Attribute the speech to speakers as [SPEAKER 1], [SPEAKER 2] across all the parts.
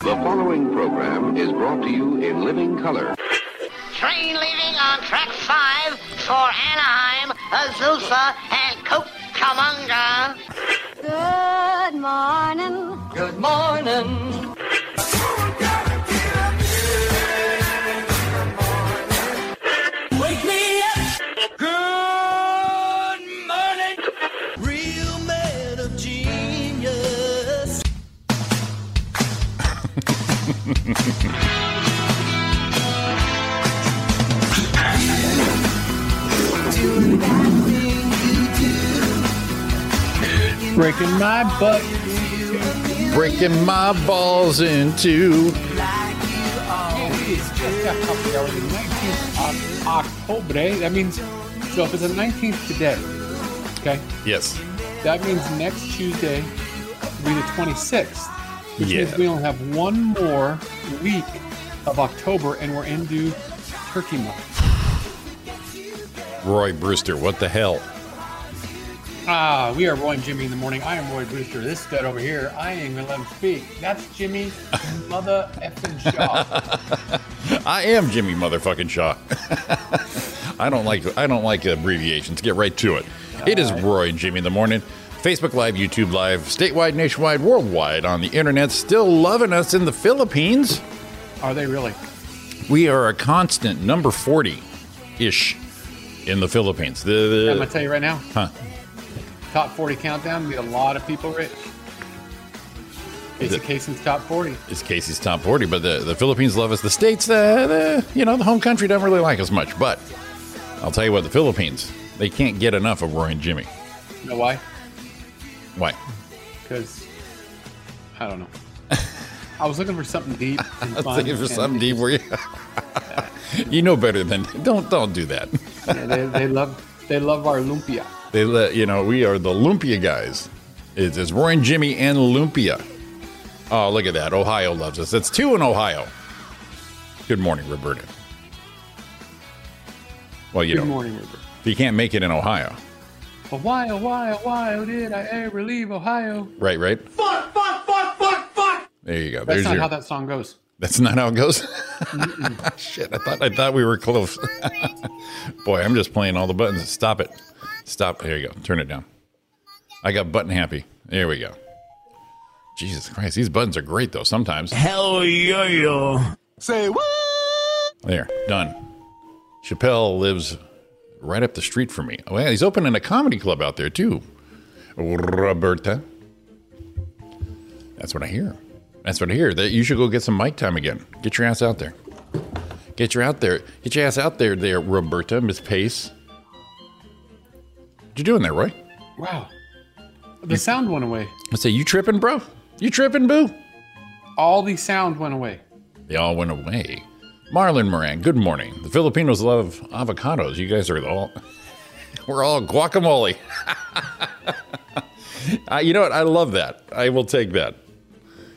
[SPEAKER 1] The following program is brought to you in living color.
[SPEAKER 2] Train leaving on track five for Anaheim, Azusa, and Cucamonga.
[SPEAKER 3] Good morning.
[SPEAKER 2] Good morning.
[SPEAKER 4] Wake me up. Good morning. Real man of genius.
[SPEAKER 5] Breaking my butt. Breaking my balls in two.
[SPEAKER 6] October. That means so if it's the 19th today, okay,
[SPEAKER 5] Yes.
[SPEAKER 6] that means next Tuesday will be the 26th, which
[SPEAKER 5] Yeah.
[SPEAKER 6] means we only have one more week of October, and we're into Turkey month.
[SPEAKER 5] Roy Brewster, what the hell?
[SPEAKER 6] Ah, we are Roy and Jimmy in the morning. I am Roy Brewster. This stud over here, I ain't gonna let him speak. That's Jimmy, mother effing Shaw.
[SPEAKER 5] I am Jimmy motherfucking Shaw. I don't like I don't like abbreviations. Get right to it. It is Roy and Jimmy in the morning. Facebook Live, YouTube Live, statewide, nationwide, worldwide on the internet. Still loving us in the Philippines.
[SPEAKER 6] Are they really?
[SPEAKER 5] We are a constant number 40 ish in the Philippines. The- the-
[SPEAKER 6] I'm gonna tell you right now.
[SPEAKER 5] Huh.
[SPEAKER 6] Top 40 countdown made a lot of people rich. Casey
[SPEAKER 5] The-
[SPEAKER 6] Kasem's top 40.
[SPEAKER 5] It's Casey's top 40, but the, the Philippines love us. The states, uh, the, you know, the home country don't really like us much. But I'll tell you what, the Philippines, they can't get enough of Roy and Jimmy.
[SPEAKER 6] You know why?
[SPEAKER 5] Why?
[SPEAKER 6] because I don't know. I was looking for something deep. And
[SPEAKER 5] I was
[SPEAKER 6] fun,
[SPEAKER 5] thinking for
[SPEAKER 6] and
[SPEAKER 5] something deep where you, you know better than don't don't do that.
[SPEAKER 6] They, they, they love they love our lumpia.
[SPEAKER 5] They let you know we are the Lumpia guys. It's, it's Roy and Jimmy and Lumpia. Oh, look at that! Ohio loves us. That's two in Ohio. Good morning, Roberta. Well, you
[SPEAKER 6] Good
[SPEAKER 5] know,
[SPEAKER 6] morning, River.
[SPEAKER 5] if you can't make it in Ohio,
[SPEAKER 6] But why, oh why, oh why, oh did I ever leave Ohio?
[SPEAKER 5] Right, right.
[SPEAKER 4] Fuck, fuck, fuck, fuck, fuck.
[SPEAKER 5] There you go.
[SPEAKER 6] That's
[SPEAKER 5] There's
[SPEAKER 6] not
[SPEAKER 5] your.
[SPEAKER 6] how that song goes.
[SPEAKER 5] that's not how it goes. Shit, I thought I thought we were close. Boy, I'm just playing all the buttons. Stop it. Stop. There you go. Turn it down. I got button happy. There we go. Jesus Christ, these buttons are great though. Sometimes
[SPEAKER 4] Hell yo yo.
[SPEAKER 5] there, done. Chappelle lives right up the street from me. Oh yeah, he's opening a comedy club out there too. Roberta. That's what I hear. That's what I hear. That you should go get some mic time again. Get your ass out there. Get your out there. Get your ass out there, there, Roberta, Miss Pace. What you doing there, Roy?
[SPEAKER 6] Wow, the sound went away.
[SPEAKER 5] I say, you tripping, bro? You tripping, boo?
[SPEAKER 6] All the sound went away.
[SPEAKER 5] They all went away. Marlon Moran, good morning. The Filipinos love avocados. You guys are all, we're all guacamole. Uh, you know what? I love that. I will take that.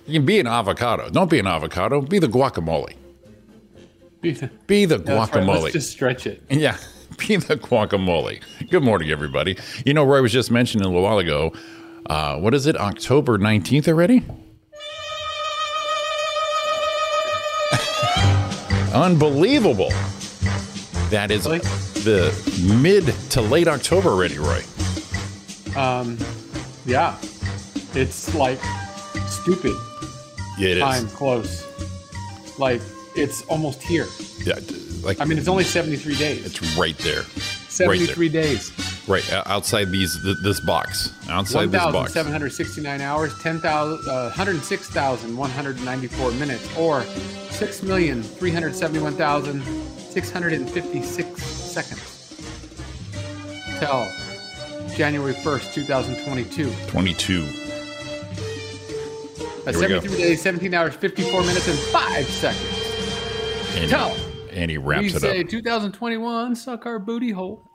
[SPEAKER 5] You can be an avocado. Don't be an avocado. Be the guacamole.
[SPEAKER 6] That's
[SPEAKER 5] Be the
[SPEAKER 6] right,
[SPEAKER 5] guacamole.
[SPEAKER 6] Let's just stretch it.
[SPEAKER 5] Yeah, be the guacamole. Good morning, everybody. You know, Roy was just mentioning a little while ago. Uh, what is it? October nineteenth already? Unbelievable. That is
[SPEAKER 6] Really?
[SPEAKER 5] the mid to late October already, Roy.
[SPEAKER 6] Yeah, it's like stupid.
[SPEAKER 5] It is.
[SPEAKER 6] Time close. Like it's almost here.
[SPEAKER 5] Yeah, d- like
[SPEAKER 6] I mean, it's only 73 days.
[SPEAKER 5] it's right there, right there,
[SPEAKER 6] 73 days.
[SPEAKER 5] right o- outside these th- this box, outside this box.
[SPEAKER 6] 1,769 hours, 10,000, uh, 106,194 minutes, or 6,371,656 seconds. Till January 1st, 2022.
[SPEAKER 5] Twenty-two.
[SPEAKER 6] That's
[SPEAKER 5] Here we go.
[SPEAKER 6] 73 days, 17 hours, 54 minutes, and 5 seconds.
[SPEAKER 5] And,
[SPEAKER 6] Tell.
[SPEAKER 5] he, and he
[SPEAKER 6] We
[SPEAKER 5] wraps it up.
[SPEAKER 6] say 2021, suck our booty hole.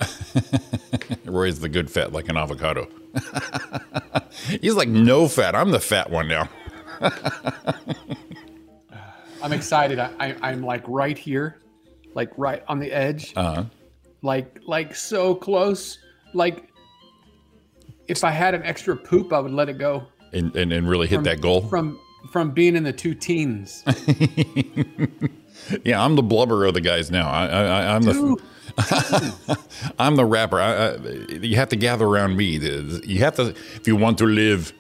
[SPEAKER 5] Roy's the good fat, like an avocado. He's like no fat. I'm the fat one now.
[SPEAKER 6] I'm excited. I, I, I'm like right here, like right on the edge,
[SPEAKER 5] Uh-huh.
[SPEAKER 6] like like so close. Like if I had an extra poop, I would let it go.
[SPEAKER 5] And and, and really hit that goal.
[SPEAKER 6] From from being in the two teens.
[SPEAKER 5] Yeah, I'm the blubber of the guys now. I, I, I- I'm the,
[SPEAKER 6] Two
[SPEAKER 5] I'm the rapper. I, I, you have to gather around me. You have to, if you want to live,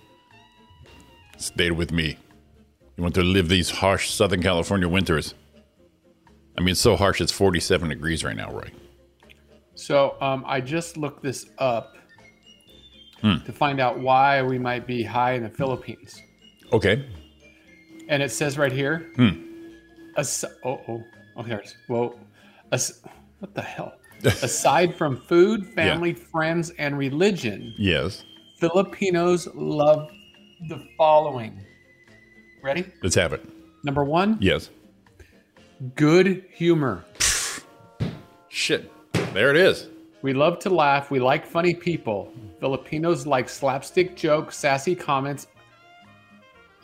[SPEAKER 5] stay with me. You want to live these harsh Southern California winters. I mean, it's so harsh. It's 47 degrees right now, Roy.
[SPEAKER 6] So um, I just looked this up
[SPEAKER 5] Hmm.
[SPEAKER 6] to find out why we might be high in the Philippines,
[SPEAKER 5] Okay.
[SPEAKER 6] and it says right here. As- oh, oh, oh, there it is. Whoa, as- what the hell? Aside from food, family, friends, and religion,
[SPEAKER 5] Yes.
[SPEAKER 6] Filipinos love the following. Ready?
[SPEAKER 5] Let's have it.
[SPEAKER 6] Number one,
[SPEAKER 5] Yes.
[SPEAKER 6] good humor.
[SPEAKER 5] Shit. There it is.
[SPEAKER 6] We love to laugh. We like funny people. Filipinos like slapstick jokes, sassy comments,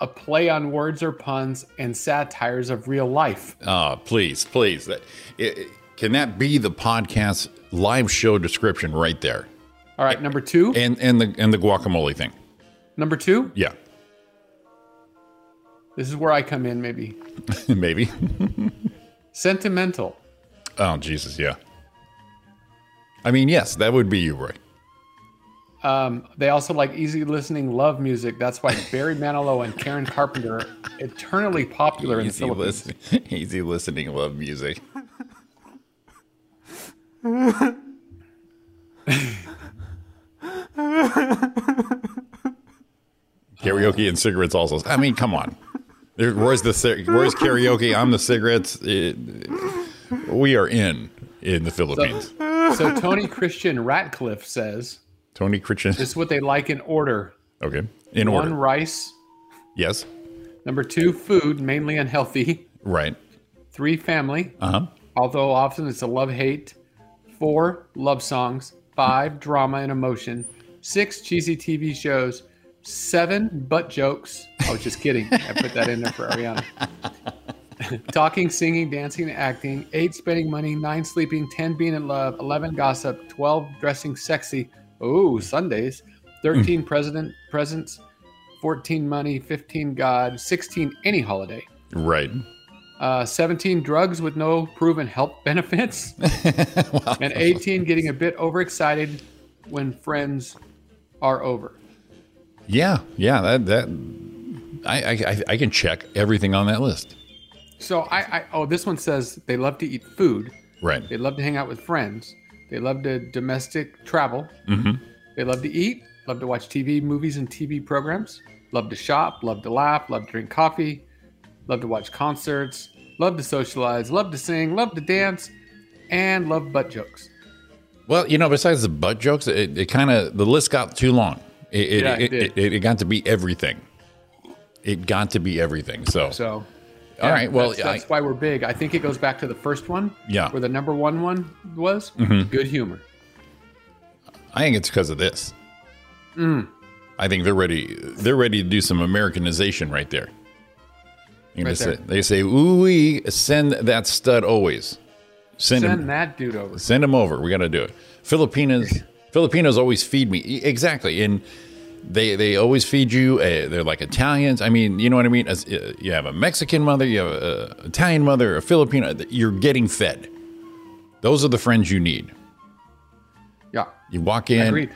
[SPEAKER 6] a play on words or puns, and satires of real life.
[SPEAKER 5] Ah, please, please. That, it, it- can that be the podcast live show description right there?
[SPEAKER 6] All right, number two.
[SPEAKER 5] And and the and the guacamole thing.
[SPEAKER 6] Number two.
[SPEAKER 5] Yeah,
[SPEAKER 6] This is where I come in, maybe.
[SPEAKER 5] maybe.
[SPEAKER 6] Sentimental.
[SPEAKER 5] Oh Jesus, yeah. I mean, yes, that would be you, Roy.
[SPEAKER 6] Um, they also like easy listening love music. That's why Barry Manilow and Karen Carpenter are eternally popular in the
[SPEAKER 5] Easy,
[SPEAKER 6] Philippines.
[SPEAKER 5] listen, easy listening, love music. karaoke and cigarettes also. I mean, come on. There, where's the ci- where's karaoke? I'm the cigarettes. It- we are in in the Philippines.
[SPEAKER 6] So Tony Christian Ratcliffe says
[SPEAKER 5] Tony Christian.
[SPEAKER 6] this is what they like in order.
[SPEAKER 5] Okay, in
[SPEAKER 6] One
[SPEAKER 5] order.
[SPEAKER 6] rice.
[SPEAKER 5] Yes,
[SPEAKER 6] Number two, food, mainly unhealthy.
[SPEAKER 5] right.
[SPEAKER 6] Three, family,
[SPEAKER 5] Uh huh.
[SPEAKER 6] although often it's a love hate. Four, love songs. Five, drama and emotion. Six, cheesy TV shows. Seven, butt jokes. I was just kidding. I put that in there for Ariana. Talking, singing, dancing, and acting. Eight, spending money. Nine, sleeping. Ten, being in love. Eleven, gossip. Twelve, dressing sexy. Oh, Sundays. Thirteen, president presents. Fourteen, money. Fifteen, God. Sixteen, any holiday.
[SPEAKER 5] Right.
[SPEAKER 6] Uh, 17 drugs with no proven health benefits,
[SPEAKER 5] Wow.
[SPEAKER 6] and 18 getting a bit overexcited when friends are over.
[SPEAKER 5] Yeah, yeah. That that I I, I- I can check everything on that list.
[SPEAKER 6] So I, I oh this one says they love to eat food,
[SPEAKER 5] Right.
[SPEAKER 6] they love to hang out with friends, they love to domestic travel, they love to eat, love to watch TV movies and TV programs, love to shop, love to laugh, love to drink coffee, love to watch concerts, love to socialize, love to sing, love to dance, and love butt jokes.
[SPEAKER 5] Well, you know, besides the butt jokes, it, it kind of the list got too long. It it,
[SPEAKER 6] Yeah, it
[SPEAKER 5] it,
[SPEAKER 6] did.
[SPEAKER 5] it, it got to be everything. It got to be everything. So,
[SPEAKER 6] So
[SPEAKER 5] all
[SPEAKER 6] Yeah,
[SPEAKER 5] right. Well,
[SPEAKER 6] that's, that's
[SPEAKER 5] I-
[SPEAKER 6] why we're big. I think it goes back to the first one.
[SPEAKER 5] Yeah. Mm-hmm.
[SPEAKER 6] Where the number one one was good humor.
[SPEAKER 5] I think it's because of this.
[SPEAKER 6] Hmm.
[SPEAKER 5] I think they're ready. They're ready to do some Americanization right there. You know,
[SPEAKER 6] Right
[SPEAKER 5] they
[SPEAKER 6] there.
[SPEAKER 5] Say, they say, "Ooh, we send that stud always. Send, him,
[SPEAKER 6] Send that dude over.
[SPEAKER 5] Send them over. We got to do it. Filipinas, Filipinos always feed me E- exactly, and they they always feed you. Uh, they're like Italians. I mean, you know what I mean. As, uh, you have a Mexican mother, you have a, a Italian mother, a Filipino. You're getting fed. Those are the friends you need.
[SPEAKER 6] Yeah.
[SPEAKER 5] You walk in.
[SPEAKER 6] Agreed.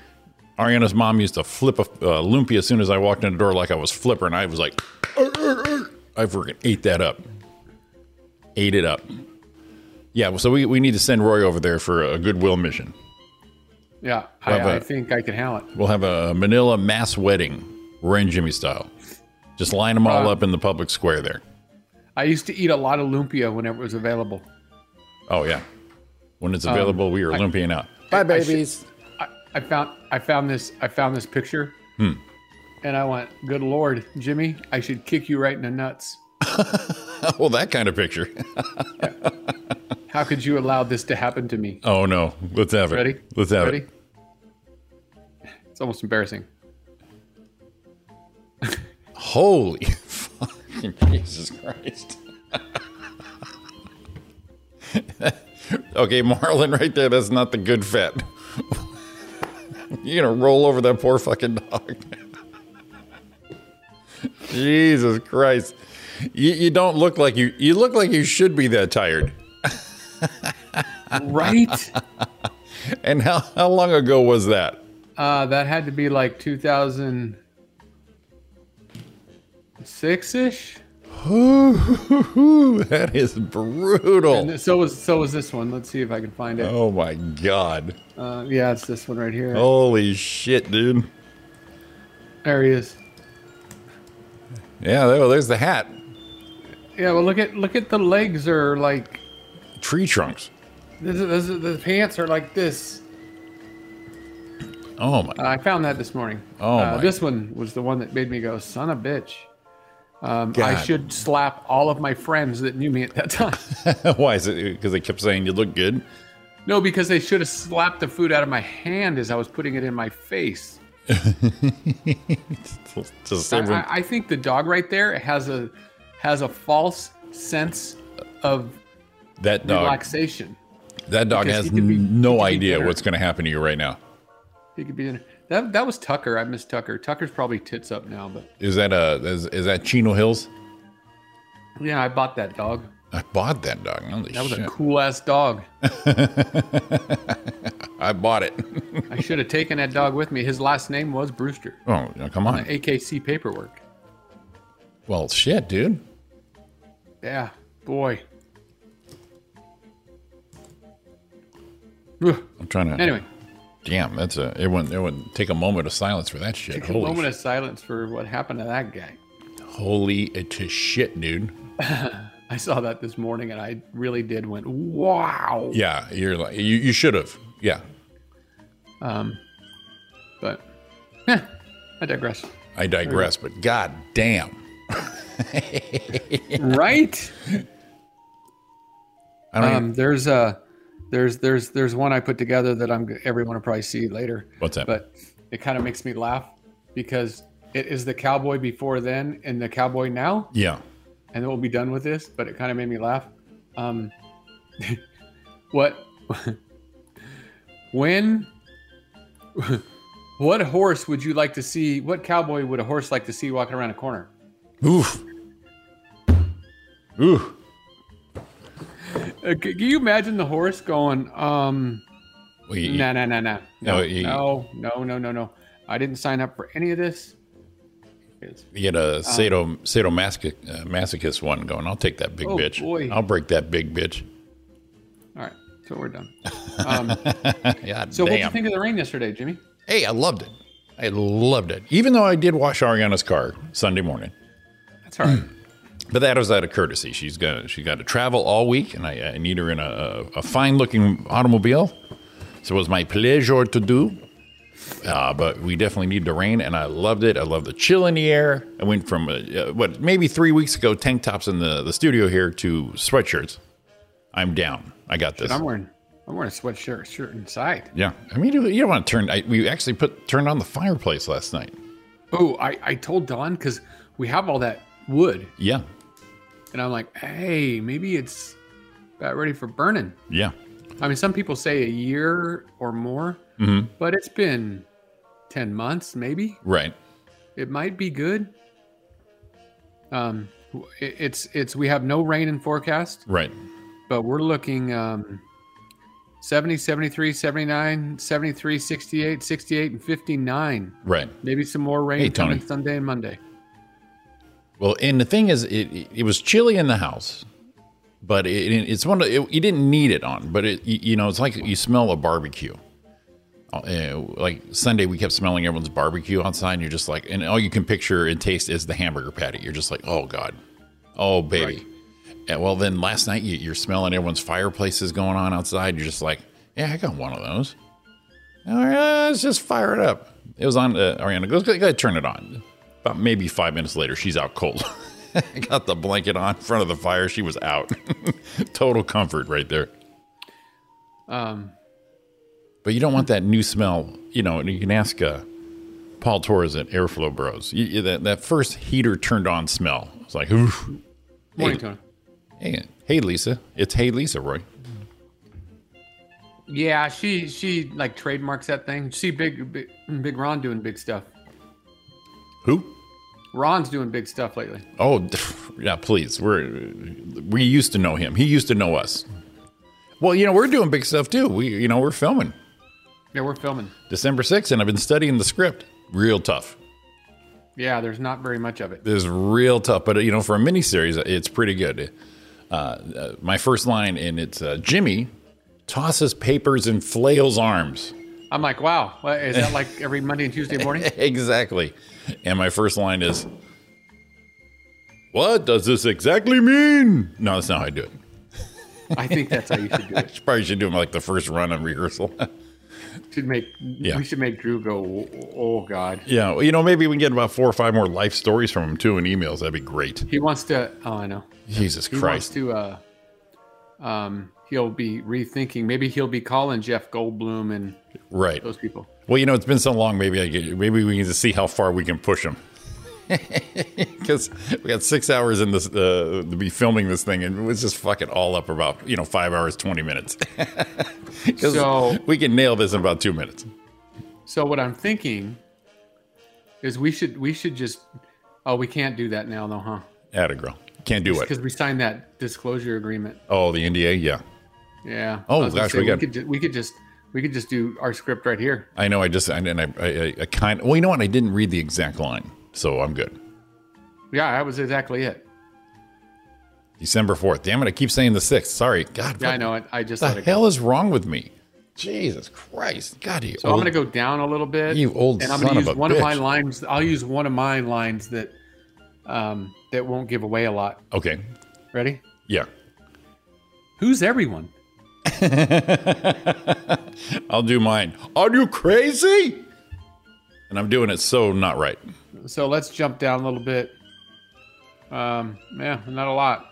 [SPEAKER 5] Ariana's mom used to flip a uh, lumpy as soon as I walked in the door, like I was flipper, and I was like, "Arr, arr, arr." I freaking ate that up, ate it up. Yeah, well, so we, we need to send Roy over there for a goodwill mission.
[SPEAKER 6] Yeah.
[SPEAKER 5] Well,
[SPEAKER 6] I, I
[SPEAKER 5] but-
[SPEAKER 6] think I can handle it.
[SPEAKER 5] We'll have a Manila mass wedding, Roy and Jimmy style. Just line them all
[SPEAKER 6] Wow.
[SPEAKER 5] up in the public square there.
[SPEAKER 6] I used to eat a lot of lumpia whenever it was available.
[SPEAKER 5] Oh yeah, when it's available, we are lumpiing out. Bye,
[SPEAKER 6] I should-
[SPEAKER 5] babies.
[SPEAKER 6] I, I found I found this I found this picture.
[SPEAKER 5] Hmm.
[SPEAKER 6] And I went, good lord, Jimmy, I should kick you right in the nuts.
[SPEAKER 5] well, Oh, that kind of picture.
[SPEAKER 6] How could you allow this to happen to me?
[SPEAKER 5] oh no, let's have it.
[SPEAKER 6] Ready?
[SPEAKER 5] Let's have
[SPEAKER 6] Ready?
[SPEAKER 5] it.
[SPEAKER 6] It's almost embarrassing.
[SPEAKER 5] Holy fucking Jesus Christ. okay, Marlin, right there, that's not the good fat. You're going to roll over that poor fucking dog. Jesus Christ. You, you don't look like you you look like you should be that tired.
[SPEAKER 6] right?
[SPEAKER 5] And how, how long ago was that?
[SPEAKER 6] Uh, that had to be like 2006 ish.
[SPEAKER 5] that is brutal.
[SPEAKER 6] And so was so was this one. Let's see if I can find it.
[SPEAKER 5] Oh my god.
[SPEAKER 6] Uh, yeah, it's this one right here.
[SPEAKER 5] Holy shit, dude.
[SPEAKER 6] There he is.
[SPEAKER 5] Yeah, there, there's the hat.
[SPEAKER 6] Yeah, well look at look at the legs are like
[SPEAKER 5] Tree trunks.
[SPEAKER 6] this, is- this, is- the pants are like this.
[SPEAKER 5] Oh my.
[SPEAKER 6] I found that this morning.
[SPEAKER 5] Oh
[SPEAKER 6] uh,
[SPEAKER 5] my-
[SPEAKER 6] this one was the one that made me go, son of a bitch. Um, I
[SPEAKER 5] God.
[SPEAKER 6] should slap all of my friends that knew me at that time.
[SPEAKER 5] Why is it? Because they kept saying you look good.
[SPEAKER 6] no, because they should have slapped the food out of my hand as I was putting it in my face.
[SPEAKER 5] To save
[SPEAKER 6] I, I- I think the dog right there has a has a false sense of
[SPEAKER 5] that dog.
[SPEAKER 6] relaxation.
[SPEAKER 5] That dog
[SPEAKER 6] because
[SPEAKER 5] has
[SPEAKER 6] he could be- he
[SPEAKER 5] no
[SPEAKER 6] could be
[SPEAKER 5] idea
[SPEAKER 6] better.
[SPEAKER 5] what's going to happen to you right now.
[SPEAKER 6] He could be in that. That was Tucker. I miss Tucker. Tucker's probably tits up now, but
[SPEAKER 5] Is that a is, is that Chino Hills?
[SPEAKER 6] yeah, I bought that dog.
[SPEAKER 5] I bought that dog. Holy
[SPEAKER 6] That was
[SPEAKER 5] shit.
[SPEAKER 6] a cool ass dog.
[SPEAKER 5] I bought it.
[SPEAKER 6] I should have taken that dog with me. His last name was Brewster.
[SPEAKER 5] Oh, now come on.
[SPEAKER 6] AKC paperwork.
[SPEAKER 5] Well, shit, dude.
[SPEAKER 6] Yeah, boy. Ugh.
[SPEAKER 5] I'm trying to.
[SPEAKER 6] Anyway,
[SPEAKER 5] Damn, that's a. It wouldn't. It wouldn't take a moment of silence for that shit.
[SPEAKER 6] take a
[SPEAKER 5] holy,
[SPEAKER 6] moment of silence for what happened to that guy.
[SPEAKER 5] holy to shit, dude.
[SPEAKER 6] I saw that this morning, and I really did went wow.
[SPEAKER 5] Yeah, you're like you. You should have. Yeah,
[SPEAKER 6] Um, but eh, I digress.
[SPEAKER 5] I digress. But god damn,
[SPEAKER 6] Right?
[SPEAKER 5] I don't. even,
[SPEAKER 6] Um, there's a there's there's there's one I put together that I'm g- everyone will probably see later.
[SPEAKER 5] What's that?
[SPEAKER 6] But it kind of makes me laugh because it is the cowboy before then and the cowboy now,
[SPEAKER 5] yeah.
[SPEAKER 6] and then we'll be done with this. But it kind of made me laugh. Um, what? when? what horse would you like to see? What cowboy would a horse like to see walking around a corner?
[SPEAKER 5] Oof. Oof.
[SPEAKER 6] Uh, c- can you imagine the horse going? um...
[SPEAKER 5] Well, you-
[SPEAKER 6] No, no, no, no.
[SPEAKER 5] No,
[SPEAKER 6] No,
[SPEAKER 5] you-
[SPEAKER 6] no, no, no, no, no. I didn't sign up for any of this. It's-
[SPEAKER 5] You get
[SPEAKER 6] Um,
[SPEAKER 5] a sado sadomasochist uh, masochist one going. I'll take that big
[SPEAKER 6] Oh,
[SPEAKER 5] bitch.
[SPEAKER 6] boy.
[SPEAKER 5] I'll break that big bitch.
[SPEAKER 6] All right, so we're done. Um,
[SPEAKER 5] God
[SPEAKER 6] so what would you
[SPEAKER 5] damn.
[SPEAKER 6] think of the rain yesterday, Jimmy?
[SPEAKER 5] hey, I loved it. I loved it. Even though I did wash Ariana's car Sunday morning,
[SPEAKER 6] That's all right.
[SPEAKER 5] but that was out of courtesy. She's gonna she's got to travel all week, and I, I need her in a, a fine looking automobile. So it was my pleasure to do. Uh, but we definitely need the rain, and I loved it. I love the chill in the air. I went from uh, uh, what maybe three weeks ago tank tops in the, the studio here to sweatshirts. I'm down. I got this.
[SPEAKER 6] I'm wearing I'm wearing a sweatshirt shirt inside.
[SPEAKER 5] Yeah, I mean, you don't- you don't want to turn. I, we actually put turned on the fireplace last night.
[SPEAKER 6] Oh, I, I told Don because we have all that wood,
[SPEAKER 5] Yeah,
[SPEAKER 6] and I'm like, hey, maybe it's about ready for burning.
[SPEAKER 5] yeah,
[SPEAKER 6] I mean, some people say a year or more,
[SPEAKER 5] Mm-hmm.
[SPEAKER 6] but it's been ten months, maybe.
[SPEAKER 5] right.
[SPEAKER 6] it might be good. Um, w- it- it's it's we have no rain in forecast,
[SPEAKER 5] Right.
[SPEAKER 6] but we're looking um, 70, 73, 79, 73, 68, 68, and 59.
[SPEAKER 5] Right.
[SPEAKER 6] Maybe some more rain
[SPEAKER 5] Hey, Tony.
[SPEAKER 6] coming Sunday and Monday.
[SPEAKER 5] Well, and the thing is, it it was chilly in the house, but it, it- it's one of, it, you didn't need it on, but it you, you know it's like you smell a barbecue. Uh, like Sunday, we kept smelling everyone's barbecue outside, and you're just like, and all you can picture and taste is the hamburger patty. You're just like, oh god, oh baby. And, well, then last night you, you're smelling everyone's fireplaces going on outside. You're just like, yeah, I got one of those. All right, let's just fire it up. It was on. Uh, Ariana goes, go, go ahead, turn it on. About maybe five minutes later, she's out cold. I got the blanket on in front of the fire. She was out. Total comfort right there.
[SPEAKER 6] Um,
[SPEAKER 5] But you don't want that new smell, you know. And you can ask uh, Paul Torres at Airflow Bros. You, you- that, that first heater turned on smell. It's like, oof.
[SPEAKER 6] morning,
[SPEAKER 5] Hey,
[SPEAKER 6] Tony.
[SPEAKER 5] Hey, hey, Lisa. It's hey, Lisa, Roy.
[SPEAKER 6] Yeah, she she like trademarks that thing. See big big, big Ron doing big stuff.
[SPEAKER 5] Who?
[SPEAKER 6] Ron's doing big stuff lately.
[SPEAKER 5] Oh, yeah, please. We're we used to know him. He used to know us. Well, you know, we're doing big stuff too. We, you know, we're filming
[SPEAKER 6] Yeah, we're filming.
[SPEAKER 5] December 6th, and I've been studying the script real tough.
[SPEAKER 6] Yeah, there's not very much of it.
[SPEAKER 5] This is real tough, but you know, for a miniseries, it's pretty good. Uh, uh, my first line, and it's uh, Jimmy tosses papers and flails arms.
[SPEAKER 6] I'm like, wow, what, is that like every Monday and Tuesday morning?
[SPEAKER 5] exactly. And my first line is, "What does this exactly mean?" No, that's not how I do it.
[SPEAKER 6] I think that's how you should do
[SPEAKER 5] I
[SPEAKER 6] it.
[SPEAKER 5] should- probably should do them like the first run on rehearsal.
[SPEAKER 6] Should make
[SPEAKER 5] Yeah.
[SPEAKER 6] we should make Drew go, oh god.
[SPEAKER 5] yeah, well, you know, maybe we can get about four or five more life stories from him too in emails. That'd be great.
[SPEAKER 6] He wants to. Oh, I know.
[SPEAKER 5] Jesus
[SPEAKER 6] He wants
[SPEAKER 5] Christ.
[SPEAKER 6] to. Uh, um, he'll be rethinking. Maybe he'll be calling Jeff Goldblum and
[SPEAKER 5] Right.
[SPEAKER 6] those people.
[SPEAKER 5] Well, you know, it's been so long. Maybe I get, maybe we need to see how far we can push him. Because we got six hours in this uh, to be filming this thing, and it was just fucking all up about you know five hours twenty minutes. 'Cause
[SPEAKER 6] So-
[SPEAKER 5] we can nail this in about two minutes.
[SPEAKER 6] So what I'm thinking is we should we should just. Oh, we can't do that now, though, huh?
[SPEAKER 5] Atta girl, can't do it.
[SPEAKER 6] Because we signed that disclosure agreement.
[SPEAKER 5] Oh, the NDA, yeah.
[SPEAKER 6] Yeah.
[SPEAKER 5] Oh,
[SPEAKER 6] I was gonna
[SPEAKER 5] gosh,
[SPEAKER 6] say,
[SPEAKER 5] we got-
[SPEAKER 6] could just, we could just we could just do our script right here.
[SPEAKER 5] I know. I just and and I, I, I, I kind. Well, you know what? I didn't read the exact line, so I'm good.
[SPEAKER 6] Yeah, that was exactly it.
[SPEAKER 5] December fourth. Damn it! I keep saying the sixth. Sorry. God.
[SPEAKER 6] Yeah, I
[SPEAKER 5] what
[SPEAKER 6] know it. I just let
[SPEAKER 5] The
[SPEAKER 6] it go.
[SPEAKER 5] hell is wrong with me? Jesus Christ! God, you.
[SPEAKER 6] So I'm going to go down a little bit.
[SPEAKER 5] You old
[SPEAKER 6] and I'm
[SPEAKER 5] son
[SPEAKER 6] gonna
[SPEAKER 5] of
[SPEAKER 6] use
[SPEAKER 5] a
[SPEAKER 6] one of my
[SPEAKER 5] bitch.
[SPEAKER 6] lines. I'll use one of my lines that um, that won't give away a lot.
[SPEAKER 5] Okay.
[SPEAKER 6] Ready?
[SPEAKER 5] Yeah.
[SPEAKER 6] Who's everyone?
[SPEAKER 5] I'll do mine. Are you crazy? And I'm doing it so not right.
[SPEAKER 6] So let's jump down a little bit. Um, yeah, not a lot.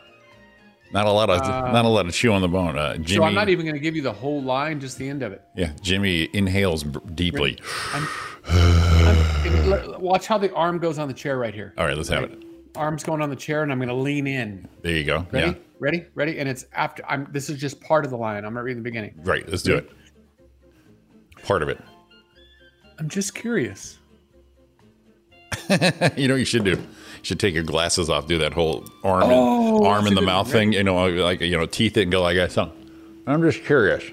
[SPEAKER 5] Not a lot of not a lot of chew on the bone. Uh, Jimmy.
[SPEAKER 6] So I'm Uh, not even going to give you the whole line, just the end of it.
[SPEAKER 5] yeah. Jimmy inhales b- deeply.
[SPEAKER 6] And l- Watch how the arm goes on the chair right here.
[SPEAKER 5] All right, let's have it.
[SPEAKER 6] Arm's going on the chair, and I'm going to lean in.
[SPEAKER 5] There you go.
[SPEAKER 6] Ready?
[SPEAKER 5] Yeah.
[SPEAKER 6] Ready? Ready? And it's after. I'm. This is just part of the line. I'm not reading the beginning.
[SPEAKER 5] Right. Let's do it. Part of it.
[SPEAKER 6] I'm just curious.
[SPEAKER 5] you know what you should do you should take your glasses off do that whole arm in,
[SPEAKER 6] Oh,
[SPEAKER 5] arm
[SPEAKER 6] that's
[SPEAKER 5] in
[SPEAKER 6] a
[SPEAKER 5] the
[SPEAKER 6] good-
[SPEAKER 5] mouth thing you know like you know teeth it and go like that so i'm just curious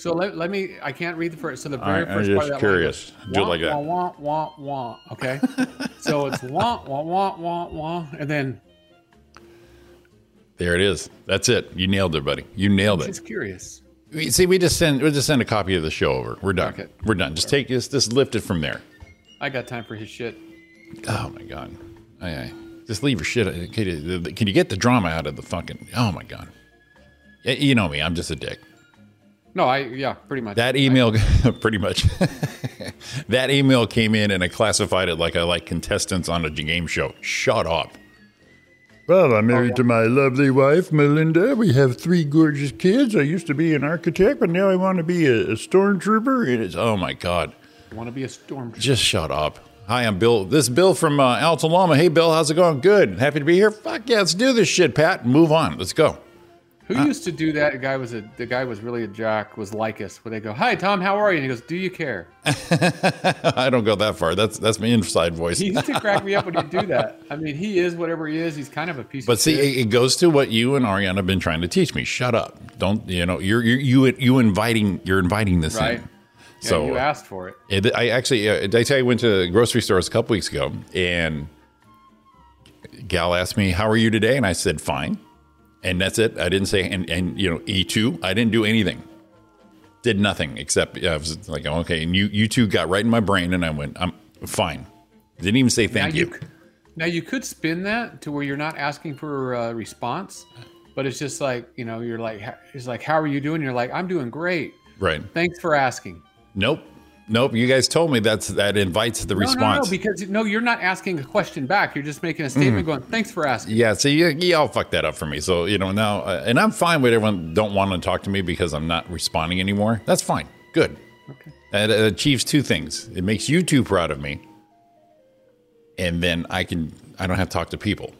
[SPEAKER 6] So let, let me. I can't read the first. So the
[SPEAKER 5] All
[SPEAKER 6] very
[SPEAKER 5] right, i'm
[SPEAKER 6] first part of
[SPEAKER 5] just
[SPEAKER 6] that
[SPEAKER 5] curious
[SPEAKER 6] line goes,
[SPEAKER 5] do it
[SPEAKER 6] "Wah,
[SPEAKER 5] like that
[SPEAKER 6] Wah, wah, wah, wah. Okay. so it's wah wah wah wah wah, and then
[SPEAKER 5] there it is that's it you nailed it buddy you nailed it
[SPEAKER 6] just curious.
[SPEAKER 5] We- see we just send we just send a copy of the show over we're done
[SPEAKER 6] Okay.
[SPEAKER 5] we're done just take this just lift it from there
[SPEAKER 6] I got time for his shit.
[SPEAKER 5] oh my god aye, aye. just leave your shit can you, can you get the drama out of the fucking oh my god Y- you know me i'm just a dick
[SPEAKER 6] No, I yeah, pretty much.
[SPEAKER 5] That email, pretty much. that email came in, and I classified it like I like contestants on a game show. Shut up. Well, I'm married to my lovely wife, Melinda. We have three gorgeous kids. I used to be an architect, but now I want to be a, a stormtrooper. It is, oh my God.
[SPEAKER 6] I want to be a storm.
[SPEAKER 5] Just shut up. Hi, I'm Bill. This is Bill from uh, Altaloma. Hey, Bill, how's it going? Good. Happy to be here. Fuck yeah, let's do this shit, Pat. Move on. Let's go.
[SPEAKER 6] Who
[SPEAKER 5] Uh,
[SPEAKER 6] used to do that? The guy was a the guy was really a jock. Was like us. Where they go, hi Tom, how are you? And he goes, do you care?
[SPEAKER 5] I don't go that far. That's that's my inside voice.
[SPEAKER 6] He used to crack me up when he do that. I mean, he is whatever he is. He's kind of a piece.
[SPEAKER 5] But
[SPEAKER 6] of
[SPEAKER 5] see,
[SPEAKER 6] shit.
[SPEAKER 5] it, it goes to what you and Ariana have been trying to teach me. Shut up! Don't you know you're you're you you inviting you're inviting this
[SPEAKER 6] Right.
[SPEAKER 5] in.
[SPEAKER 6] Yeah,
[SPEAKER 5] so uh,
[SPEAKER 6] you asked for it.
[SPEAKER 5] it, I actually uh, did I tell you I went to the grocery stores a couple weeks ago and a gal asked me how are you today and I said fine, and that's it. I didn't say and and you know e two. I didn't do anything. Did nothing except uh, I was like okay, and you you two got right in my brain, and I went I'm fine. Didn't even say thank
[SPEAKER 6] now
[SPEAKER 5] you.
[SPEAKER 6] you. c- Now you could spin that to where you're not asking for a uh, response, but it's just like you know you're like "Ha- it's like how are you doing? You're like I'm doing great.
[SPEAKER 5] Right?
[SPEAKER 6] Thanks for asking.
[SPEAKER 5] Nope. Nope. You guys told me that's that invites the
[SPEAKER 6] No, no,
[SPEAKER 5] response. Mm-hmm.
[SPEAKER 6] no, because no, you're not asking a question back. You're just making a statement, going thanks for asking.
[SPEAKER 5] yeah, so you, y'all fucked that up for me. So, you know, now, uh, and I'm fine with everyone don't want to talk to me because I'm not responding anymore. That's fine. Good. Okay. That uh, achieves two things. It makes you two proud of me. And then I can, I don't have to talk to people,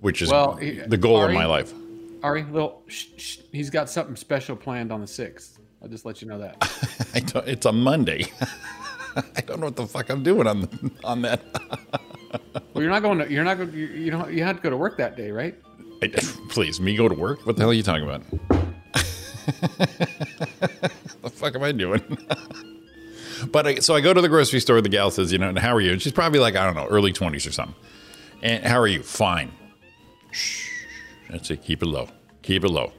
[SPEAKER 5] which is
[SPEAKER 6] Well, he-
[SPEAKER 5] the goal of
[SPEAKER 6] Ari-
[SPEAKER 5] my life.
[SPEAKER 6] Ari, little, shh, shh, he's got something special planned on the sixth. I'll just let you know that.
[SPEAKER 5] I don't, it's a Monday. I don't know what the fuck I'm doing on, on that.
[SPEAKER 6] Well, you're not going to. You're not going. You, you don't. You had to go to work that day, right?
[SPEAKER 5] I- Please, me go to work? What the hell are you talking about? the fuck am I doing? but I, so I go to the grocery store. The gal says, you know, and how are you? And she's probably like, I don't know, early 20s or something. And how are you? Fine. Shh. That's it. Keep it low. Keep it low.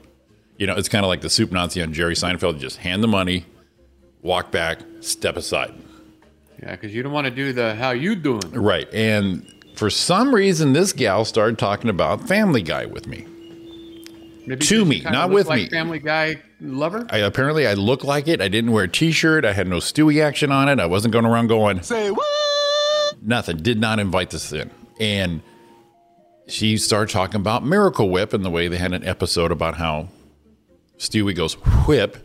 [SPEAKER 5] You know, it's kind of like the soup Nazi on Jerry Seinfeld. You just hand the money, walk back, step aside.
[SPEAKER 6] Yeah, because you don't want to do the how you doing.
[SPEAKER 5] Right. And for some reason, this gal started talking about Family Guy with me.
[SPEAKER 6] Maybe
[SPEAKER 5] To
[SPEAKER 6] you
[SPEAKER 5] me,
[SPEAKER 6] kinda
[SPEAKER 5] not
[SPEAKER 6] look
[SPEAKER 5] with
[SPEAKER 6] like
[SPEAKER 5] me.
[SPEAKER 6] Family Guy lover.
[SPEAKER 5] I apparently I looked like it. I didn't wear a t-shirt. I had no Stewie action on it. I wasn't going around going say what? Nothing. Did not invite this in. And she started talking about Miracle Whip and the way they had an episode about how Stewie goes whip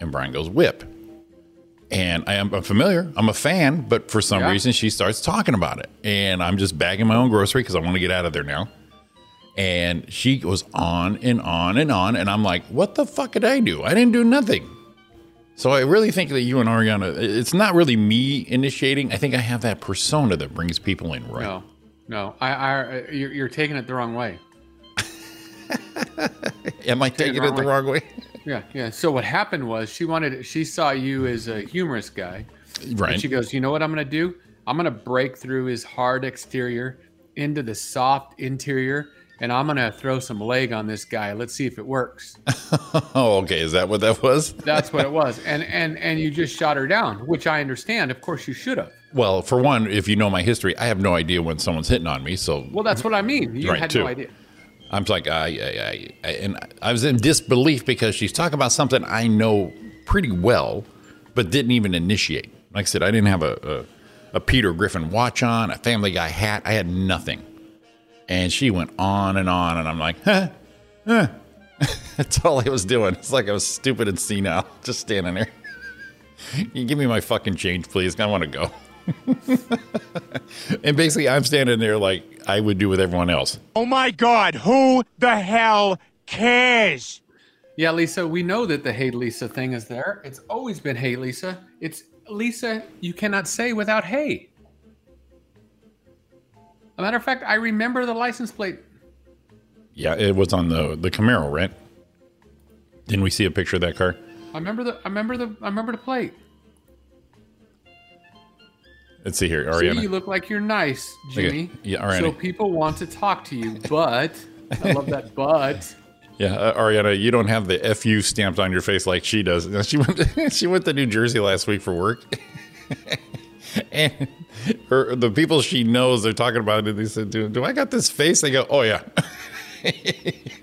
[SPEAKER 5] and Brian goes whip. And I am I'm familiar. I'm a fan, but for some
[SPEAKER 6] Yeah.
[SPEAKER 5] reason she starts talking about it. And I'm just bagging my own grocery because I want to get out of there now. And she goes on and on and on. And I'm like, what the fuck did I do? I didn't do nothing. So I really think that you and Ariana, i- it's not really me initiating. I think I have that persona that brings people in, right?
[SPEAKER 6] No, no. I, I, you're, you're taking it the wrong way.
[SPEAKER 5] Am I taking it the wrong way?
[SPEAKER 6] Yeah, yeah. So what happened was she wanted. She saw you as a humorous guy.
[SPEAKER 5] right.
[SPEAKER 6] And she goes, You know what I'm going to do? I'm going to break through his hard exterior into the soft interior, and I'm going to throw some leg on this guy. Let's see if it works.
[SPEAKER 5] oh, okay. Is that what that was?
[SPEAKER 6] That's what it was. And, and, and you just shot her down, which I understand. Of course, you should have.
[SPEAKER 5] Well, for one, if you know my history, I have no idea when someone's hitting on me. So
[SPEAKER 6] Well, that's what I mean. You
[SPEAKER 5] Right,
[SPEAKER 6] had
[SPEAKER 5] too.
[SPEAKER 6] no idea.
[SPEAKER 5] I'm just like, "Ah, I, I, I, I, and I was in disbelief because she's talking about something I know pretty well, but didn't even initiate. Like I said, I didn't have a, a, a Peter Griffin watch on, a Family Guy hat. I had nothing. And she went on and on, and I'm like, huh, huh. That's all I was doing. It's like I was stupid and senile, just standing there. you give me my fucking change, please. I want to go. and basically, I'm standing there like I would do with everyone else.
[SPEAKER 7] Oh my God, who the hell cares?
[SPEAKER 6] Yeah, Lisa, we know that the Hey Lisa thing is there. It's always been Hey Lisa. It's Lisa, you cannot say without Hey. A matter of fact, I remember the license plate.
[SPEAKER 5] Yeah, it was on the the Camaro, right? Didn't we see a picture of that car?
[SPEAKER 6] I remember the I remember the I remember the plate.
[SPEAKER 5] Let's see here,
[SPEAKER 6] See,
[SPEAKER 5] Ariana.
[SPEAKER 6] you look like you're nice,
[SPEAKER 5] Okay.
[SPEAKER 6] Jimmy.
[SPEAKER 5] Yeah, Ariana.
[SPEAKER 6] So people want to talk to you, but I love that but.
[SPEAKER 5] yeah, uh, Ariana, you don't have the "fu" stamped on your face like she does. Now, She went she went to New Jersey last week for work, and her, the people she knows they're talking about it. They said, "Do, do I got this face?" They go, "Oh yeah,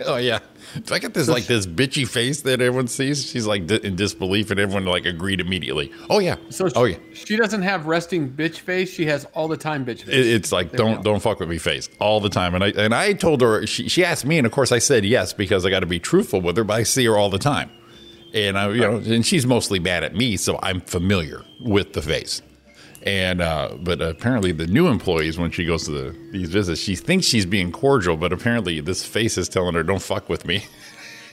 [SPEAKER 5] oh yeah." Do I got this like this bitchy face that everyone sees? She's like di- in disbelief, and everyone like agreed immediately. Oh yeah,
[SPEAKER 6] So
[SPEAKER 5] oh yeah.
[SPEAKER 6] she, she doesn't have resting bitch face, she has all the time bitch face.
[SPEAKER 5] it, it's like don't don't fuck with me face all the time and i and i told her she, she asked me and of course i said yes because i got to be truthful with her but i see her all the time and i you know and she's mostly mad at me so i'm familiar with the face and uh, but apparently the new employees when she goes to the, these visits she thinks she's being cordial but apparently this face is telling her don't fuck with me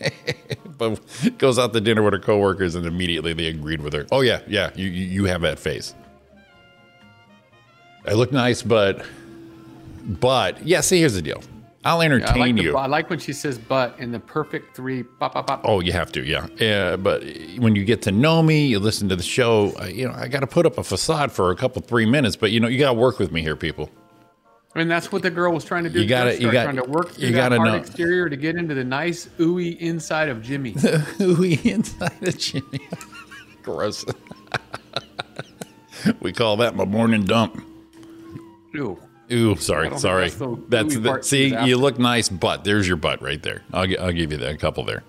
[SPEAKER 5] but goes out to dinner with her coworkers and immediately they agreed with her oh yeah yeah you you you have that face I look nice, but but yeah. See, here's the deal. I'll
[SPEAKER 6] Yeah, I,
[SPEAKER 5] entertain
[SPEAKER 6] like the-
[SPEAKER 5] you.
[SPEAKER 6] I like when she says but in the perfect three pop pop pop.
[SPEAKER 5] Oh, you have to, yeah. Uh, but when you get to know me, you listen to the show. Uh, you know, I got to put up a facade for a couple three minutes, but you know, you got to work with me here, people.
[SPEAKER 6] And that's what the girl was trying to do.
[SPEAKER 5] You gotta-
[SPEAKER 6] Start
[SPEAKER 5] you got-
[SPEAKER 6] trying to work through
[SPEAKER 5] you
[SPEAKER 6] that
[SPEAKER 5] gotta
[SPEAKER 6] hard
[SPEAKER 5] know.
[SPEAKER 6] exterior to get into the nice ooey inside of Jimmy.
[SPEAKER 5] we inside the chimney. Gross. we call that my morning dump.
[SPEAKER 6] Ooh.
[SPEAKER 5] Ooh, sorry,
[SPEAKER 6] think
[SPEAKER 5] sorry.
[SPEAKER 6] that's the
[SPEAKER 5] That's
[SPEAKER 6] gooey
[SPEAKER 5] the,
[SPEAKER 6] part
[SPEAKER 5] see,
[SPEAKER 6] she was
[SPEAKER 5] you
[SPEAKER 6] after.
[SPEAKER 5] look nice, but there's your butt right there. I'll, gi- I'll give you that, a couple there.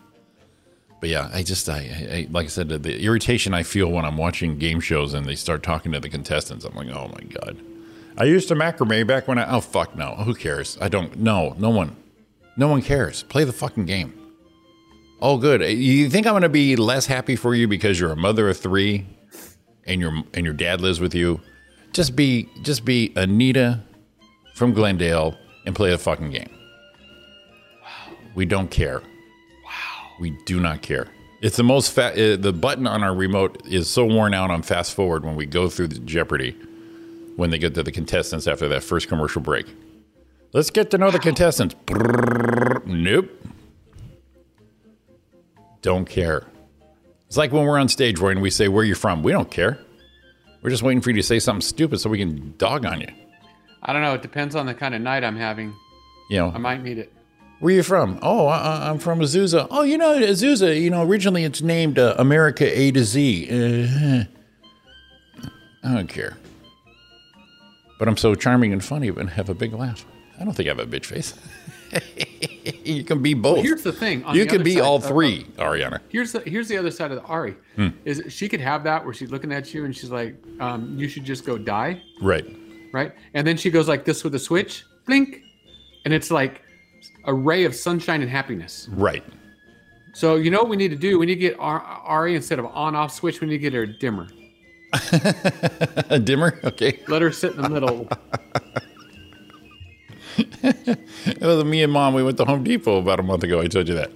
[SPEAKER 5] But yeah, I just I, I I- like I said the irritation I feel when I'm watching game shows and they start talking to the contestants. I'm like, oh my god. I used to macrame back when I oh fuck no, who cares? I don't no, no one, no one cares. Play the fucking game. Oh good, you think I'm gonna be less happy for you because you're a mother of three, and your and your dad lives with you? Just be just be Anita from Glendale and play the fucking game. We don't care. Wow. We do not care. It's the most fa- uh, the button on our remote is so worn out on fast forward when we go through the Jeopardy when they get to the contestants after that first commercial break. Let's get to know the contestants. Brrrr. nope. Don't care. It's like when we're on stage, Roy, and we say, Where you from? We don't care. We're just waiting for you to say something stupid so we can dog on you.
[SPEAKER 6] I don't know. It depends on the kind of night I'm having.
[SPEAKER 5] You know,
[SPEAKER 6] I might need it.
[SPEAKER 5] Where you from? Oh, I, I- I'm from Azusa. Oh, you know Azusa. You know, originally it's named uh, America A to Z. Uh, I don't care. But I'm so charming and funny and have a big laugh. I don't think I have a bitch face. you can be both.
[SPEAKER 6] Here's the thing. on
[SPEAKER 5] you
[SPEAKER 6] the
[SPEAKER 5] can
[SPEAKER 6] other
[SPEAKER 5] be
[SPEAKER 6] side
[SPEAKER 5] all
[SPEAKER 6] of- uh,
[SPEAKER 5] three, Ariana.
[SPEAKER 6] here's the here's the other side of the Ari. Is that she could have that where she's looking at you and she's like, um, "You should just go die,"
[SPEAKER 5] Right.
[SPEAKER 6] right? And then she goes like this with a switch, blink, and it's like a ray of sunshine and happiness.
[SPEAKER 5] Right.
[SPEAKER 6] So you know what we need to do? We need to get Ar- Ari instead of on-off switch. We need to get her a dimmer.
[SPEAKER 5] A Uh, dimmer. Okay.
[SPEAKER 6] Let her sit in the middle.
[SPEAKER 5] It was me and mom. We went to Home Depot about a month ago. I told you that.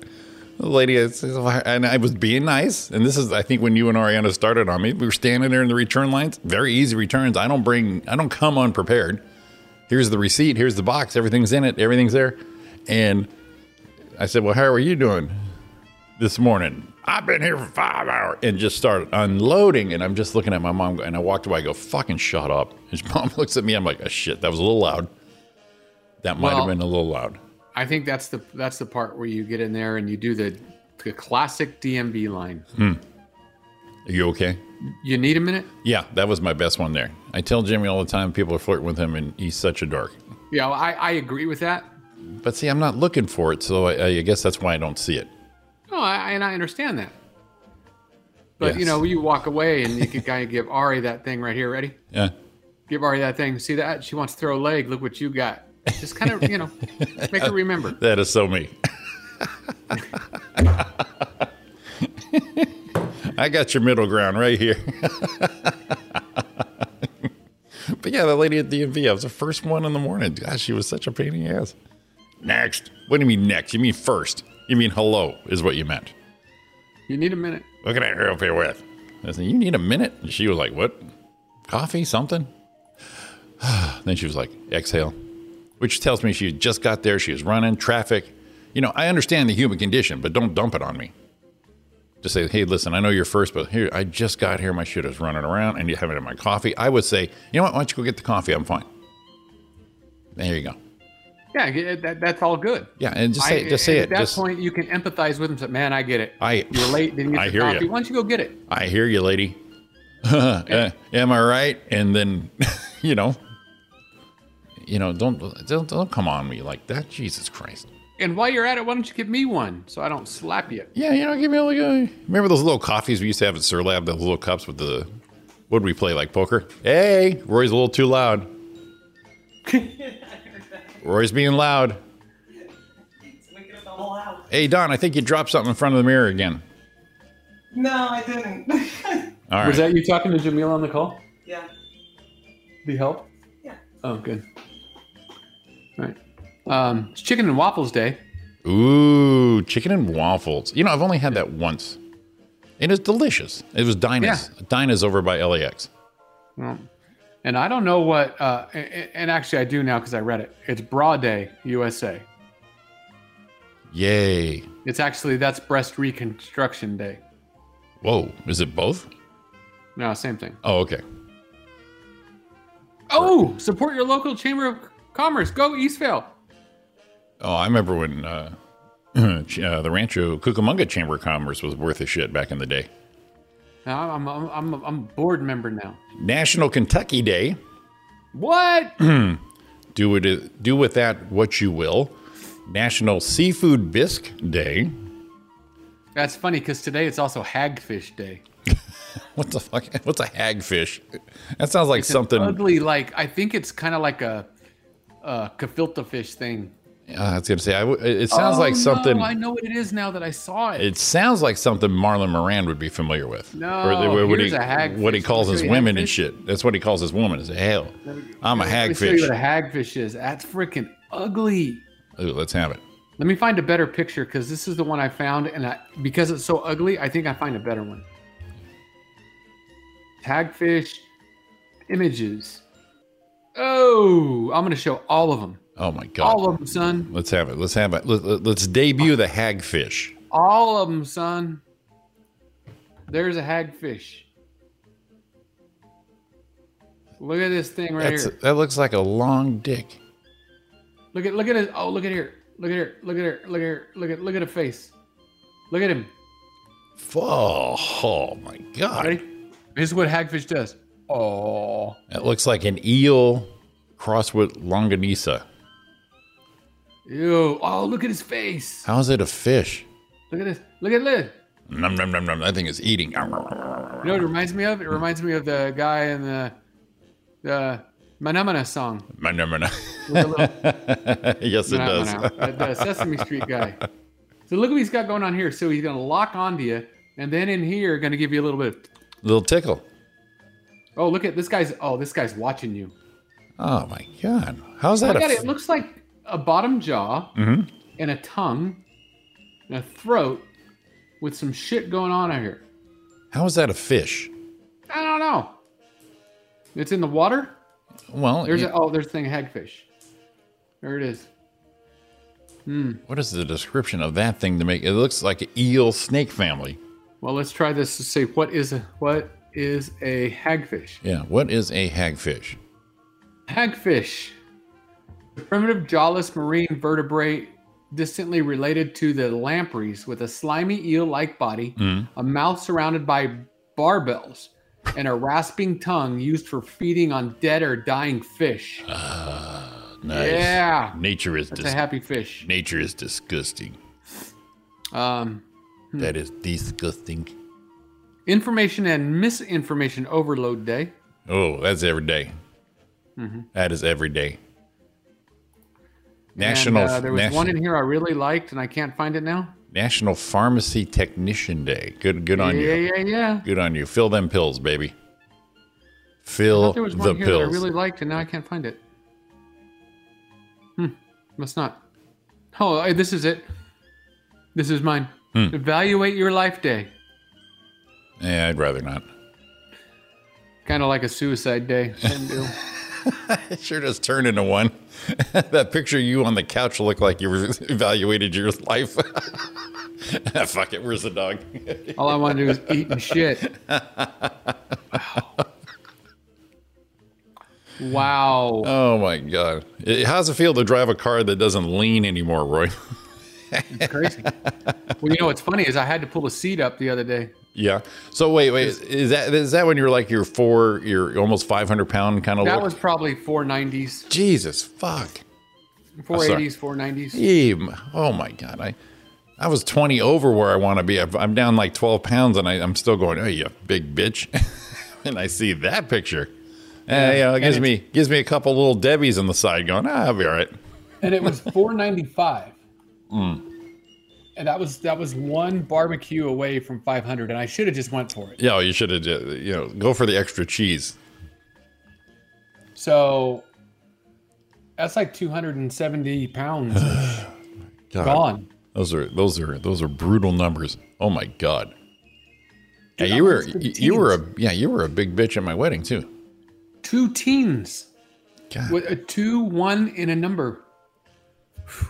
[SPEAKER 5] The lady, is- is- and I was being nice. And this is, I think, when you and Ariana started on me. We were standing there in the return lines. Very easy returns. I don't bring, I don't come unprepared. Here's the receipt. Here's the box. Everything's in it. Everything's there. And I said, "Well, how are you doing this morning?" I've been here for five hours and just started unloading. And I'm just looking at my mom. And I walked away. I go, "Fucking shut up!" And mom looks at me. I'm like, oh, "Shit, that was a little loud. That might have
[SPEAKER 6] Well-
[SPEAKER 5] been a little loud."
[SPEAKER 6] I think that's the that's the part where you get in there and you do the the classic DMV line.
[SPEAKER 5] Are you okay?
[SPEAKER 6] You need a minute?
[SPEAKER 5] Yeah, that was my best one there. I tell Jimmy all the time people are flirting with him, and he's such a dork.
[SPEAKER 6] Yeah, well, I I agree with that.
[SPEAKER 5] But see, I'm not looking for it, so I, I guess that's why I don't see it.
[SPEAKER 6] No, I, I- and I understand that. But you
[SPEAKER 5] Yes.
[SPEAKER 6] know, you walk away and you can kind of give Ari that thing right here. Ready?
[SPEAKER 5] Yeah,
[SPEAKER 6] Give Ari that thing. See that? She wants to throw a leg. Look what you got. Just kind of, you know, make her remember.
[SPEAKER 5] that is so me. I got your middle ground right here. but yeah, the lady at DMV, I was the first one in the morning. Gosh, she was such a pain in the ass. Next. What do you mean next? You mean first. You mean hello, is what you meant.
[SPEAKER 6] You need a minute.
[SPEAKER 5] What can I help you with? I said, You need a minute? And she was like, What? Coffee? Something? then she was like, Exhale, which tells me she just got there. She was running traffic. You know, I understand the human condition, but don't dump it on me. Just say, Hey, listen, I know you're first, but here, I just got here. My shit is running around. I need to have it in my coffee. I would say, You know what? Why don't you go get the coffee? I'm fine. There you go.
[SPEAKER 6] Yeah, get- that, that's all good.
[SPEAKER 5] Yeah, and just say
[SPEAKER 6] I-
[SPEAKER 5] it. Just say
[SPEAKER 6] at
[SPEAKER 5] it.
[SPEAKER 6] that
[SPEAKER 5] Just,
[SPEAKER 6] point, you can empathize with him. Say, man, I get it.
[SPEAKER 5] I-
[SPEAKER 6] you were late, didn't get
[SPEAKER 5] I
[SPEAKER 6] your
[SPEAKER 5] hear ya.
[SPEAKER 6] coffee. Why don't you go get it?
[SPEAKER 5] I hear you, lady. Uh, am I right? And then, you know, you know, don't don't don't come on me like that, Jesus Christ.
[SPEAKER 6] And while you're at it, why don't you give me one so I don't slap you?
[SPEAKER 5] Yeah, you know, give me like a. Remember those little coffees we used to have at Surlab? Those little cups with the. What would we play like poker? Hey, Roy's a little too loud. Roy's being loud. Hey Don, I think you dropped something in front of the mirror again.
[SPEAKER 8] No, I didn't.
[SPEAKER 5] All right.
[SPEAKER 6] Was that you talking to Jamil on the call?
[SPEAKER 8] yeah.
[SPEAKER 6] The help?
[SPEAKER 8] Yeah.
[SPEAKER 6] Oh, good. All right. Um, it's chicken and waffles day.
[SPEAKER 5] Ooh, chicken and waffles. You know, I've only had that once. It is delicious. It was Dinah's. Dinah's over by LAX.
[SPEAKER 6] Well, And I don't know what, uh, a- a- and actually I do now because I read it. It's Bra Day, USA.
[SPEAKER 5] Yay.
[SPEAKER 6] It's actually, that's breast reconstruction day.
[SPEAKER 5] Whoa, is it both?
[SPEAKER 6] No, same thing.
[SPEAKER 5] Oh, okay.
[SPEAKER 6] Oh, support your local chamber of commerce. Go Eastvale.
[SPEAKER 5] Oh, I remember when uh, ch- uh, the Rancho Cucamonga Chamber of Commerce was worth a shit back in the day.
[SPEAKER 6] Now, I'm, I'm, I'm, I'm a board member now.
[SPEAKER 5] National Kentucky Day.
[SPEAKER 6] What?
[SPEAKER 5] Do it. Do with that what you will. National Seafood Bisque Day.
[SPEAKER 6] That's funny because today it's also hagfish day.
[SPEAKER 5] What the fuck? What's a hagfish? That sounds like
[SPEAKER 6] It's an
[SPEAKER 5] something.
[SPEAKER 6] ugly. Like I think it's kind of like a, a gefilte fish thing.
[SPEAKER 5] Uh, I was gonna say. I w- it it sounds like
[SPEAKER 6] Oh,
[SPEAKER 5] something.
[SPEAKER 6] No, I know what it is now that I saw it.
[SPEAKER 5] It sounds like something Marlon Moran would be familiar with.
[SPEAKER 6] No,
[SPEAKER 5] the- what,
[SPEAKER 6] here's
[SPEAKER 5] he,
[SPEAKER 6] a hagfish.
[SPEAKER 5] what he calls
[SPEAKER 6] Let me
[SPEAKER 5] his
[SPEAKER 6] show you
[SPEAKER 5] women and
[SPEAKER 6] hagfish.
[SPEAKER 5] shit. That's what he calls his woman. Is hell, I'm a
[SPEAKER 6] Let me show you what a
[SPEAKER 5] hagfish.
[SPEAKER 6] hagfish is. That's freaking ugly.
[SPEAKER 5] Ooh, let's have it.
[SPEAKER 6] Let me find a better picture because this is the one I found, and I, because it's so ugly, I think I find a better one. Hagfish images. Oh, I'm going to show all of them.
[SPEAKER 5] Oh my god.
[SPEAKER 6] All of them, son.
[SPEAKER 5] Let's have it. Let's have it. Let, let, let's debut the hagfish.
[SPEAKER 6] All of them, son. There's a hagfish. Look at this thing right
[SPEAKER 5] That's,
[SPEAKER 6] here.
[SPEAKER 5] that looks like a long dick.
[SPEAKER 6] Look at look at his. Oh, look at here. Look at here. Look at here. Look at here. Look at look at her face. Look at him.
[SPEAKER 5] Oh, oh my god.
[SPEAKER 6] Ready? This is what hagfish does. Oh,
[SPEAKER 5] That looks like an eel crossed with longanisa.
[SPEAKER 6] ew. Oh, look at his face.
[SPEAKER 5] How is it a fish?
[SPEAKER 6] Look at this. Look at this.
[SPEAKER 5] Nom nom nom nom. That thing is eating.
[SPEAKER 6] You know what it reminds me of? It reminds me of the guy in the the Manamana song.
[SPEAKER 5] Nom, nom, nom, nom.
[SPEAKER 6] With the little
[SPEAKER 5] yes, it
[SPEAKER 6] Manamana,
[SPEAKER 5] does.
[SPEAKER 6] the, the Sesame Street guy. So look what he's got going on here. So he's gonna lock onto you, and then in here, gonna give you a little bit. Of,
[SPEAKER 5] Little tickle.
[SPEAKER 6] oh, look at this guy's. Oh, this guy's watching you.
[SPEAKER 5] Oh my god. How's that?
[SPEAKER 6] Look at
[SPEAKER 5] a Mm-hmm.
[SPEAKER 6] Oh, it.
[SPEAKER 5] f-
[SPEAKER 6] It looks like a bottom jaw and a tongue and a throat with some shit going on out here.
[SPEAKER 5] How is that a fish?
[SPEAKER 6] I don't know. It's in the water.
[SPEAKER 5] Well,
[SPEAKER 6] There's
[SPEAKER 5] you-
[SPEAKER 6] a, oh, there's the thing hagfish. There it is.
[SPEAKER 5] what is the description of that thing to make? It looks like an eel snake family.
[SPEAKER 6] Well, let's try this to see what is a, what is a hagfish.
[SPEAKER 5] Yeah. What is a hagfish?
[SPEAKER 6] Hagfish, the primitive jawless marine vertebrate distantly related to the lampreys with a slimy eel-like body, a mouth surrounded by barbels, and a rasping tongue used for feeding on dead or dying fish.
[SPEAKER 5] Nice.
[SPEAKER 6] Yeah.
[SPEAKER 5] Nature is
[SPEAKER 6] That's
[SPEAKER 5] dis-
[SPEAKER 6] a happy fish.
[SPEAKER 5] nature is disgusting.
[SPEAKER 6] Um,
[SPEAKER 5] That is disgusting.
[SPEAKER 6] information and misinformation overload day.
[SPEAKER 5] Oh, that's every day. That is every day. National
[SPEAKER 6] Mm-hmm. And, uh, there was
[SPEAKER 5] national,
[SPEAKER 6] one in here I really liked, and I can't find it now.
[SPEAKER 5] National Pharmacy Technician Day. Good good on
[SPEAKER 6] yeah,
[SPEAKER 5] you.
[SPEAKER 6] yeah, yeah.
[SPEAKER 5] Good on you. Fill them pills, baby. Fill
[SPEAKER 6] There was
[SPEAKER 5] the
[SPEAKER 6] one here that I
[SPEAKER 5] pills.
[SPEAKER 6] really liked, and now I can't find it. Hmm, must not. Oh, I- this is it. This is mine.
[SPEAKER 5] Hmm.
[SPEAKER 6] Evaluate your life day,
[SPEAKER 5] Yeah, I'd rather not.
[SPEAKER 6] kind of like a suicide day. Hindu.
[SPEAKER 5] It sure does turn into one. that picture of you on the couch looked like you were evaluated your life. Fuck it, where's the dog?
[SPEAKER 6] All I want to do is eat and shit. Wow. wow.
[SPEAKER 5] Oh my god. It- How's it feel to drive a car that doesn't lean anymore, Roy?
[SPEAKER 6] It's crazy. well, you know what's funny is I had to pull a seat up the other day.
[SPEAKER 5] Yeah. So wait, wait. Is that is that when you're like your four, your almost 500 pound kind of
[SPEAKER 6] That
[SPEAKER 5] look?
[SPEAKER 6] was probably 490s,
[SPEAKER 5] Jesus fuck.
[SPEAKER 6] 480s, 490s.
[SPEAKER 5] Gee, m- oh my god. I I was 20 over where I want to be. I've- I'm down like 12 pounds, and I, I'm still going. Oh, you big bitch. and I see that picture. Yeah, you know, it gives
[SPEAKER 6] and
[SPEAKER 5] me gives me a couple little debbies on the side, going, ah, I'll be all right.
[SPEAKER 6] and it was four ninety five.
[SPEAKER 5] Mm.
[SPEAKER 6] And that was that was one barbecue away from five hundred, and I should have just went for it.
[SPEAKER 5] Yeah, well, you should have, you know, go for the extra cheese.
[SPEAKER 6] So that's like two hundred and seventy pounds
[SPEAKER 5] God,
[SPEAKER 6] gone.
[SPEAKER 5] Those are those are those are brutal numbers. Oh my god. Yeah, you were
[SPEAKER 6] was good
[SPEAKER 5] you, you were a
[SPEAKER 6] teens.
[SPEAKER 5] yeah you were a big bitch at my wedding too.
[SPEAKER 6] Two teens
[SPEAKER 5] God.
[SPEAKER 6] with a two, one, and a number. Whew.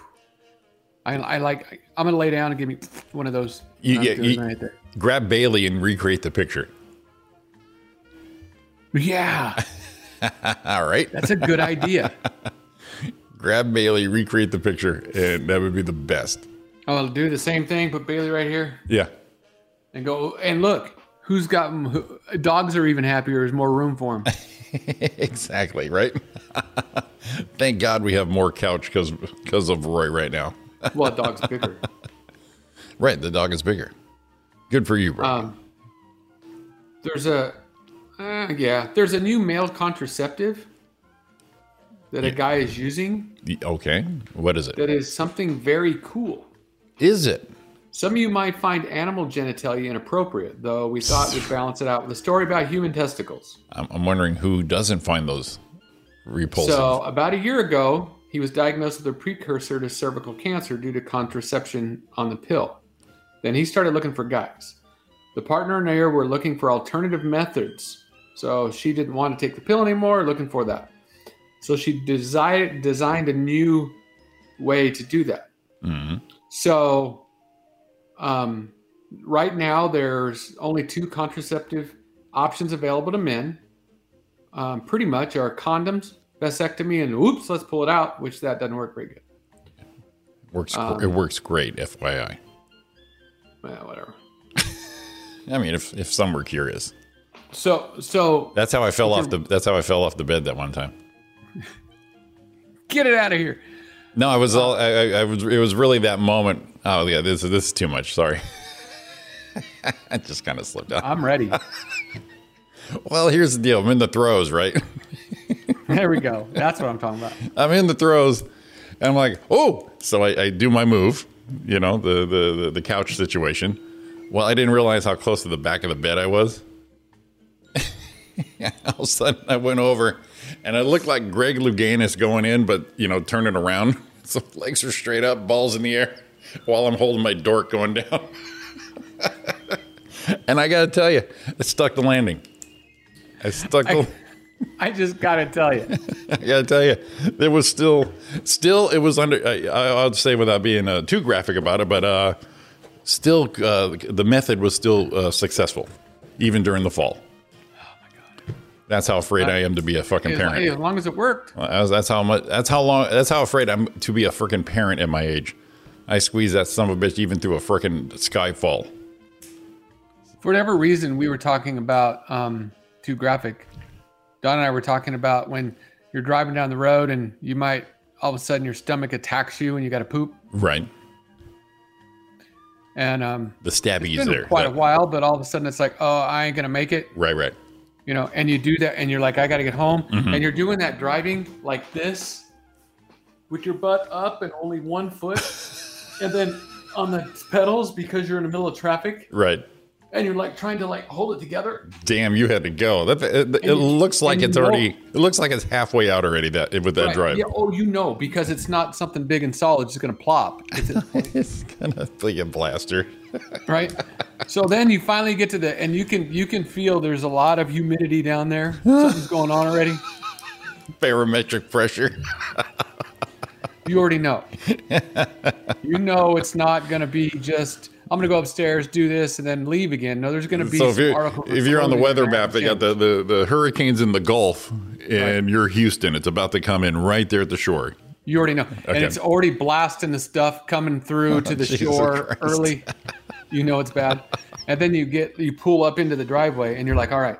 [SPEAKER 6] I, I like. I'm gonna lay down and give me one of those.
[SPEAKER 5] You-
[SPEAKER 6] when I'm
[SPEAKER 5] yeah,
[SPEAKER 6] doing
[SPEAKER 5] you-
[SPEAKER 6] right there.
[SPEAKER 5] Grab Bailey and recreate the picture.
[SPEAKER 6] yeah.
[SPEAKER 5] All right.
[SPEAKER 6] That's a good idea.
[SPEAKER 5] Grab Bailey, recreate the picture, and that would be the best.
[SPEAKER 6] I'll do the same thing. Put Bailey right here.
[SPEAKER 5] Yeah.
[SPEAKER 6] and go and look who's got who, dogs are even happier there's more room for them
[SPEAKER 5] exactly, right? Thank God we have more couch cuz cuz of Roy right now.
[SPEAKER 6] well dogs are bigger
[SPEAKER 5] Right, the dog is bigger. Good for you, bro.
[SPEAKER 6] um, there's a uh, yeah there's a new male contraceptive that a guy is using
[SPEAKER 5] Y- okay. What is it?
[SPEAKER 6] that is something very cool
[SPEAKER 5] Is it?
[SPEAKER 6] some of you might find animal genitalia inappropriate though we thought we'd balance it out with a story about human testicles
[SPEAKER 5] I'm, I'm wondering who doesn't find those repulsive.
[SPEAKER 6] So about a year ago, he was diagnosed with a precursor to cervical cancer due to contraception on the pill. Then he started looking for guys. The partner and I were looking for alternative methods. So she didn't want to take the pill anymore, looking for that. So she desired, designed a new way to do that.
[SPEAKER 5] Mhm.
[SPEAKER 6] So, um, right now, there's only two contraceptive options available to men. Um, pretty much are condoms, vasectomy, and oops, let's pull it out, which that doesn't work very good.
[SPEAKER 5] Works. gr-
[SPEAKER 6] Um,
[SPEAKER 5] it works great. FYI.
[SPEAKER 6] Well, whatever.
[SPEAKER 5] I mean, if if some were curious,
[SPEAKER 6] So, so
[SPEAKER 5] that's how I fell off the. That's how I fell off the bed that one time.
[SPEAKER 6] get it out of here.
[SPEAKER 5] No, I was all. I, I, I was. It was really that moment. Oh yeah, this this is too much. Sorry. I just kind of slipped out.
[SPEAKER 6] I'm ready.
[SPEAKER 5] Well, here's the deal. I'm in the throes, right?
[SPEAKER 6] there we go. That's what I'm talking about.
[SPEAKER 5] I'm in the throes. And I'm like, oh, so I, I do my move. You know, the, the the the couch situation. Well, I didn't realize how close to the back of the bed I was. All of a sudden, I went over, and I looked like Greg Louganis going in, but you know, turning around. So legs are straight up, balls in the air, while I'm holding my dork going down. and I got to tell you, I stuck the landing. I stuck the.
[SPEAKER 6] I just gotta tell you.
[SPEAKER 5] I gotta tell you, there was still, still, it was under. I, I, I'd say without being uh, too graphic about it, but uh, still, uh, the method was still uh, successful, even during the fall. That's how afraid I am to be a fucking
[SPEAKER 6] As, hey, as
[SPEAKER 5] parent.
[SPEAKER 6] long as it worked,
[SPEAKER 5] That's, that's how much. That's how long. That's how afraid I'm to be a freaking parent at my age. I squeeze that son of a bitch even through a freaking skyfall.
[SPEAKER 6] for whatever reason, we were talking about um, too graphic. Don and I were talking about when you're driving down the road and you might all of a sudden your stomach attacks you and you got to poop.
[SPEAKER 5] Right,
[SPEAKER 6] And um,
[SPEAKER 5] the stabby's
[SPEAKER 6] it's been
[SPEAKER 5] there.
[SPEAKER 6] quite a
[SPEAKER 5] That-
[SPEAKER 6] while, but all of a sudden it's like, oh, I ain't gonna make it,
[SPEAKER 5] Right, right.
[SPEAKER 6] you know. And you do that, and you're like, I gotta get home, and you're doing that driving like this, with your butt up and only one foot, and then on the pedals because you're in the middle of traffic,
[SPEAKER 5] Right.
[SPEAKER 6] and you're like trying to like hold it together.
[SPEAKER 5] Damn, you had to go. That it, it
[SPEAKER 6] you-
[SPEAKER 5] looks like
[SPEAKER 6] and you
[SPEAKER 5] it's
[SPEAKER 6] know-
[SPEAKER 5] already. It looks like it's halfway out already. That with that
[SPEAKER 6] Right.
[SPEAKER 5] drive,
[SPEAKER 6] Yeah, oh, you know, because it's not something big and solid. It's just going to plop, It's a-
[SPEAKER 5] it's gonna be a blaster.
[SPEAKER 6] right? so then you finally get to the, and you can you can feel there's a lot of humidity down there. Something's going on already.
[SPEAKER 5] Barometric pressure.
[SPEAKER 6] You already know. you know it's not going to be just. I'm going to go upstairs, do this, and then leave again. No, there's going to be.
[SPEAKER 5] So if
[SPEAKER 6] some
[SPEAKER 5] you're
[SPEAKER 6] article
[SPEAKER 5] if you're on the
[SPEAKER 6] clothing
[SPEAKER 5] weather
[SPEAKER 6] around
[SPEAKER 5] map, they got
[SPEAKER 6] gym.
[SPEAKER 5] the, the the hurricanes in the Gulf, and you're Houston. It's about to come in right there at the shore.
[SPEAKER 6] You already know,
[SPEAKER 5] Okay. Oh,
[SPEAKER 6] and it's already blasting the stuff coming through to the
[SPEAKER 5] Jesus
[SPEAKER 6] shore
[SPEAKER 5] Christ.
[SPEAKER 6] early. You know it's bad, and then you get you pull up into the driveway, and you're like, all right,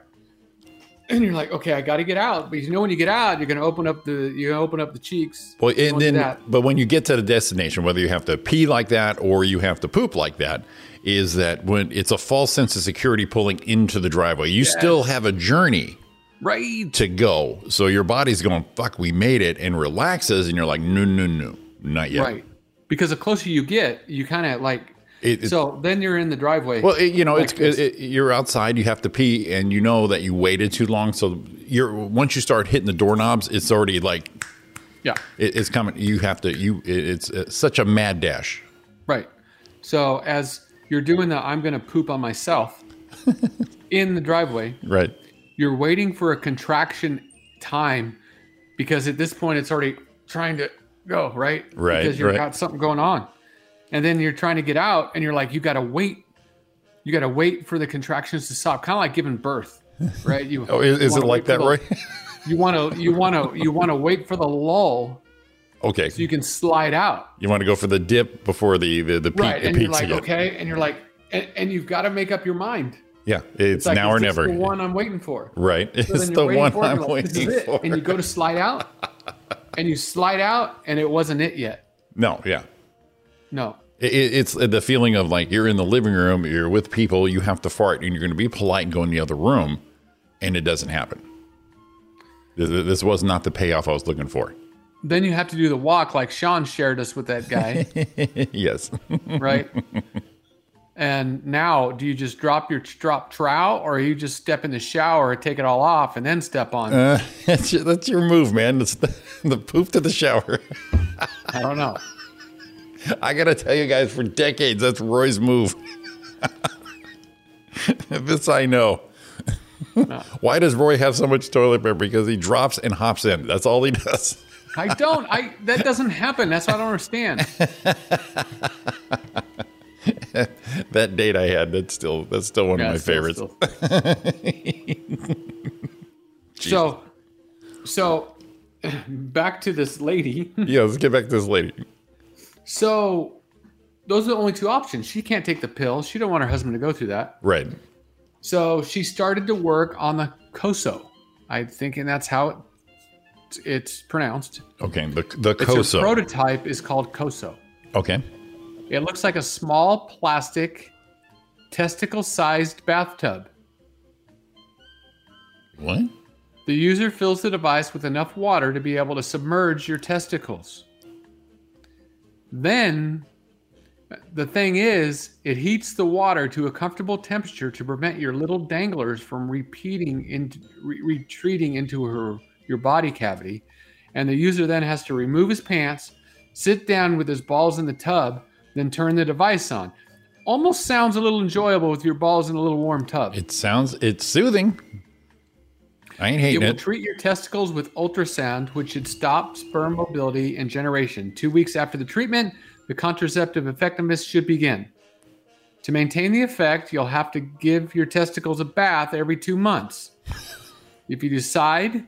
[SPEAKER 6] and you're like, okay, I got to get out. But you know when you get out, you're gonna open up the you're gonna open up the cheeks.
[SPEAKER 5] Well,
[SPEAKER 6] You
[SPEAKER 5] and
[SPEAKER 6] don't do
[SPEAKER 5] then,
[SPEAKER 6] that.
[SPEAKER 5] but when you get to the destination, whether you have to pee like that or you have to poop like that, is that when it's a false sense of security pulling into the driveway, you still have a journey right to go. So your body's going, "Fuck, we made it," and relaxes, and you're like, "No, no, no, not yet."
[SPEAKER 6] right, because the closer you get, you kind of like.
[SPEAKER 5] It- it-
[SPEAKER 6] so then you're in the driveway.
[SPEAKER 5] Well, it, you know,
[SPEAKER 6] like
[SPEAKER 5] it's
[SPEAKER 6] this.
[SPEAKER 5] it, it- you're outside, you have to pee, and you know that you waited too long. So you're once you start hitting the doorknobs, it's already like
[SPEAKER 6] yeah,
[SPEAKER 5] it, it's coming. You have to. You it, it's, it's such a mad dash.
[SPEAKER 6] right. So as you're doing that, I'm gonna poop on myself in the driveway.
[SPEAKER 5] Right.
[SPEAKER 6] you're waiting for a contraction time because at this point it's already trying to go right
[SPEAKER 5] Right,
[SPEAKER 6] because you've
[SPEAKER 5] right.
[SPEAKER 6] got something going on and then you're trying to get out and you're like you gotta wait you gotta wait for the contractions to stop kind of like giving birth right you
[SPEAKER 5] Oh, is, is
[SPEAKER 6] you
[SPEAKER 5] it
[SPEAKER 6] wanna
[SPEAKER 5] like
[SPEAKER 6] wait for
[SPEAKER 5] that,
[SPEAKER 6] the-
[SPEAKER 5] Roy?
[SPEAKER 6] you want to you want to you want to wait for the lull
[SPEAKER 5] okay.
[SPEAKER 6] so you can slide out
[SPEAKER 5] You want to go for the dip before the the, the, peak,
[SPEAKER 6] right
[SPEAKER 5] the
[SPEAKER 6] and you're
[SPEAKER 5] pizza.
[SPEAKER 6] like
[SPEAKER 5] yet.
[SPEAKER 6] okay and you're like and, and you've got to make up your mind
[SPEAKER 5] Yeah, it's,
[SPEAKER 6] like,
[SPEAKER 5] now
[SPEAKER 6] is
[SPEAKER 5] or
[SPEAKER 6] this
[SPEAKER 5] never.
[SPEAKER 6] the one i'm waiting for
[SPEAKER 5] Right,
[SPEAKER 6] So
[SPEAKER 5] it's
[SPEAKER 6] then
[SPEAKER 5] the
[SPEAKER 6] you're waiting
[SPEAKER 5] one
[SPEAKER 6] for it,
[SPEAKER 5] I'm
[SPEAKER 6] you're like, "This is
[SPEAKER 5] waiting
[SPEAKER 6] it,"
[SPEAKER 5] for.
[SPEAKER 6] And you go to slide out, and you slide out, and it wasn't it yet.
[SPEAKER 5] no, yeah.
[SPEAKER 6] No,
[SPEAKER 5] It, it- it's the feeling of like you're in the living room, you're with people, you have to fart, and you're going to be polite and go in the other room, and it doesn't happen. This, this was not the payoff I was looking for.
[SPEAKER 6] then you have to do the walk like Sean shared us with that guy,
[SPEAKER 5] yes,
[SPEAKER 6] right? And now, do you just drop your drop trowel, or you just step in the shower, take it all off, and then step on?
[SPEAKER 5] uh, that's, your, that's your move, man. It's the, the poop to the shower.
[SPEAKER 6] I don't know.
[SPEAKER 5] I gotta tell you guys, for decades, that's Roy's move. this I know. Why does Roy have so much toilet paper? Because he drops and hops in. That's all he does.
[SPEAKER 6] I don't. I that doesn't happen. That's what I don't understand.
[SPEAKER 5] That date I had, that's still that's still one
[SPEAKER 6] Yeah,
[SPEAKER 5] of my
[SPEAKER 6] still-
[SPEAKER 5] favorites.
[SPEAKER 6] still. so, so back to this lady.
[SPEAKER 5] Yeah, let's get back to this lady.
[SPEAKER 6] So those are the only two options. She can't take the pill. She don't want her husband to go through that.
[SPEAKER 5] Right.
[SPEAKER 6] So she started to work on the COSO. I think, and that's how it, it's pronounced.
[SPEAKER 5] Okay. The the
[SPEAKER 6] It's a
[SPEAKER 5] COSO.
[SPEAKER 6] prototype is called COSO.
[SPEAKER 5] okay.
[SPEAKER 6] It looks like a small plastic testicle-sized bathtub.
[SPEAKER 5] What?
[SPEAKER 6] The user fills the device with enough water to be able to submerge your testicles. Then, the thing is, it heats the water to a comfortable temperature to prevent your little danglers from repeating in, re- retreating into her your body cavity. And the user then has to remove his pants, sit down with his balls in the tub, then turn the device on. Almost sounds a little enjoyable with your balls in a little warm tub.
[SPEAKER 5] It sounds it's soothing. I ain't
[SPEAKER 6] It
[SPEAKER 5] hating
[SPEAKER 6] will
[SPEAKER 5] it.
[SPEAKER 6] treat your testicles with ultrasound, which should stop sperm mobility and generation. Two weeks after the treatment, the contraceptive effectiveness should begin. To maintain the effect, you'll have to give your testicles a bath every two months. if you decide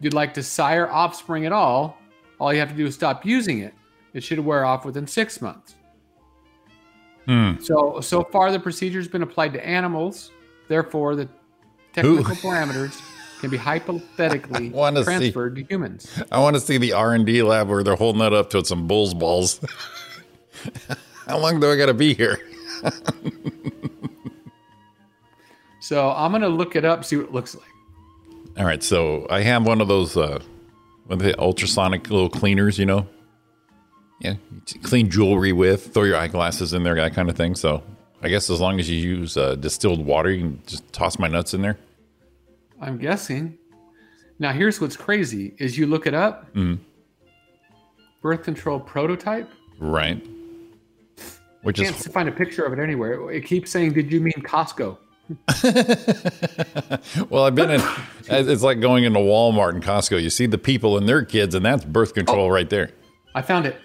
[SPEAKER 6] you'd like to sire offspring at all, all you have to do is stop using it. It should wear off within six months.
[SPEAKER 5] Hmm.
[SPEAKER 6] So, so far, the procedure's been applied to animals. Therefore, the technical parameters can be hypothetically
[SPEAKER 5] I wanna see.
[SPEAKER 6] transferred to humans.
[SPEAKER 5] I want to see the R and D lab where they're holding that up to some bull's balls. How long do I gotta be here?
[SPEAKER 6] So, I'm going to look it up, see what it looks like.
[SPEAKER 5] All right, so I have one of those uh what are they ultrasonic little cleaners, you know? Yeah, you t- clean jewelry with, throw your eyeglasses in there, that kind of thing. So I guess as long as you use uh, distilled water, you can just toss my nuts in there.
[SPEAKER 6] I'm guessing. Now, here's what's crazy: is you look it up.
[SPEAKER 5] Hmm.
[SPEAKER 6] Birth control prototype.
[SPEAKER 5] Right. Which
[SPEAKER 6] Can't
[SPEAKER 5] is
[SPEAKER 6] find a picture of it anywhere. It keeps saying, "Did you mean Costco?"
[SPEAKER 5] well, I've been in. It's like going into Walmart and Costco. You see the people and their kids, and that's birth
[SPEAKER 6] Oh.
[SPEAKER 5] control right there.
[SPEAKER 6] I found it.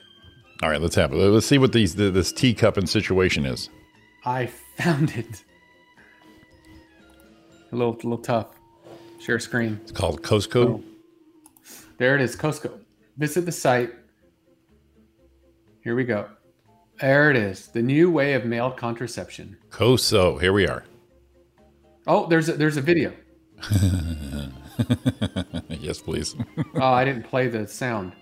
[SPEAKER 5] All right, let's have it. Let's see what these this teacupping situation is.
[SPEAKER 6] I found it. A little, little tough. Share screen.
[SPEAKER 5] It's called
[SPEAKER 6] Oh.
[SPEAKER 5] Costco.
[SPEAKER 6] There it is, Costco. Visit the site. Here we go. There it is. The new way of male contraception.
[SPEAKER 5] Coso. Here we are.
[SPEAKER 6] Oh, there's a, there's a video.
[SPEAKER 5] yes, please.
[SPEAKER 6] Oh, I didn't play the sound.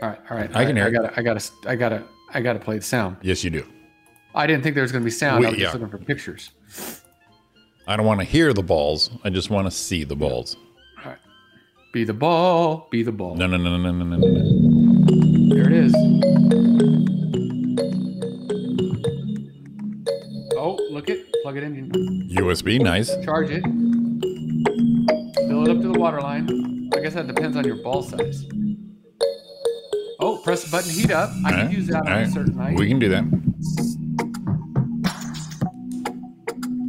[SPEAKER 6] All right, all right.
[SPEAKER 5] I can
[SPEAKER 6] all right,
[SPEAKER 5] hear
[SPEAKER 6] I
[SPEAKER 5] it.
[SPEAKER 6] gotta, I gotta, I gotta, I gotta play the sound.
[SPEAKER 5] yes, you do.
[SPEAKER 6] I didn't think there was gonna be sound.
[SPEAKER 5] We-
[SPEAKER 6] I was just
[SPEAKER 5] yeah.
[SPEAKER 6] looking for pictures.
[SPEAKER 5] I don't want to hear the balls. I just want to see the balls.
[SPEAKER 6] Be the ball, be the ball.
[SPEAKER 5] No, no, no, no, no, no, no, no.
[SPEAKER 6] There it is. Oh, look it. Plug it in.
[SPEAKER 5] USB, nice.
[SPEAKER 6] Charge it. Fill it up to the water line. I guess that depends on your ball size. Oh, press the button. Heat up. I
[SPEAKER 5] All
[SPEAKER 6] can
[SPEAKER 5] right,
[SPEAKER 6] use that on
[SPEAKER 5] all right.
[SPEAKER 6] a certain night.
[SPEAKER 5] We can do that.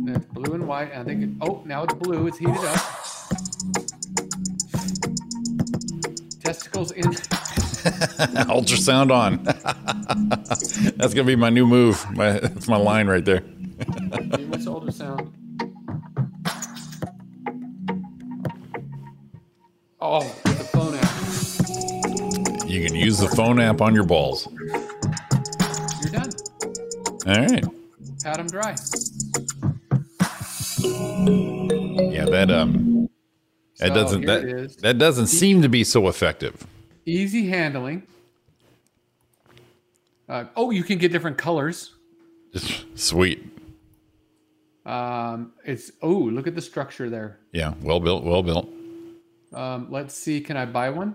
[SPEAKER 6] And It's blue and white. and I think. It, oh, now it's blue. It's heated up. Testicles in.
[SPEAKER 5] Ultrasound on. That's gonna be my new move. My, that's my line right there.
[SPEAKER 6] What's the ultrasound? Oh, the phone app.
[SPEAKER 5] You can use the phone app on your balls.
[SPEAKER 6] You're done.
[SPEAKER 5] All right.
[SPEAKER 6] Pat them dry.
[SPEAKER 5] Yeah, that um, that
[SPEAKER 6] So,
[SPEAKER 5] doesn't
[SPEAKER 6] here it
[SPEAKER 5] that
[SPEAKER 6] is.
[SPEAKER 5] that doesn't seem to be so effective.
[SPEAKER 6] Easy handling. Uh, oh, you can get different colors.
[SPEAKER 5] Sweet.
[SPEAKER 6] Um, it's oh, look at the structure there.
[SPEAKER 5] Yeah, well built, well built.
[SPEAKER 6] Um, let's see. Can I buy one?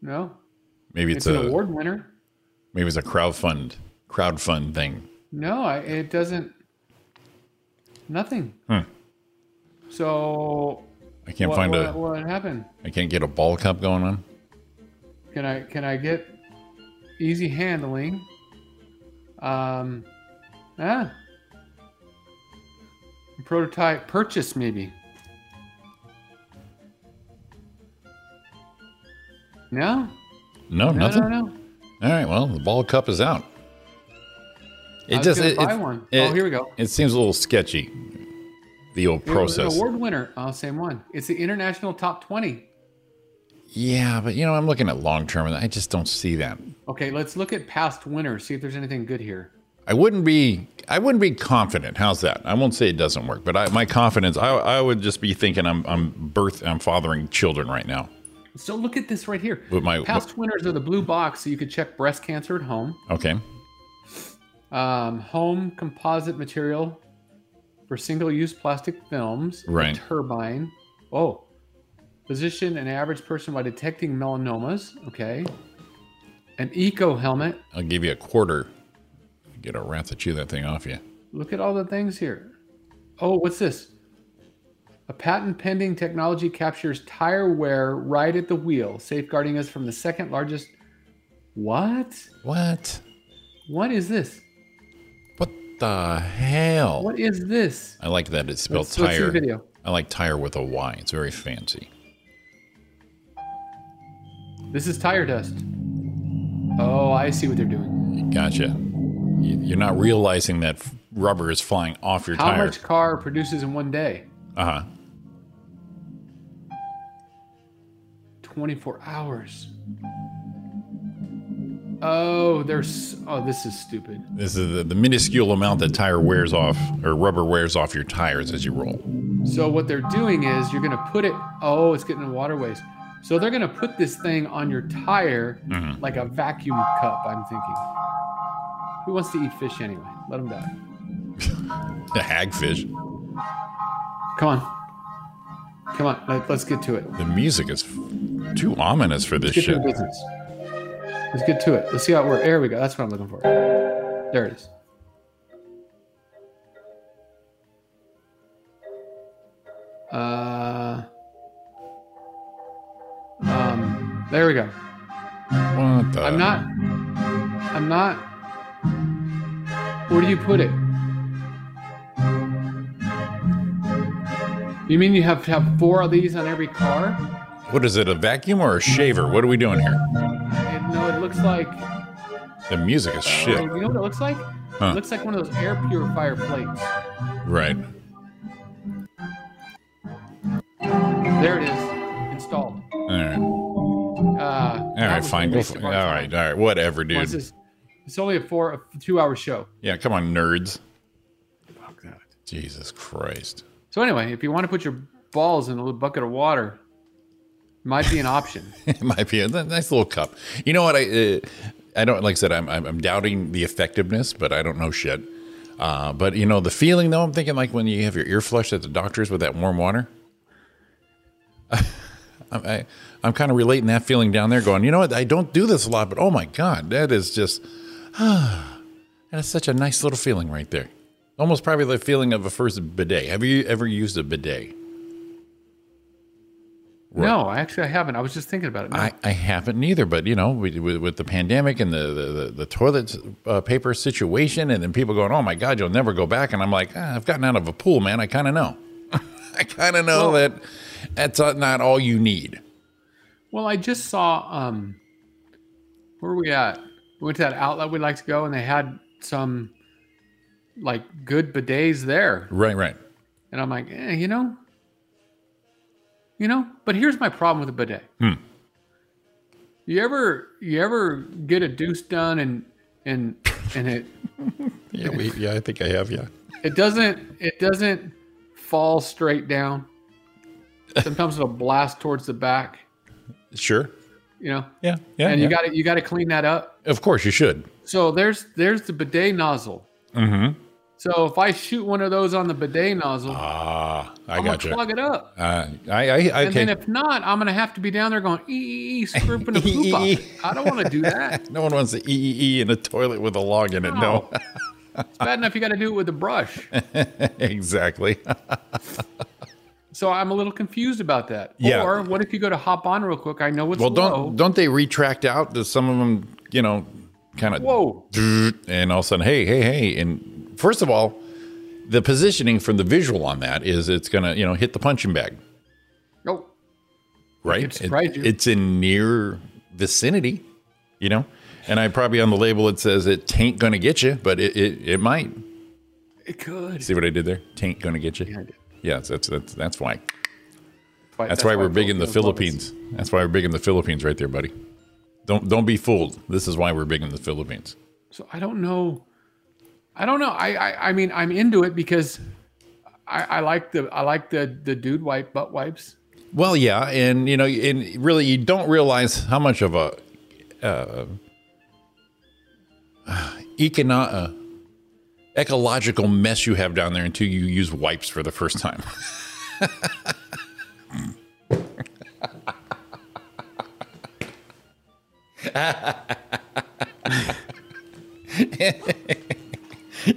[SPEAKER 6] No.
[SPEAKER 5] Maybe
[SPEAKER 6] It's,
[SPEAKER 5] it's,
[SPEAKER 6] an
[SPEAKER 5] a
[SPEAKER 6] award winner.
[SPEAKER 5] maybe it's a crowdfund crowdfund thing.
[SPEAKER 6] No, I, it doesn't. Nothing.
[SPEAKER 5] Hmm.
[SPEAKER 6] So
[SPEAKER 5] I can't
[SPEAKER 6] what,
[SPEAKER 5] find
[SPEAKER 6] what,
[SPEAKER 5] a
[SPEAKER 6] what happened?
[SPEAKER 5] I can't get a ball cup going on.
[SPEAKER 6] Can I can I get easy handling? Um, ah, prototype purchase, maybe. No,
[SPEAKER 5] No,
[SPEAKER 6] no,
[SPEAKER 5] nothing.
[SPEAKER 6] no, no.
[SPEAKER 5] All right. Well, the ball cup is out. It
[SPEAKER 6] I was gonna buy one. Oh, here we go.
[SPEAKER 5] It seems a little sketchy. The old
[SPEAKER 6] It was an
[SPEAKER 5] process.
[SPEAKER 6] award winner. Oh, same one. It's the international top twenty.
[SPEAKER 5] Yeah, but you know, I'm looking at long term, and I just don't see that.
[SPEAKER 6] Okay, let's look at past winners. See if there's anything good here.
[SPEAKER 5] I wouldn't be. I wouldn't be confident. How's that? I won't say it doesn't work, but I, my confidence. I, I would just be thinking I'm I'm birth. I'm fathering children right now.
[SPEAKER 6] So look at this right here.
[SPEAKER 5] With my-
[SPEAKER 6] past winners are the blue box, so you could check breast cancer at home.
[SPEAKER 5] Okay.
[SPEAKER 6] um, home composite material for single-use plastic films. the
[SPEAKER 5] Right.
[SPEAKER 6] Turbine. Oh, position an average person by detecting melanomas. Okay. An eco helmet.
[SPEAKER 5] I'll give you a quarter. Get a rat to chew that thing off you.
[SPEAKER 6] Look at all the things here. Oh, what's this? A patent pending technology captures tire wear right at the wheel, safeguarding us from the second largest. What?
[SPEAKER 5] What?
[SPEAKER 6] What is this?
[SPEAKER 5] What the hell?
[SPEAKER 6] What is this?
[SPEAKER 5] I like that it's spelled
[SPEAKER 6] Let's- let's see the
[SPEAKER 5] Oh. tire.
[SPEAKER 6] video.
[SPEAKER 5] I like tire with a Y. It's very fancy.
[SPEAKER 6] This is tire dust. Oh, I see what they're doing.
[SPEAKER 5] Gotcha. You- You're not realizing that f- rubber is flying off your
[SPEAKER 6] How
[SPEAKER 5] tire.
[SPEAKER 6] much car produces in one day?
[SPEAKER 5] Uh huh.
[SPEAKER 6] 24 hours. Oh, there's. Oh, this is stupid.
[SPEAKER 5] This is the, the minuscule amount that tire wears off or rubber wears off your tires as you roll.
[SPEAKER 6] So what they're doing is you're gonna put it. Oh, it's getting in waterways. So they're gonna put this thing on your tire like a vacuum cup. I'm thinking. Who wants to eat fish anyway? Let them die.
[SPEAKER 5] The hagfish.
[SPEAKER 6] Come on. Come on. Let, let's get to it.
[SPEAKER 5] The music is f- too ominous for this
[SPEAKER 6] Let's get
[SPEAKER 5] shit.
[SPEAKER 6] to the business. Let's get to it. Let's see how it works. There we go. That's what I'm looking for. There it is. Uh, um, there we go.
[SPEAKER 5] What the?
[SPEAKER 6] I'm not. I'm not. Where do you put it? You mean you have to have four of these on every car?
[SPEAKER 5] What is it? A vacuum or a shaver? What are we doing here?
[SPEAKER 6] And no, it looks like
[SPEAKER 5] The music is shit.
[SPEAKER 6] Oh, you know what it looks like?
[SPEAKER 5] Huh.
[SPEAKER 6] It looks like one of those air purifier plates.
[SPEAKER 5] Right.
[SPEAKER 6] There it is, installed.
[SPEAKER 5] All right. All
[SPEAKER 6] Uh, all
[SPEAKER 5] right. Fine. Go for it. All right. All right. Whatever, dude.
[SPEAKER 6] It's, it's only a four, a two-hour show.
[SPEAKER 5] Yeah. Come on, nerds.
[SPEAKER 6] Oh,
[SPEAKER 5] Jesus Christ.
[SPEAKER 6] So anyway, if you want to put your balls in a little bucket of water, might be an option.
[SPEAKER 5] it might be a ni- nice little cup. You know what? I uh, I don't like I said I'm I'm I'm doubting the effectiveness, but I don't know shit. Uh, but you know the feeling though. I'm thinking like when you have your ear flushed at the doctor's with that warm water. I'm I, I'm kind of relating that feeling down there, going, you know what? I don't do this a lot, but oh my god, that is just that is such a nice little feeling right there. Almost probably the feeling of a first bidet. Have you ever used a bidet?
[SPEAKER 6] No, I actually I haven't. I was just thinking about it. No.
[SPEAKER 5] I, I haven't either, but you know, we, with, with the pandemic and the the, the, the toilet uh, paper situation, and then people going, "Oh my God, you'll never go back," and I'm like, ah, "I've gotten out of a pool, man. I kind of know. I kind of know that that's uh, not all you need."
[SPEAKER 6] well, I just saw. Um, where were we at? We went to that outlet we like to go, and they had some like good bidets there.
[SPEAKER 5] Right, right.
[SPEAKER 6] And I'm like, eh, you know, you know. But here's my problem with a bidet.
[SPEAKER 5] Hmm.
[SPEAKER 6] You ever you ever get a deuce done and and and it
[SPEAKER 5] Yeah, we, yeah, I think I have. Yeah,
[SPEAKER 6] it doesn't it doesn't fall straight down. Sometimes it'll blast towards the back,
[SPEAKER 5] sure.
[SPEAKER 6] you know.
[SPEAKER 5] Yeah, yeah.
[SPEAKER 6] and
[SPEAKER 5] yeah.
[SPEAKER 6] you got to you got to clean that up.
[SPEAKER 5] of course, you should.
[SPEAKER 6] So there's there's the bidet nozzle.
[SPEAKER 5] Mm-hmm.
[SPEAKER 6] So if I shoot one of those on the bidet nozzle,
[SPEAKER 5] Ah, I
[SPEAKER 6] I'm
[SPEAKER 5] got
[SPEAKER 6] gonna
[SPEAKER 5] you.
[SPEAKER 6] plug it up.
[SPEAKER 5] Uh, I, I, I
[SPEAKER 6] And
[SPEAKER 5] can.
[SPEAKER 6] then if not, I'm gonna have to be down there going ee ee ee, scraping the poop off. it. I don't want to do that.
[SPEAKER 5] no one wants the EEE in a toilet with a log in it. No,
[SPEAKER 6] It's bad enough you got to do it with a brush.
[SPEAKER 5] exactly.
[SPEAKER 6] So I'm a little confused about that.
[SPEAKER 5] Yeah.
[SPEAKER 6] Or what if you go to hop on real quick? I know it's
[SPEAKER 5] Well, don't
[SPEAKER 6] low.
[SPEAKER 5] don't they retract out? Does some of them, you know, kind of
[SPEAKER 6] Whoa.
[SPEAKER 5] and all of a sudden, hey, hey, hey, and first of all, the positioning from the visual on that is it's gonna you know hit the punching bag,
[SPEAKER 6] Nope.
[SPEAKER 5] right?
[SPEAKER 6] could surprise you.
[SPEAKER 5] It's in near vicinity, you know. And I probably on the label it says it tain't gonna get you, but it it, it might.
[SPEAKER 6] It could.
[SPEAKER 5] See what I did there? Tain't gonna get you.
[SPEAKER 6] Yeah, I did.
[SPEAKER 5] Yes, that's that's that's why. That's, why, we're big in the
[SPEAKER 6] Philippines love us.
[SPEAKER 5] Philippines. That's why we're big in the Philippines, right there, buddy. Don't don't be fooled. This is why we're big in the Philippines.
[SPEAKER 6] So I don't know. I don't know. I I, I mean I'm into it because I, I like the I like the the dude wipe butt wipes.
[SPEAKER 5] Well, yeah, and you know, and really, you don't realize how much of a uh, econo- uh, ecological mess you have down there until you use wipes for the first time.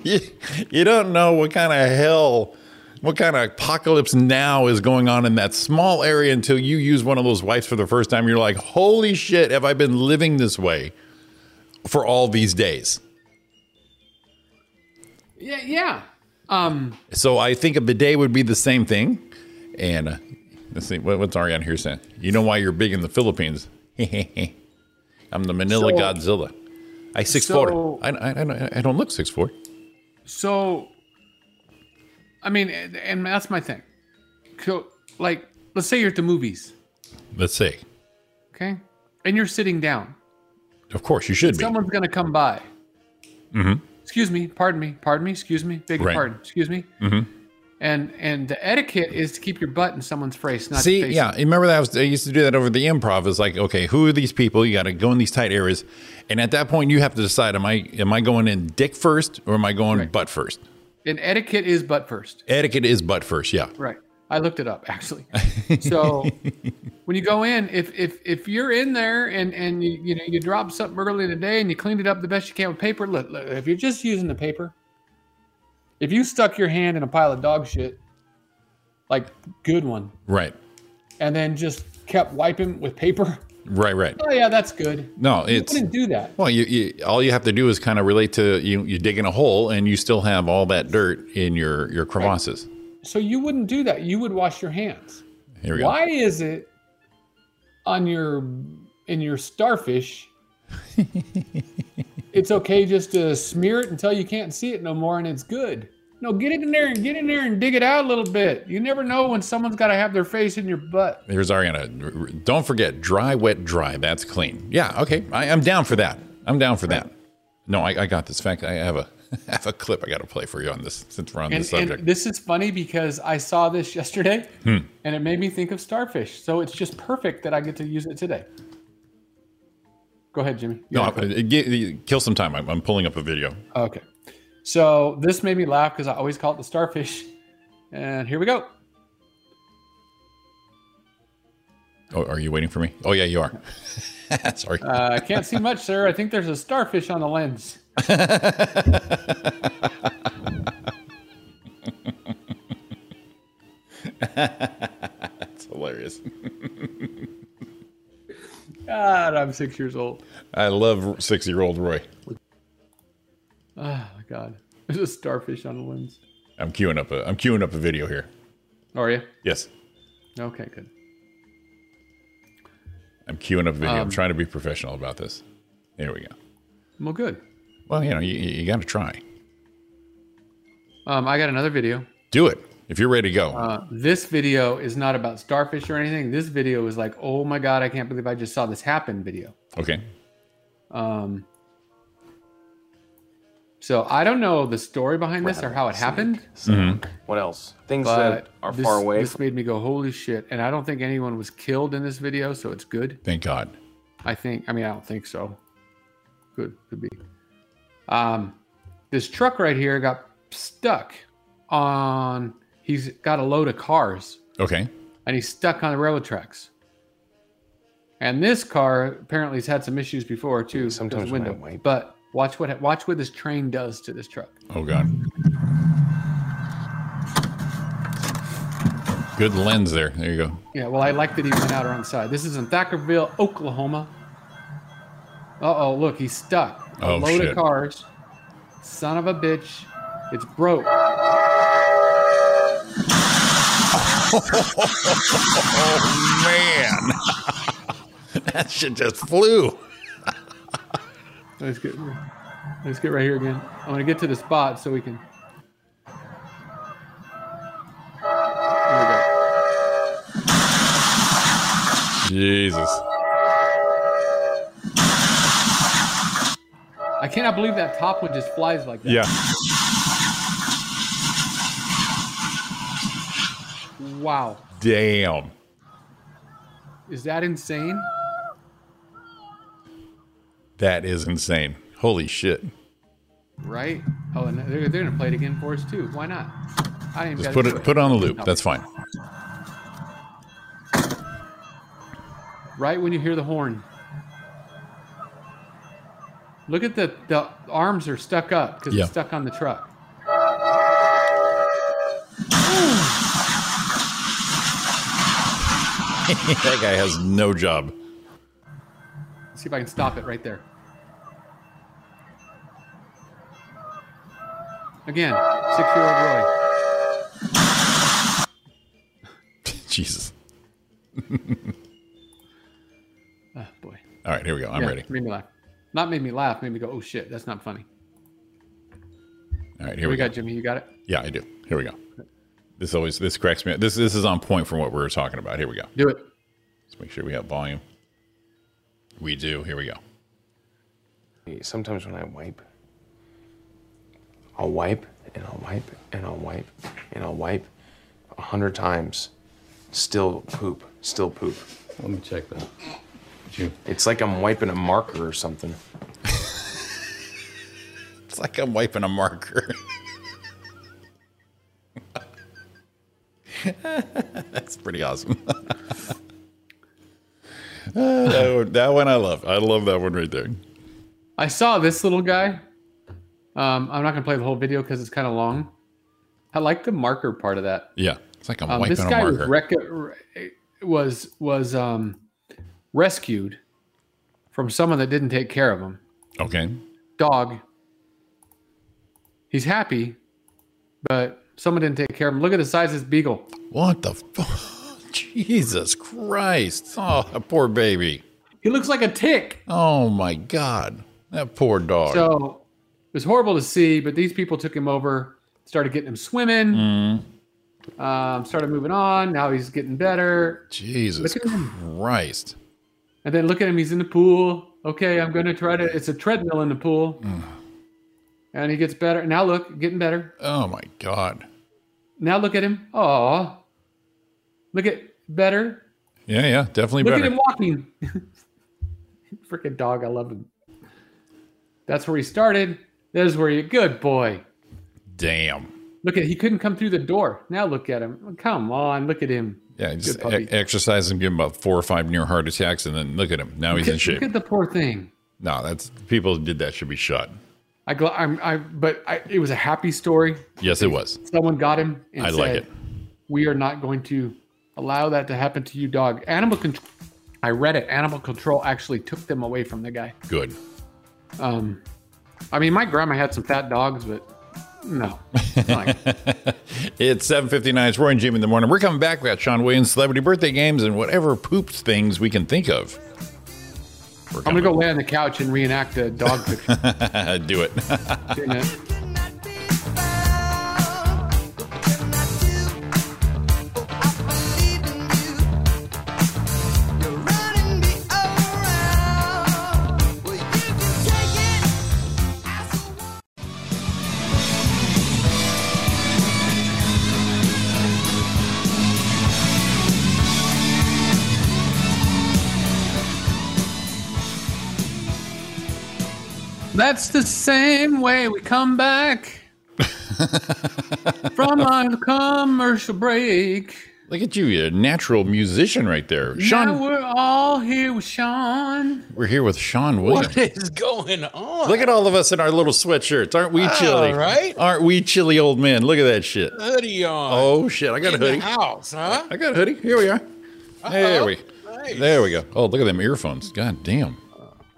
[SPEAKER 5] you, you don't know what kind of hell, what kind of apocalypse now is going on in that small area until you use one of those wipes for the first time. You're like, holy shit, have I been living this way for all these days?
[SPEAKER 6] Yeah, yeah. Um,
[SPEAKER 5] So I think a bidet would be the same thing. And uh, let's see, what, what's Ariana here saying? You know why you're big in the Philippines? I'm the Manila
[SPEAKER 6] So-
[SPEAKER 5] Godzilla. I six
[SPEAKER 6] So-
[SPEAKER 5] four. I, I, I, don't- I don't look six four.
[SPEAKER 6] so I mean, and, and that's my thing. So, like, let's say you're at the movies,
[SPEAKER 5] Let's see.
[SPEAKER 6] okay, and you're sitting down.
[SPEAKER 5] Of course, you should be.
[SPEAKER 6] Someone's gonna come by. Mm-hmm. Excuse me. Pardon me. Pardon me. Excuse me. Beg your
[SPEAKER 5] Right.
[SPEAKER 6] pardon. Excuse me. Mm-hmm. And and the etiquette is to keep your butt in someone's face, not
[SPEAKER 5] See,
[SPEAKER 6] face
[SPEAKER 5] yeah, remember that I, was, I used to do that over the improv. It's like, okay, who are these people? You got to go in these tight areas, and at that point, you have to decide: am I am I going in dick first or am I going butt first?
[SPEAKER 6] And etiquette is butt first.
[SPEAKER 5] Etiquette is butt first, yeah.
[SPEAKER 6] Right. I looked it up actually. So when you go in, if if if you're in there and and you you know you drop something early in the day and you cleaned it up the best you can with paper, look, look if you're just using the paper, if you stuck your hand in a pile of dog shit, like good one,
[SPEAKER 5] Right,
[SPEAKER 6] and then just kept wiping with paper,
[SPEAKER 5] right, right.
[SPEAKER 6] oh yeah, that's good.
[SPEAKER 5] No,
[SPEAKER 6] You
[SPEAKER 5] it's
[SPEAKER 6] wouldn't do that.
[SPEAKER 5] well, you, you all you have to do is kind of relate to you. You dig in a hole, and you still have all that dirt in your your crevasses.
[SPEAKER 6] So you wouldn't do that. You would wash your hands.
[SPEAKER 5] Here we
[SPEAKER 6] Why is it on your in your starfish? it's okay just to smear it until you can't see it no more, and it's good. No, get in there and get in there and dig it out a little bit. You never know when someone's got to have their face in your butt.
[SPEAKER 5] go. Here's Ariana. R- r- Don't forget, dry, wet, dry. That's clean. Yeah, okay. I, I'm down for that. I'm down for that. No, I, I got this. In fact, I have a I have a clip I got to play for you on this since we're on
[SPEAKER 6] And,
[SPEAKER 5] this subject. Hmm.
[SPEAKER 6] and this is funny because I saw this yesterday, and it made me think of starfish. So it's just perfect that I get to use it today. Go ahead, Jimmy. You
[SPEAKER 5] no,
[SPEAKER 6] have a
[SPEAKER 5] I- I- gi- kill some time. I'm, I'm pulling up a video.
[SPEAKER 6] Okay. So this made me laugh because I always call it the starfish. And here we go.
[SPEAKER 5] Oh, are you waiting for me? Oh yeah, you are. Sorry.
[SPEAKER 6] Uh, I can't see much, sir. I think there's a starfish on the lens.
[SPEAKER 5] That's hilarious.
[SPEAKER 6] God, I'm six years old.
[SPEAKER 5] I love six year old Roy.
[SPEAKER 6] Oh, my God. There's a starfish on the lens.
[SPEAKER 5] I'm queuing up a I'm queuing up a video here.
[SPEAKER 6] Are you?
[SPEAKER 5] Yes,
[SPEAKER 6] Okay, good.
[SPEAKER 5] I'm queuing up
[SPEAKER 6] Um,
[SPEAKER 5] a video. I'm trying to be professional about this. Here we go.
[SPEAKER 6] Well, good.
[SPEAKER 5] Well, you know, you, you got to try.
[SPEAKER 6] Um, I got another video.
[SPEAKER 5] Do it if you're ready to go.
[SPEAKER 6] Uh, this video is not about starfish or anything. This video is like, oh my God, I can't believe I just saw this happen video.
[SPEAKER 5] okay.
[SPEAKER 6] Um, so I don't know the story behind this or how it happened.
[SPEAKER 9] What else? Things
[SPEAKER 6] but
[SPEAKER 9] that are
[SPEAKER 6] this,
[SPEAKER 9] far away.
[SPEAKER 6] This made me go, holy shit. And I don't think anyone was killed in this video, so it's good.
[SPEAKER 5] Thank God.
[SPEAKER 6] I think, I mean, I don't think so. Good, could be. Um, this truck right here got stuck on, he's got a load of cars
[SPEAKER 5] Okay.
[SPEAKER 6] and he's stuck on the railroad tracks. And this car apparently has had some issues before too.
[SPEAKER 9] Sometimes
[SPEAKER 6] because
[SPEAKER 9] when I
[SPEAKER 6] window.
[SPEAKER 9] wipe-
[SPEAKER 6] But watch what watch what this train does to this truck.
[SPEAKER 5] Oh God. Good lens there. There you go.
[SPEAKER 6] Yeah, well, I like that he went out on the side. This is in Thackerville, Oklahoma. Uh oh, look, he's stuck. A
[SPEAKER 5] Oh,
[SPEAKER 6] load
[SPEAKER 5] shit.
[SPEAKER 6] of cars. Son of a bitch. It's broke.
[SPEAKER 5] Man, that shit just flew.
[SPEAKER 6] Let's get, let's get right here again. I want to get to the spot so we can. There we go.
[SPEAKER 5] Jesus.
[SPEAKER 6] I cannot believe that top one just flies like that.
[SPEAKER 5] Yeah.
[SPEAKER 6] Wow.
[SPEAKER 5] Damn.
[SPEAKER 6] Is that insane?
[SPEAKER 5] That is insane. Holy shit.
[SPEAKER 6] Right? Oh, and they're, they're gonna play it again for us too. Why not? I ain't gotta
[SPEAKER 5] Just put
[SPEAKER 6] do
[SPEAKER 5] it put it on the loop. That's fine.
[SPEAKER 6] right when you hear the horn. Look at the the arms are stuck up because
[SPEAKER 5] Yeah.
[SPEAKER 6] it's stuck on the truck.
[SPEAKER 5] that guy has no job.
[SPEAKER 6] Let's see if I can stop it right there. Again, six year old Roy.
[SPEAKER 5] Jesus.
[SPEAKER 6] Oh, boy.
[SPEAKER 5] All right, here we go. I'm
[SPEAKER 6] Yeah,
[SPEAKER 5] ready.
[SPEAKER 6] Made me laugh. Not made me laugh, made me go, oh shit, that's not funny.
[SPEAKER 5] All right, here
[SPEAKER 6] Here
[SPEAKER 5] we
[SPEAKER 6] we
[SPEAKER 5] go.
[SPEAKER 6] got Jimmy, you got it?
[SPEAKER 5] Yeah, I do. Here we go. This always this cracks me. up. This this is on point from what we were talking about. Here we go.
[SPEAKER 6] Do it.
[SPEAKER 5] Let's make sure we have volume. We do. Here we go.
[SPEAKER 9] Sometimes when I wipe, I'll wipe and I'll wipe and I'll wipe and I'll wipe a hundred times. Still poop, still poop.
[SPEAKER 10] Let me check that. You.
[SPEAKER 9] It's like I'm wiping a marker or something.
[SPEAKER 5] It's like I'm wiping a marker. That's pretty awesome. Uh, that, one, that one I love. I love that one right there.
[SPEAKER 6] I saw this little guy. Um, I'm not gonna play the whole video because it's kind of long. I like the marker part of that.
[SPEAKER 5] Yeah, it's like I'm
[SPEAKER 6] Um,
[SPEAKER 5] wiping
[SPEAKER 6] this
[SPEAKER 5] a
[SPEAKER 6] guy was,
[SPEAKER 5] marker.
[SPEAKER 6] rec- re- was was um, rescued from someone that didn't take care of him.
[SPEAKER 5] okay.
[SPEAKER 6] Dog. He's happy, but someone didn't take care of him. Look at the size of this beagle.
[SPEAKER 5] What the fuck? Jesus Christ. Oh, that poor baby.
[SPEAKER 6] He looks like a tick.
[SPEAKER 5] Oh my God. That poor dog.
[SPEAKER 6] So it was horrible to see, but these people took him over, started getting him swimming, um, started moving on. Now he's getting better.
[SPEAKER 5] Jesus
[SPEAKER 6] Look at him.
[SPEAKER 5] Christ.
[SPEAKER 6] And then look at him, he's in the pool. Okay, I'm going to try to. It's a treadmill in the pool. and he gets better. Now look, getting better.
[SPEAKER 5] Oh my God.
[SPEAKER 6] Now look at him. Oh, look at better.
[SPEAKER 5] Yeah, yeah, definitely
[SPEAKER 6] Look
[SPEAKER 5] better.
[SPEAKER 6] at him walking. Freaking dog, I love him. That's where he started. There's where you good boy.
[SPEAKER 5] Damn.
[SPEAKER 6] Look at he couldn't come through the door. Now look at him. Come on, look at him.
[SPEAKER 5] Yeah, just e-
[SPEAKER 6] puppy.
[SPEAKER 5] exercise him, give him about four or five near heart attacks, and then look at him. Now he's in shape.
[SPEAKER 6] Look at the poor thing.
[SPEAKER 5] No, that's people who did that should be shot.
[SPEAKER 6] I, gl- I'm, I, but I, it was a happy story.
[SPEAKER 5] Yes, it was.
[SPEAKER 6] Someone got him. And
[SPEAKER 5] I
[SPEAKER 6] said,
[SPEAKER 5] like it.
[SPEAKER 6] we are not going to allow that to happen to you, dog. Animal control. I read it. Animal control actually took them away from the guy.
[SPEAKER 5] Good.
[SPEAKER 6] Um, I mean, my grandma had some fat dogs, but no. Like,
[SPEAKER 5] It's 7.59. It's Roy and Jimmy in the morning. We're coming back. We got Sean Williams, celebrity birthday games, and whatever poops things we can think of. We're
[SPEAKER 6] I'm gonna go lay on the couch and reenact a dog picture.
[SPEAKER 5] go. Do it.
[SPEAKER 6] You know? That's the same way we come back from our commercial break.
[SPEAKER 5] Look at you. You're a natural musician right there. Sean,
[SPEAKER 6] now we're all here with Sean.
[SPEAKER 5] we're here with Sean Williams.
[SPEAKER 10] is going on?
[SPEAKER 5] Look at all of us in our little sweatshirts. Aren't we chilly?
[SPEAKER 10] right.
[SPEAKER 5] Aren't we chilly old men? Look at that shit.
[SPEAKER 10] hoodie on.
[SPEAKER 5] Oh, shit. I got a
[SPEAKER 10] in the
[SPEAKER 5] hoodie.
[SPEAKER 10] house, huh?
[SPEAKER 5] I got a hoodie. Here we are. There we.
[SPEAKER 10] Nice.
[SPEAKER 5] There we go. Oh, look at them earphones. God damn.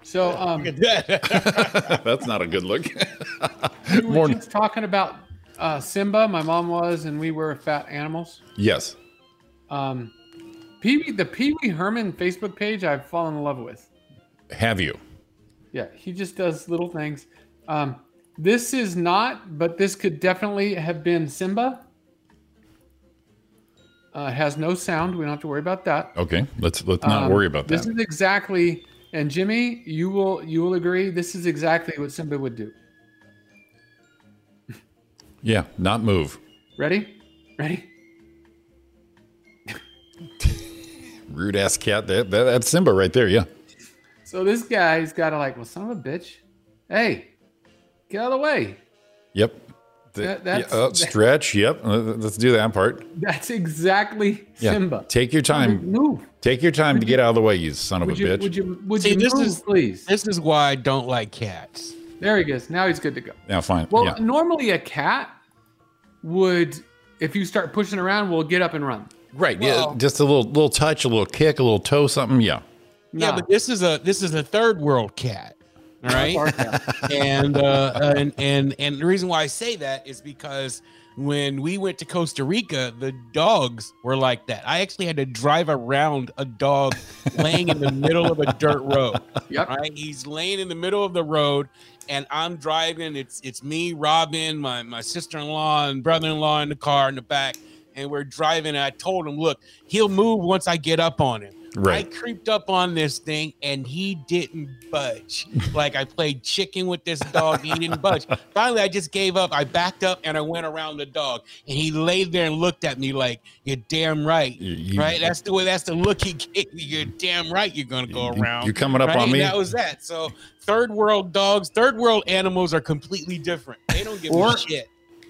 [SPEAKER 6] So um,
[SPEAKER 5] That's not a good look.
[SPEAKER 6] we were
[SPEAKER 5] More-
[SPEAKER 6] just talking about uh, Simba. My mom was, and we were fat animals.
[SPEAKER 5] yes.
[SPEAKER 6] Um, Pee Wee, the Pee Wee Herman Facebook page, I've fallen in love with.
[SPEAKER 5] Have you?
[SPEAKER 6] Yeah, he just does little things. Um, this is not, but this could definitely have been Simba. Uh, it has no sound. We don't have to worry about that.
[SPEAKER 5] Okay, let's let's not worry
[SPEAKER 6] Um,
[SPEAKER 5] about
[SPEAKER 6] This
[SPEAKER 5] that.
[SPEAKER 6] is exactly, and Jimmy, you will you will agree. This is exactly what Simba would do.
[SPEAKER 5] yeah, not move.
[SPEAKER 6] Ready? Ready?
[SPEAKER 5] Rude ass cat. That, that that's Simba right there. Yeah.
[SPEAKER 6] So this guy's got to like, well, son of a bitch. Hey, get out of the way.
[SPEAKER 5] Yep. The-
[SPEAKER 6] That- that's-
[SPEAKER 5] yeah, uh, stretch. Yep. Uh, Let's do that part.
[SPEAKER 6] That's exactly
[SPEAKER 5] Yeah.
[SPEAKER 6] Simba.
[SPEAKER 5] Take your
[SPEAKER 10] Mm-hmm.
[SPEAKER 5] time.
[SPEAKER 6] Move.
[SPEAKER 5] Take your time to get out of the way, you son of a
[SPEAKER 6] Would you,
[SPEAKER 5] bitch.
[SPEAKER 6] would you? Would
[SPEAKER 10] See,
[SPEAKER 6] you?
[SPEAKER 10] this
[SPEAKER 6] move,
[SPEAKER 10] is-
[SPEAKER 6] please.
[SPEAKER 10] This is why I don't like cats.
[SPEAKER 6] There he goes. Now he's good to go.
[SPEAKER 5] now, fine.
[SPEAKER 6] Well,
[SPEAKER 5] yeah.
[SPEAKER 6] normally a cat would, if you start pushing around, will get up and run.
[SPEAKER 5] Right. yeah. Just a little little touch, a little kick, a little toe, something. Yeah.
[SPEAKER 10] Yeah, but this is a this is a third world cat. All right. and uh, and and and the reason why I say that is because when we went to Costa Rica, the dogs were like that. I actually had to drive around a dog laying in the middle of a dirt road.
[SPEAKER 6] Yep.
[SPEAKER 10] Right, he's laying in the middle of the road, and I'm driving. It's it's me, Robin, my my sister-in-law and brother-in-law in the car in the back, and we're driving. And I told him, look, he'll move once I get up on him.
[SPEAKER 5] Right.
[SPEAKER 10] I creeped up on this thing and he didn't budge. Like I played chicken with this dog, he didn't budge. Finally, I just gave up. I backed up and I went around the dog, and he laid there and looked at me like, "You're damn right,
[SPEAKER 5] You- you-
[SPEAKER 10] right? That's the way. That's the look he gave me. You're damn right. You're gonna go
[SPEAKER 5] You-
[SPEAKER 10] around.
[SPEAKER 5] you coming up
[SPEAKER 10] right?
[SPEAKER 5] on me?
[SPEAKER 10] That was that. So third world dogs, third world animals are completely different. They don't give
[SPEAKER 6] Or-
[SPEAKER 10] a shit.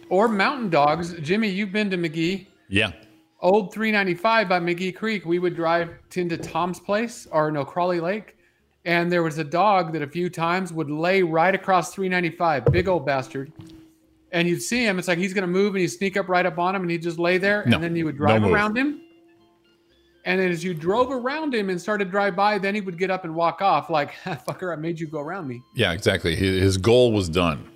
[SPEAKER 6] Or mountain dogs. Jimmy, you've been to McGee.
[SPEAKER 5] Yeah.
[SPEAKER 6] Old 395 by McGee Creek. We would drive into Tom's place or no Crawley Lake, and there was a dog that a few times would lay right across 395. Big old bastard. And you'd see him. It's like he's gonna move, and you sneak up right up on him, and he'd just lay there,
[SPEAKER 5] No.
[SPEAKER 6] and then you would
[SPEAKER 5] No
[SPEAKER 6] drive
[SPEAKER 5] move.
[SPEAKER 6] around him. And then as you drove around him and started to drive by, then he would get up and walk off, like "fucker, I made you go around me."
[SPEAKER 5] Yeah. Exactly. His, his goal was done.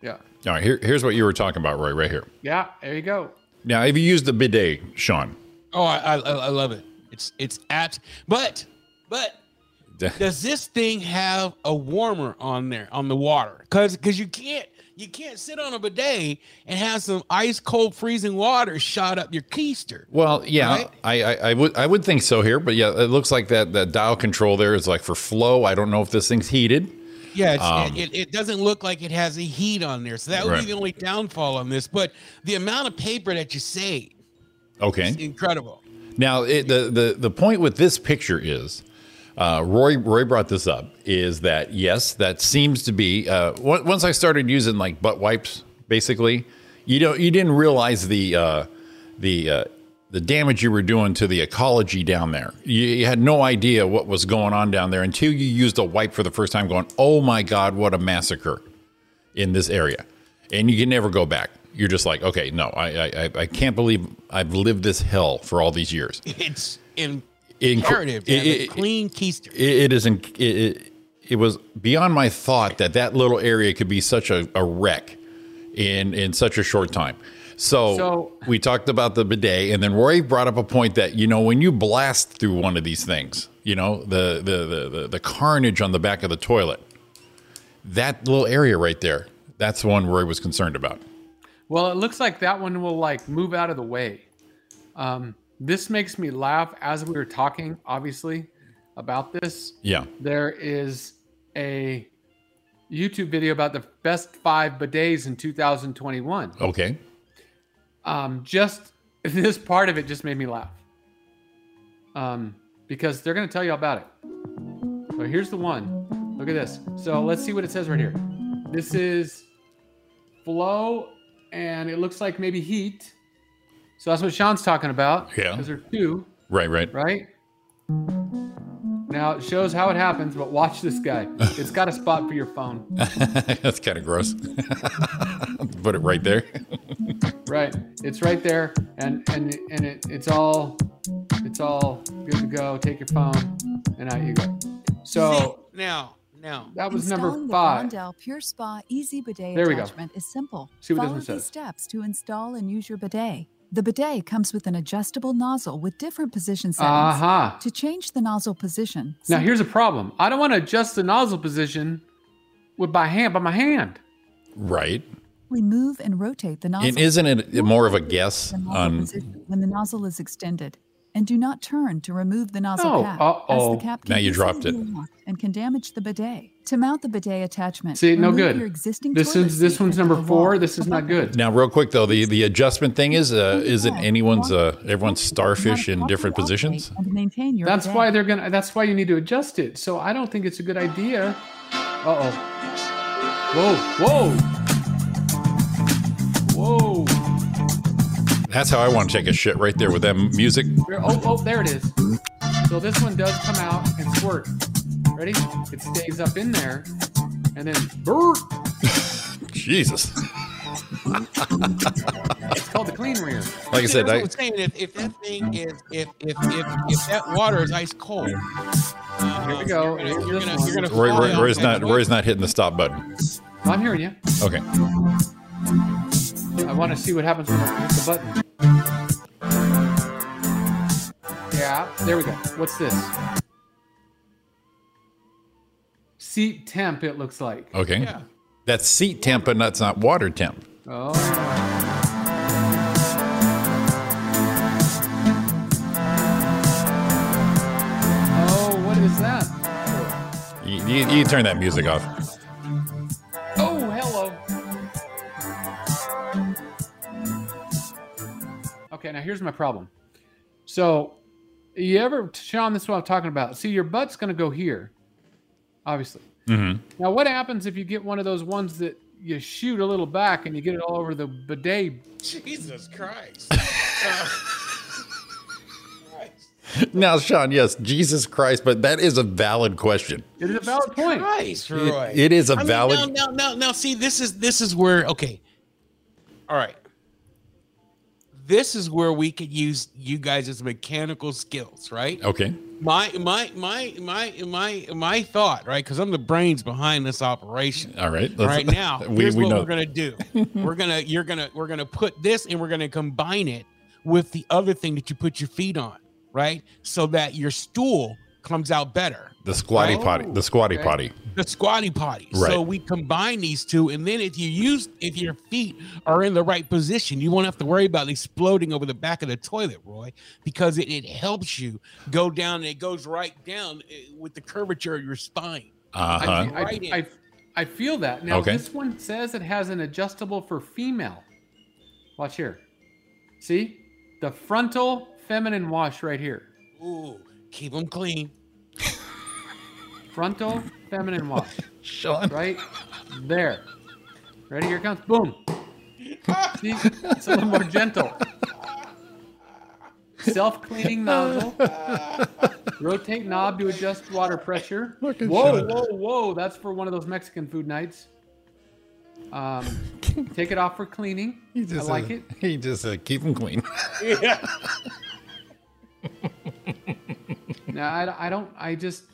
[SPEAKER 6] Yeah.
[SPEAKER 5] All right. Here, here's what you were talking about, Roy. Right here.
[SPEAKER 6] Yeah, there you go.
[SPEAKER 5] Now, have you used the bidet, Sean?
[SPEAKER 10] Oh, I, I I I love it. It's it's abs. But but does this thing have a warmer on there on the water? Cause cause you can't you can't sit on a bidet and have some ice cold freezing water shot up your keister.
[SPEAKER 5] Well, yeah,
[SPEAKER 10] Right?
[SPEAKER 5] I, I, I would I would think so here, but yeah, it looks like that that dial control there is like for flow. I don't know if this thing's heated.
[SPEAKER 10] Yeah, it's,
[SPEAKER 5] Um,
[SPEAKER 10] it, it doesn't look like it has a heat on there. So that would
[SPEAKER 5] Right.
[SPEAKER 10] be the only downfall on this. But the amount of paper that you save is
[SPEAKER 5] Okay.
[SPEAKER 10] incredible.
[SPEAKER 5] Now, it, the the the point with this picture is, uh, Roy Roy brought this up is that yes, that seems to be. Uh, on- once I started using like butt wipes, basically, you don't you didn't realize the uh, the uh, the damage you were doing to the ecology down there. You, you had no idea what was going on down there until you used a wipe for the first time, going, "Oh my God, what a massacre!" in this area, and you can never go back. You're just like, okay, no, I I, I- I can't believe I've lived this hell for all these years.
[SPEAKER 10] It's
[SPEAKER 5] In-
[SPEAKER 10] imperative to have
[SPEAKER 5] it-
[SPEAKER 10] a
[SPEAKER 5] it-
[SPEAKER 10] clean keister.
[SPEAKER 5] It, it is. In, it, it, it was beyond my thought that that little area could be such a, a wreck in in such a short time. So,
[SPEAKER 6] So-
[SPEAKER 5] we talked about the bidet, and then Rory brought up a point that you know when you blast through one of these things, you know the the the the, the carnage on the back of the toilet, that little area right there. That's the one Roy was concerned about.
[SPEAKER 6] Well, it looks like that one will like move out of the way. Um, this makes me laugh as we were talking, obviously, about this.
[SPEAKER 5] Yeah.
[SPEAKER 6] There is a YouTube video about the best five bidets in 2021.
[SPEAKER 5] Okay.
[SPEAKER 6] Um, just this part of it just made me laugh. Um, because they're going to tell you all about it. So here's the one. Look at this. So let's see what it says right here. This is flow, and it looks like maybe heat. So that's what Sean's talking about.
[SPEAKER 5] Yeah.
[SPEAKER 6] Because there's two,
[SPEAKER 5] Right. Right.
[SPEAKER 6] right? Now it shows how it happens, but watch this guy. It's got a spot for your phone.
[SPEAKER 5] That's kind of gross. Put it right there.
[SPEAKER 6] Right. It's right there, and and and it, it's all it's all good to go. Take your phone, and out you go. So
[SPEAKER 10] See, now now
[SPEAKER 6] that was
[SPEAKER 11] Installing
[SPEAKER 6] number
[SPEAKER 11] the
[SPEAKER 6] five.
[SPEAKER 11] Blondell Pure Spa Easy Bidet
[SPEAKER 6] There we go.
[SPEAKER 11] attachment is simple.
[SPEAKER 6] See what this
[SPEAKER 11] Follow
[SPEAKER 6] one
[SPEAKER 11] these
[SPEAKER 6] says.
[SPEAKER 11] steps to install and use your bidet. The bidet comes with an adjustable nozzle with different position settings
[SPEAKER 6] Aha.
[SPEAKER 11] to change the nozzle position.
[SPEAKER 6] Uh-huh. Now here's a problem. I don't want to adjust the nozzle position with my hand by my hand.
[SPEAKER 5] Right.
[SPEAKER 11] We move and rotate the nozzle
[SPEAKER 5] And isn't it more of a guess
[SPEAKER 11] the nozzle
[SPEAKER 5] on?
[SPEAKER 11] position when the nozzle is extended, and do not turn to remove the nozzle
[SPEAKER 5] Oh,
[SPEAKER 11] cap.
[SPEAKER 5] uh-oh.
[SPEAKER 11] As the cap can
[SPEAKER 5] Now you
[SPEAKER 11] easily
[SPEAKER 5] dropped it.
[SPEAKER 11] be unlocked And can damage the bidet. To mount the bidet attachment,
[SPEAKER 6] See, no
[SPEAKER 11] remove
[SPEAKER 5] good.
[SPEAKER 11] Your existing
[SPEAKER 6] This
[SPEAKER 11] toilet
[SPEAKER 6] is this one's number four. This is not good.
[SPEAKER 5] Now, real quick though, the the adjustment thing is uh, isn't anyone's uh, everyone's starfish in different positions?
[SPEAKER 11] and maintain your.
[SPEAKER 6] That's
[SPEAKER 11] bidet.
[SPEAKER 6] why they're gonna. That's why you need to adjust it. So I don't think it's a good idea. Uh oh. Whoa! Whoa! Whoa!
[SPEAKER 5] That's how I want to take a shit right there with that music.
[SPEAKER 6] There- oh, oh, there it is. So this one does come out and squirt. Ready? It stays up in there, and then brrr,
[SPEAKER 5] Jesus.
[SPEAKER 6] it's called the clean rear.
[SPEAKER 5] Like I
[SPEAKER 10] See,
[SPEAKER 5] said,
[SPEAKER 10] that's
[SPEAKER 5] I,
[SPEAKER 10] what I'm saying if, if that thing is if if if, if that water is ice cold, uh,
[SPEAKER 6] Here we go.
[SPEAKER 10] You're gonna, you're
[SPEAKER 6] Here's
[SPEAKER 10] gonna,
[SPEAKER 6] this
[SPEAKER 10] you're gonna
[SPEAKER 5] Roy,
[SPEAKER 10] fall
[SPEAKER 5] Roy,
[SPEAKER 10] off
[SPEAKER 5] Roy's
[SPEAKER 10] that
[SPEAKER 5] not
[SPEAKER 10] water.
[SPEAKER 5] Roy's not hitting the stop button.
[SPEAKER 6] I'm hearing you.
[SPEAKER 5] Okay.
[SPEAKER 6] I want to see what happens when I press the button. Yeah, there we go. What's this? Seat temp, it looks like.
[SPEAKER 5] Okay. That's seat temp, and that's not water temp.
[SPEAKER 6] Oh. Oh, what is that?
[SPEAKER 5] You, you, you turn that music off.
[SPEAKER 6] Oh, hello. Okay, now here's my problem. So, you ever, Sean, this is what I'm talking about. See, your butt's going to go here, obviously.
[SPEAKER 5] Mm-hmm.
[SPEAKER 6] Now, what happens if you get one of those ones that you shoot a little back and you get it all over the bidet?
[SPEAKER 10] Jesus Christ! Uh,
[SPEAKER 5] Now, Sean, yes, Jesus Christ, but that is a valid question.
[SPEAKER 6] It is a valid point.
[SPEAKER 10] Christ,
[SPEAKER 5] It-
[SPEAKER 10] Roy.
[SPEAKER 5] it is a
[SPEAKER 10] I mean,
[SPEAKER 5] valid-
[SPEAKER 10] now, now, now, now, see, this is this is where okay. All right. This is where we could use you guys' mechanical skills, right?
[SPEAKER 5] Okay.
[SPEAKER 10] My my my my my my thought, right? Because I'm the brains behind this operation.
[SPEAKER 5] All right, let's-
[SPEAKER 10] Right now,
[SPEAKER 5] we-
[SPEAKER 10] here's
[SPEAKER 5] we
[SPEAKER 10] what
[SPEAKER 5] know.
[SPEAKER 10] we're gonna do. we're gonna you're gonna we're gonna put this and we're gonna combine it with the other thing that you put your feet on, right? So that your stool comes out better.
[SPEAKER 5] The squatty potty. The squatty
[SPEAKER 10] Oh, okay.
[SPEAKER 5] potty.
[SPEAKER 10] The squatty potty.
[SPEAKER 5] Right.
[SPEAKER 10] So we combine these two, and then if you use if your feet are in the right position, you won't have to worry about exploding over the back of the toilet, Roy, because it, it helps you go down and it goes right down eh, with the curvature of your spine.
[SPEAKER 5] Uh
[SPEAKER 6] I,
[SPEAKER 5] huh.
[SPEAKER 10] Right in.
[SPEAKER 6] I, I, I feel that. Now,
[SPEAKER 5] Okay.
[SPEAKER 6] this one says it has an adjustable for female. Watch here. See? The frontal feminine wash right here.
[SPEAKER 10] Ooh, keep them clean.
[SPEAKER 6] Frontal feminine wash.
[SPEAKER 5] Sean.
[SPEAKER 6] Right there. Ready? Here it comes. Boom. See? It's a little more gentle. Self cleaning nozzle. Rotate knob to adjust water pressure. Whoa,
[SPEAKER 4] Fucking
[SPEAKER 6] whoa,
[SPEAKER 4] shut
[SPEAKER 6] whoa, That's for one of those Mexican food nights. Um, take it off for cleaning. I like
[SPEAKER 5] uh,
[SPEAKER 6] it.
[SPEAKER 5] He just uh, keep them clean.
[SPEAKER 10] Yeah.
[SPEAKER 6] Now, I, I don't, I just,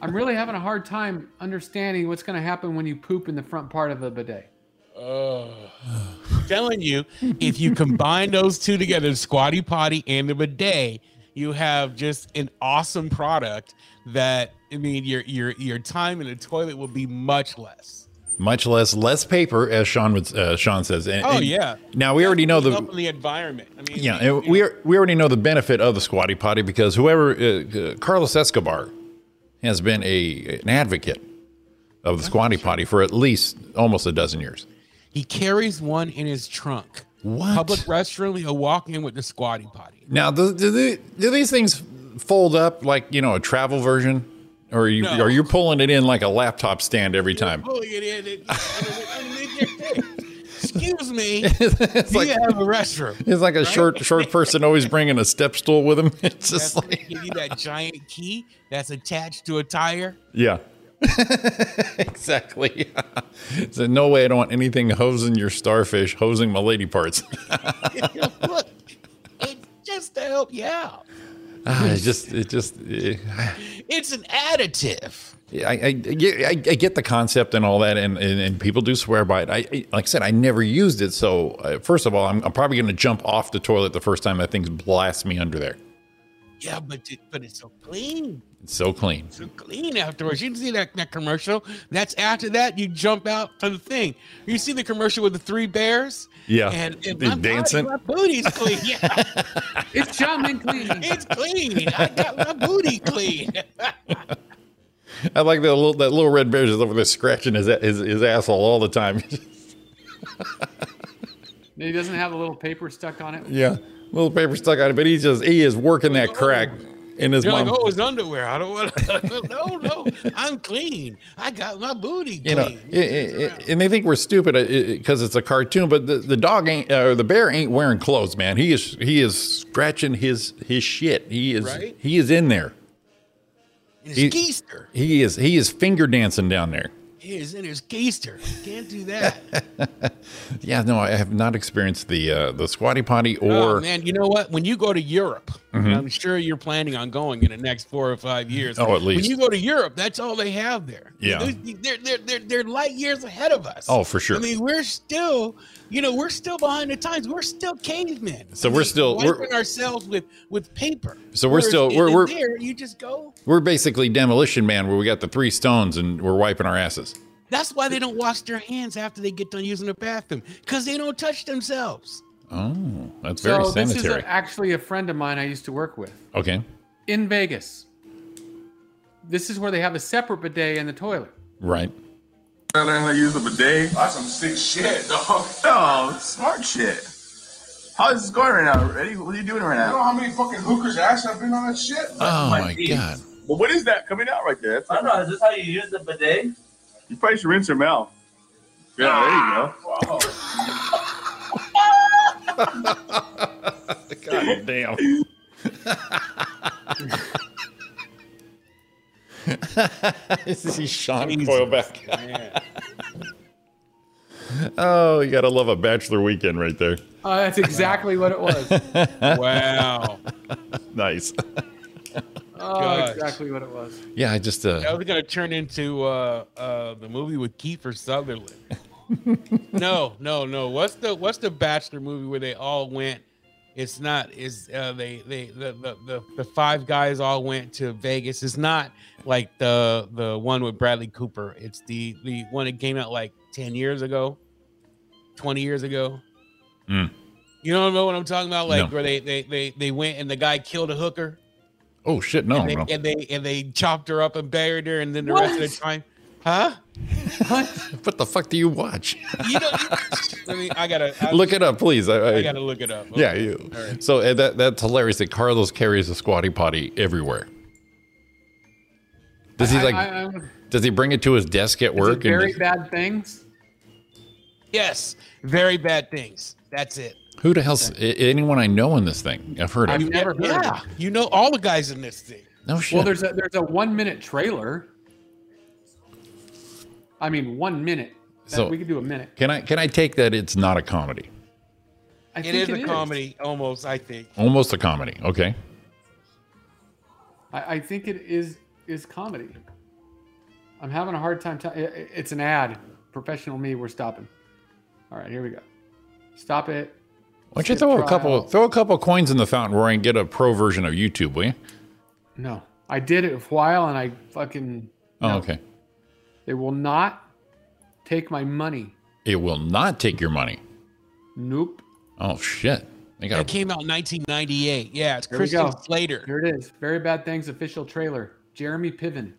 [SPEAKER 6] I'm really having a hard time understanding what's going to happen when you poop in the front part of the bidet.
[SPEAKER 10] Oh. I'm telling you, if you combine those two together, the squatty potty and the bidet, you have just an awesome product that I mean your your your time in the toilet will be much less.
[SPEAKER 5] Much less less paper, as Sean would uh, Sean says. And-
[SPEAKER 10] Oh
[SPEAKER 5] and
[SPEAKER 10] yeah.
[SPEAKER 5] Now we already know the
[SPEAKER 10] Helping the environment. I mean
[SPEAKER 5] Yeah, and we are, we already know the benefit of the squatty potty because whoever uh, uh, Carlos Escobar has been a an advocate of the squatty potty for at least almost a dozen years.
[SPEAKER 10] he carries one in his trunk.
[SPEAKER 5] What?
[SPEAKER 10] Public restroom, he'll walk in with the squatty potty.
[SPEAKER 5] Now, do, do, they, do these things fold up like you know a travel version, or are you
[SPEAKER 10] No.
[SPEAKER 5] are you pulling it in like a laptop stand every time?
[SPEAKER 10] Pulling it in and- underneath your dick. Excuse me. do you have a restroom?
[SPEAKER 5] It's like a
[SPEAKER 10] Right?
[SPEAKER 5] short short person always bringing a step stool with him. It's just
[SPEAKER 10] That's-
[SPEAKER 5] like
[SPEAKER 10] they give you that giant key that's attached to a tire.
[SPEAKER 5] yeah. exactly. so no way I don't want anything hosing your starfish, hosing my lady parts.
[SPEAKER 10] Look, it's just to help you out.
[SPEAKER 5] Ah, it just, it just, eh,
[SPEAKER 10] It's an additive.
[SPEAKER 5] Yeah, I, I, yeah, I, I get the concept and all that, and, and, and people do swear by it. I, I- like I said, I never used it, so uh, first of all, I'm, I'm probably going to jump off the toilet the first time that thing blasts me under there.
[SPEAKER 10] Yeah, but it, but it's so clean,
[SPEAKER 5] It's so clean.
[SPEAKER 10] so clean afterwards. You see that, that commercial? That's after that you jump out to the thing. You see the commercial with the three bears?
[SPEAKER 5] Yeah.
[SPEAKER 10] and, and
[SPEAKER 5] They're
[SPEAKER 10] my body-
[SPEAKER 5] dancing.
[SPEAKER 10] my booty's clean. Yeah,
[SPEAKER 6] It's shaman cleaning.
[SPEAKER 10] it's clean. I got my booty clean.
[SPEAKER 5] I like that little that little red bear is over there scratching his his, his asshole all the time.
[SPEAKER 6] He doesn't have a little paper stuck on it.
[SPEAKER 5] yeah, little paper stuck on it, but he's just he is working that crack in his
[SPEAKER 10] You're
[SPEAKER 5] mom.
[SPEAKER 10] like, oh, it's underwear. I don't want. to. no, no, I'm clean. I got my booty clean.
[SPEAKER 5] you know, i- i- i- and they think we're stupid uh, because it's a cartoon. But the, the dog ain't uh, or the bear ain't wearing clothes, man. He is he is scratching his his shit. He is
[SPEAKER 10] Right?
[SPEAKER 5] he is in there.
[SPEAKER 10] It's
[SPEAKER 5] he-
[SPEAKER 10] geister.
[SPEAKER 5] He is he is finger dancing down there.
[SPEAKER 10] He is in his geister. Can't do that.
[SPEAKER 5] Yeah, no, I have not experienced the uh, the squatty potty or Mm-hmm.
[SPEAKER 10] oh, man, you know what? When you go to Europe, and I'm sure you're planning on going in the next four or five years.
[SPEAKER 5] Oh, at least.
[SPEAKER 10] when you go to Europe, that's all they have there.
[SPEAKER 5] Yeah.
[SPEAKER 10] Those- they're they're they're, they're light years ahead of us.
[SPEAKER 5] Oh, for sure.
[SPEAKER 10] I mean, we're still, you know, we're still behind the times. We're still cavemen.
[SPEAKER 5] So
[SPEAKER 10] I
[SPEAKER 5] we're
[SPEAKER 10] mean,
[SPEAKER 5] still- we're-
[SPEAKER 10] wiping ourselves with with paper.
[SPEAKER 5] So we're
[SPEAKER 10] Whereas
[SPEAKER 5] still-
[SPEAKER 10] in-
[SPEAKER 5] we're-
[SPEAKER 10] in
[SPEAKER 5] we're-
[SPEAKER 10] there. You just go.
[SPEAKER 5] we're basically demolition man where we got the three stones and we're wiping our asses.
[SPEAKER 10] That's why they don't wash their hands after they get done using the bathroom because they don't touch themselves.
[SPEAKER 5] Oh, that's very
[SPEAKER 6] So this is
[SPEAKER 5] sanitary.
[SPEAKER 6] a, actually a friend of mine I used to work with
[SPEAKER 5] okay,
[SPEAKER 6] in Vegas. This is where they have a separate bidet in the toilet.
[SPEAKER 5] right.
[SPEAKER 12] I learned how to use a bidet. That's some sick shit, dog. No, smart shit. How is this going right now? Ready? What are you doing right now?
[SPEAKER 13] You know how many fucking hookers' ass I've been on that shit?
[SPEAKER 5] Oh my god.
[SPEAKER 12] But what is that coming out right there? I don't know. Is this how you use the bidet? You probably should rinse your mouth. Yeah,
[SPEAKER 5] God damn. this is Sean Coilback. oh, you gotta love a bachelor weekend right there.
[SPEAKER 6] Uh, that's exactly what it was.
[SPEAKER 10] Wow.
[SPEAKER 5] nice.
[SPEAKER 6] Oh,
[SPEAKER 10] Gosh.
[SPEAKER 6] exactly what it was.
[SPEAKER 5] Yeah, I just
[SPEAKER 10] That
[SPEAKER 5] uh
[SPEAKER 10] was gonna turn into uh, uh, the movie with Kiefer Sutherland. no, no, no. What's the What's the Bachelor movie where they all went? It's not. Is uh, they they the, the the the five guys all went to Vegas. It's not like the the one with Bradley Cooper. It's the the one that came out like ten years ago, twenty years ago.
[SPEAKER 5] Mm.
[SPEAKER 10] You don't know what I'm talking about? Like
[SPEAKER 5] No.
[SPEAKER 10] where they, they they they went and the guy killed a hooker
[SPEAKER 5] oh shit, no,
[SPEAKER 10] and, they,
[SPEAKER 5] no.
[SPEAKER 10] and they and they chopped her up and buried her, and then the rest of the time, huh?
[SPEAKER 5] What the fuck do you watch?
[SPEAKER 10] You know, I mean, I gotta I,
[SPEAKER 5] look it up, please. I,
[SPEAKER 10] I gotta look it up.
[SPEAKER 5] Yeah,
[SPEAKER 10] Okay.
[SPEAKER 5] you.
[SPEAKER 10] All right.
[SPEAKER 5] So uh, that that's hilarious that Carlos carries a squatty potty everywhere. Does he
[SPEAKER 6] I-
[SPEAKER 5] like?
[SPEAKER 6] I- I-
[SPEAKER 5] does he bring it to his desk at
[SPEAKER 6] Is it
[SPEAKER 5] work? and
[SPEAKER 6] very
[SPEAKER 5] just-
[SPEAKER 6] bad things.
[SPEAKER 10] Yes, very bad things. That's it.
[SPEAKER 5] who the hell's a- anyone I know in this thing? I've heard of.
[SPEAKER 6] I've never heard.
[SPEAKER 10] Yeah, you know all the guys in this thing.
[SPEAKER 5] No shit.
[SPEAKER 6] Well, there's a there's a one minute trailer. I mean, one minute. That-
[SPEAKER 5] So-
[SPEAKER 6] we could do a minute.
[SPEAKER 5] can I can I take that it's not a comedy?
[SPEAKER 6] I
[SPEAKER 10] It
[SPEAKER 6] think
[SPEAKER 10] is a comedy, almost. I think.
[SPEAKER 5] Almost a comedy. Okay.
[SPEAKER 6] I, I think it is is comedy. I'm having a hard time. T- it's an ad. Professional me. We're stopping. All right, here we go. Stop it.
[SPEAKER 5] Why don't you
[SPEAKER 6] Skip
[SPEAKER 5] throw a
[SPEAKER 6] trial.
[SPEAKER 5] couple throw a couple coins in the fountain, Rory, and get a pro version of YouTube, will you?
[SPEAKER 6] No, I did it a while, and I fucking
[SPEAKER 5] Oh,
[SPEAKER 6] No.
[SPEAKER 5] okay.
[SPEAKER 6] they will not take my money.
[SPEAKER 5] It will not take your money.
[SPEAKER 6] Nope.
[SPEAKER 5] Oh shit. They
[SPEAKER 10] That
[SPEAKER 5] got a,
[SPEAKER 10] came out in 1998. Yeah, it's
[SPEAKER 6] Here we
[SPEAKER 10] Christian
[SPEAKER 6] go.
[SPEAKER 10] Slater.
[SPEAKER 6] Here it is. Very bad things. Official trailer. Jeremy Piven.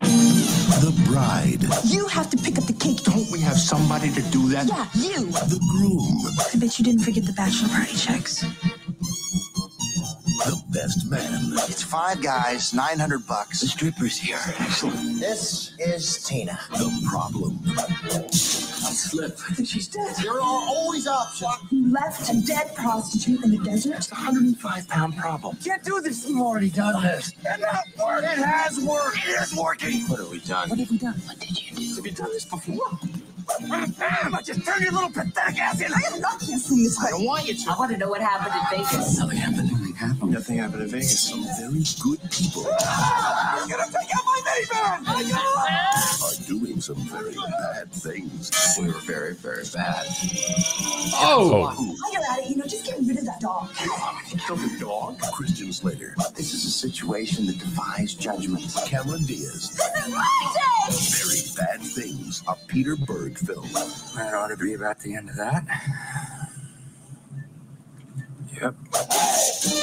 [SPEAKER 14] The bride. You have to pick up the cake. Don't we have somebody to do that?
[SPEAKER 15] Yeah, you.
[SPEAKER 14] The groom.
[SPEAKER 15] I bet you didn't forget the bachelor party checks.
[SPEAKER 14] The best man. It's five guys, 900 bucks. The stripper's here. Excellent. This is Tina. The problem. I slipped.
[SPEAKER 15] I think she's dead.
[SPEAKER 14] There are always options.
[SPEAKER 15] You left a dead prostitute in the desert?
[SPEAKER 14] It's a 105 pound problem. Can't do this. You've already done this. It not worked. It has worked. It is working. What have we done?
[SPEAKER 15] What have you done? What did you do?
[SPEAKER 14] Have you done this before? Bam! I just turned your little pathetic ass in.
[SPEAKER 15] I am not canceling this
[SPEAKER 14] I don't want you to.
[SPEAKER 15] I want to know what happened in Vegas.
[SPEAKER 14] Nothing happened. happened. Nothing happened in Vegas. Some very good people
[SPEAKER 13] I'm gonna take out my minivan!
[SPEAKER 14] are doing some very bad things. We were very, very bad.
[SPEAKER 5] Oh,
[SPEAKER 15] While you're at it, you know, just get rid of that dog.
[SPEAKER 14] Some dog? Christian Slater. This is a situation that defies judgment. Cameron Diaz. Very bad things. A Peter Berg film. That ought to be about the end of that.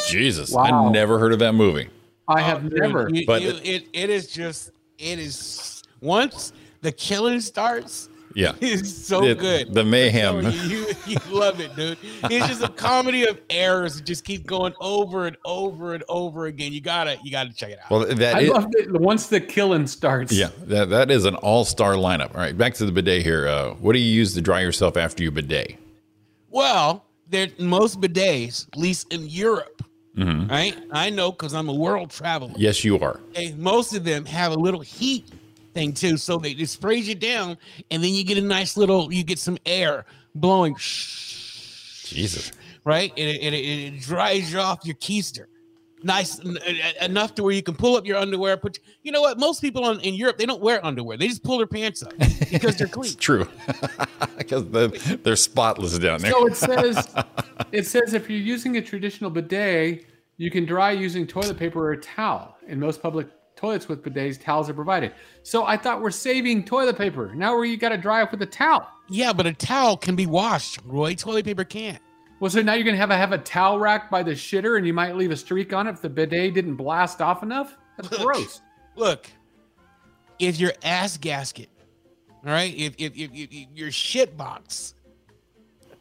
[SPEAKER 5] Jesus,
[SPEAKER 10] Wow.
[SPEAKER 5] I never heard of that movie.
[SPEAKER 6] I have
[SPEAKER 10] Dude,
[SPEAKER 6] never.
[SPEAKER 10] you-
[SPEAKER 5] But-
[SPEAKER 10] you- it, it is just it is once the killing starts.
[SPEAKER 5] Yeah.
[SPEAKER 10] it's so
[SPEAKER 5] It-
[SPEAKER 10] good.
[SPEAKER 5] The
[SPEAKER 10] Oh,
[SPEAKER 5] mayhem.
[SPEAKER 10] you, you love it, dude. It's just a comedy of errors. that Just keep going over and over and over again. You gotta you gotta check it out.
[SPEAKER 5] Well, that
[SPEAKER 6] I
[SPEAKER 5] is-
[SPEAKER 6] love it once the killing starts.
[SPEAKER 5] Yeah, that, that is an all star lineup. All right, back to the bidet here. Uh, what do you use to dry yourself after you bidet?
[SPEAKER 10] Well, there most bidets, at least in Europe,
[SPEAKER 5] Mhm.
[SPEAKER 10] right? I know because I'm a world traveler.
[SPEAKER 5] Yes, you are.
[SPEAKER 10] Okay, most of them have a little heat thing too, so they just sprays you down, and then you get a nice little, you get some air blowing,
[SPEAKER 5] Jesus.
[SPEAKER 10] right? And it, it, it, it dries you off your keister, nice en- en- enough to where you can pull up your underwear. Put, you know what? Most people on, in Europe they don't wear underwear; they just pull their pants up because they're clean.
[SPEAKER 5] It's true. Because the, they're spotless down there.
[SPEAKER 6] So it says it says if you're using a traditional bidet, you can dry using toilet paper or a towel. In most public toilets with bidets, towels are provided. So I thought we're saving toilet paper. Now where you got to dry up with a towel.
[SPEAKER 10] Yeah, but a towel can be washed, Roy. Toilet paper can't.
[SPEAKER 6] Well, so now you're gonna have a have a towel rack by the shitter, and you might leave a streak on it if the bidet didn't blast off enough. That's gross.
[SPEAKER 10] Look, if your ass gasket, all right, if if, if, if, if your shit box,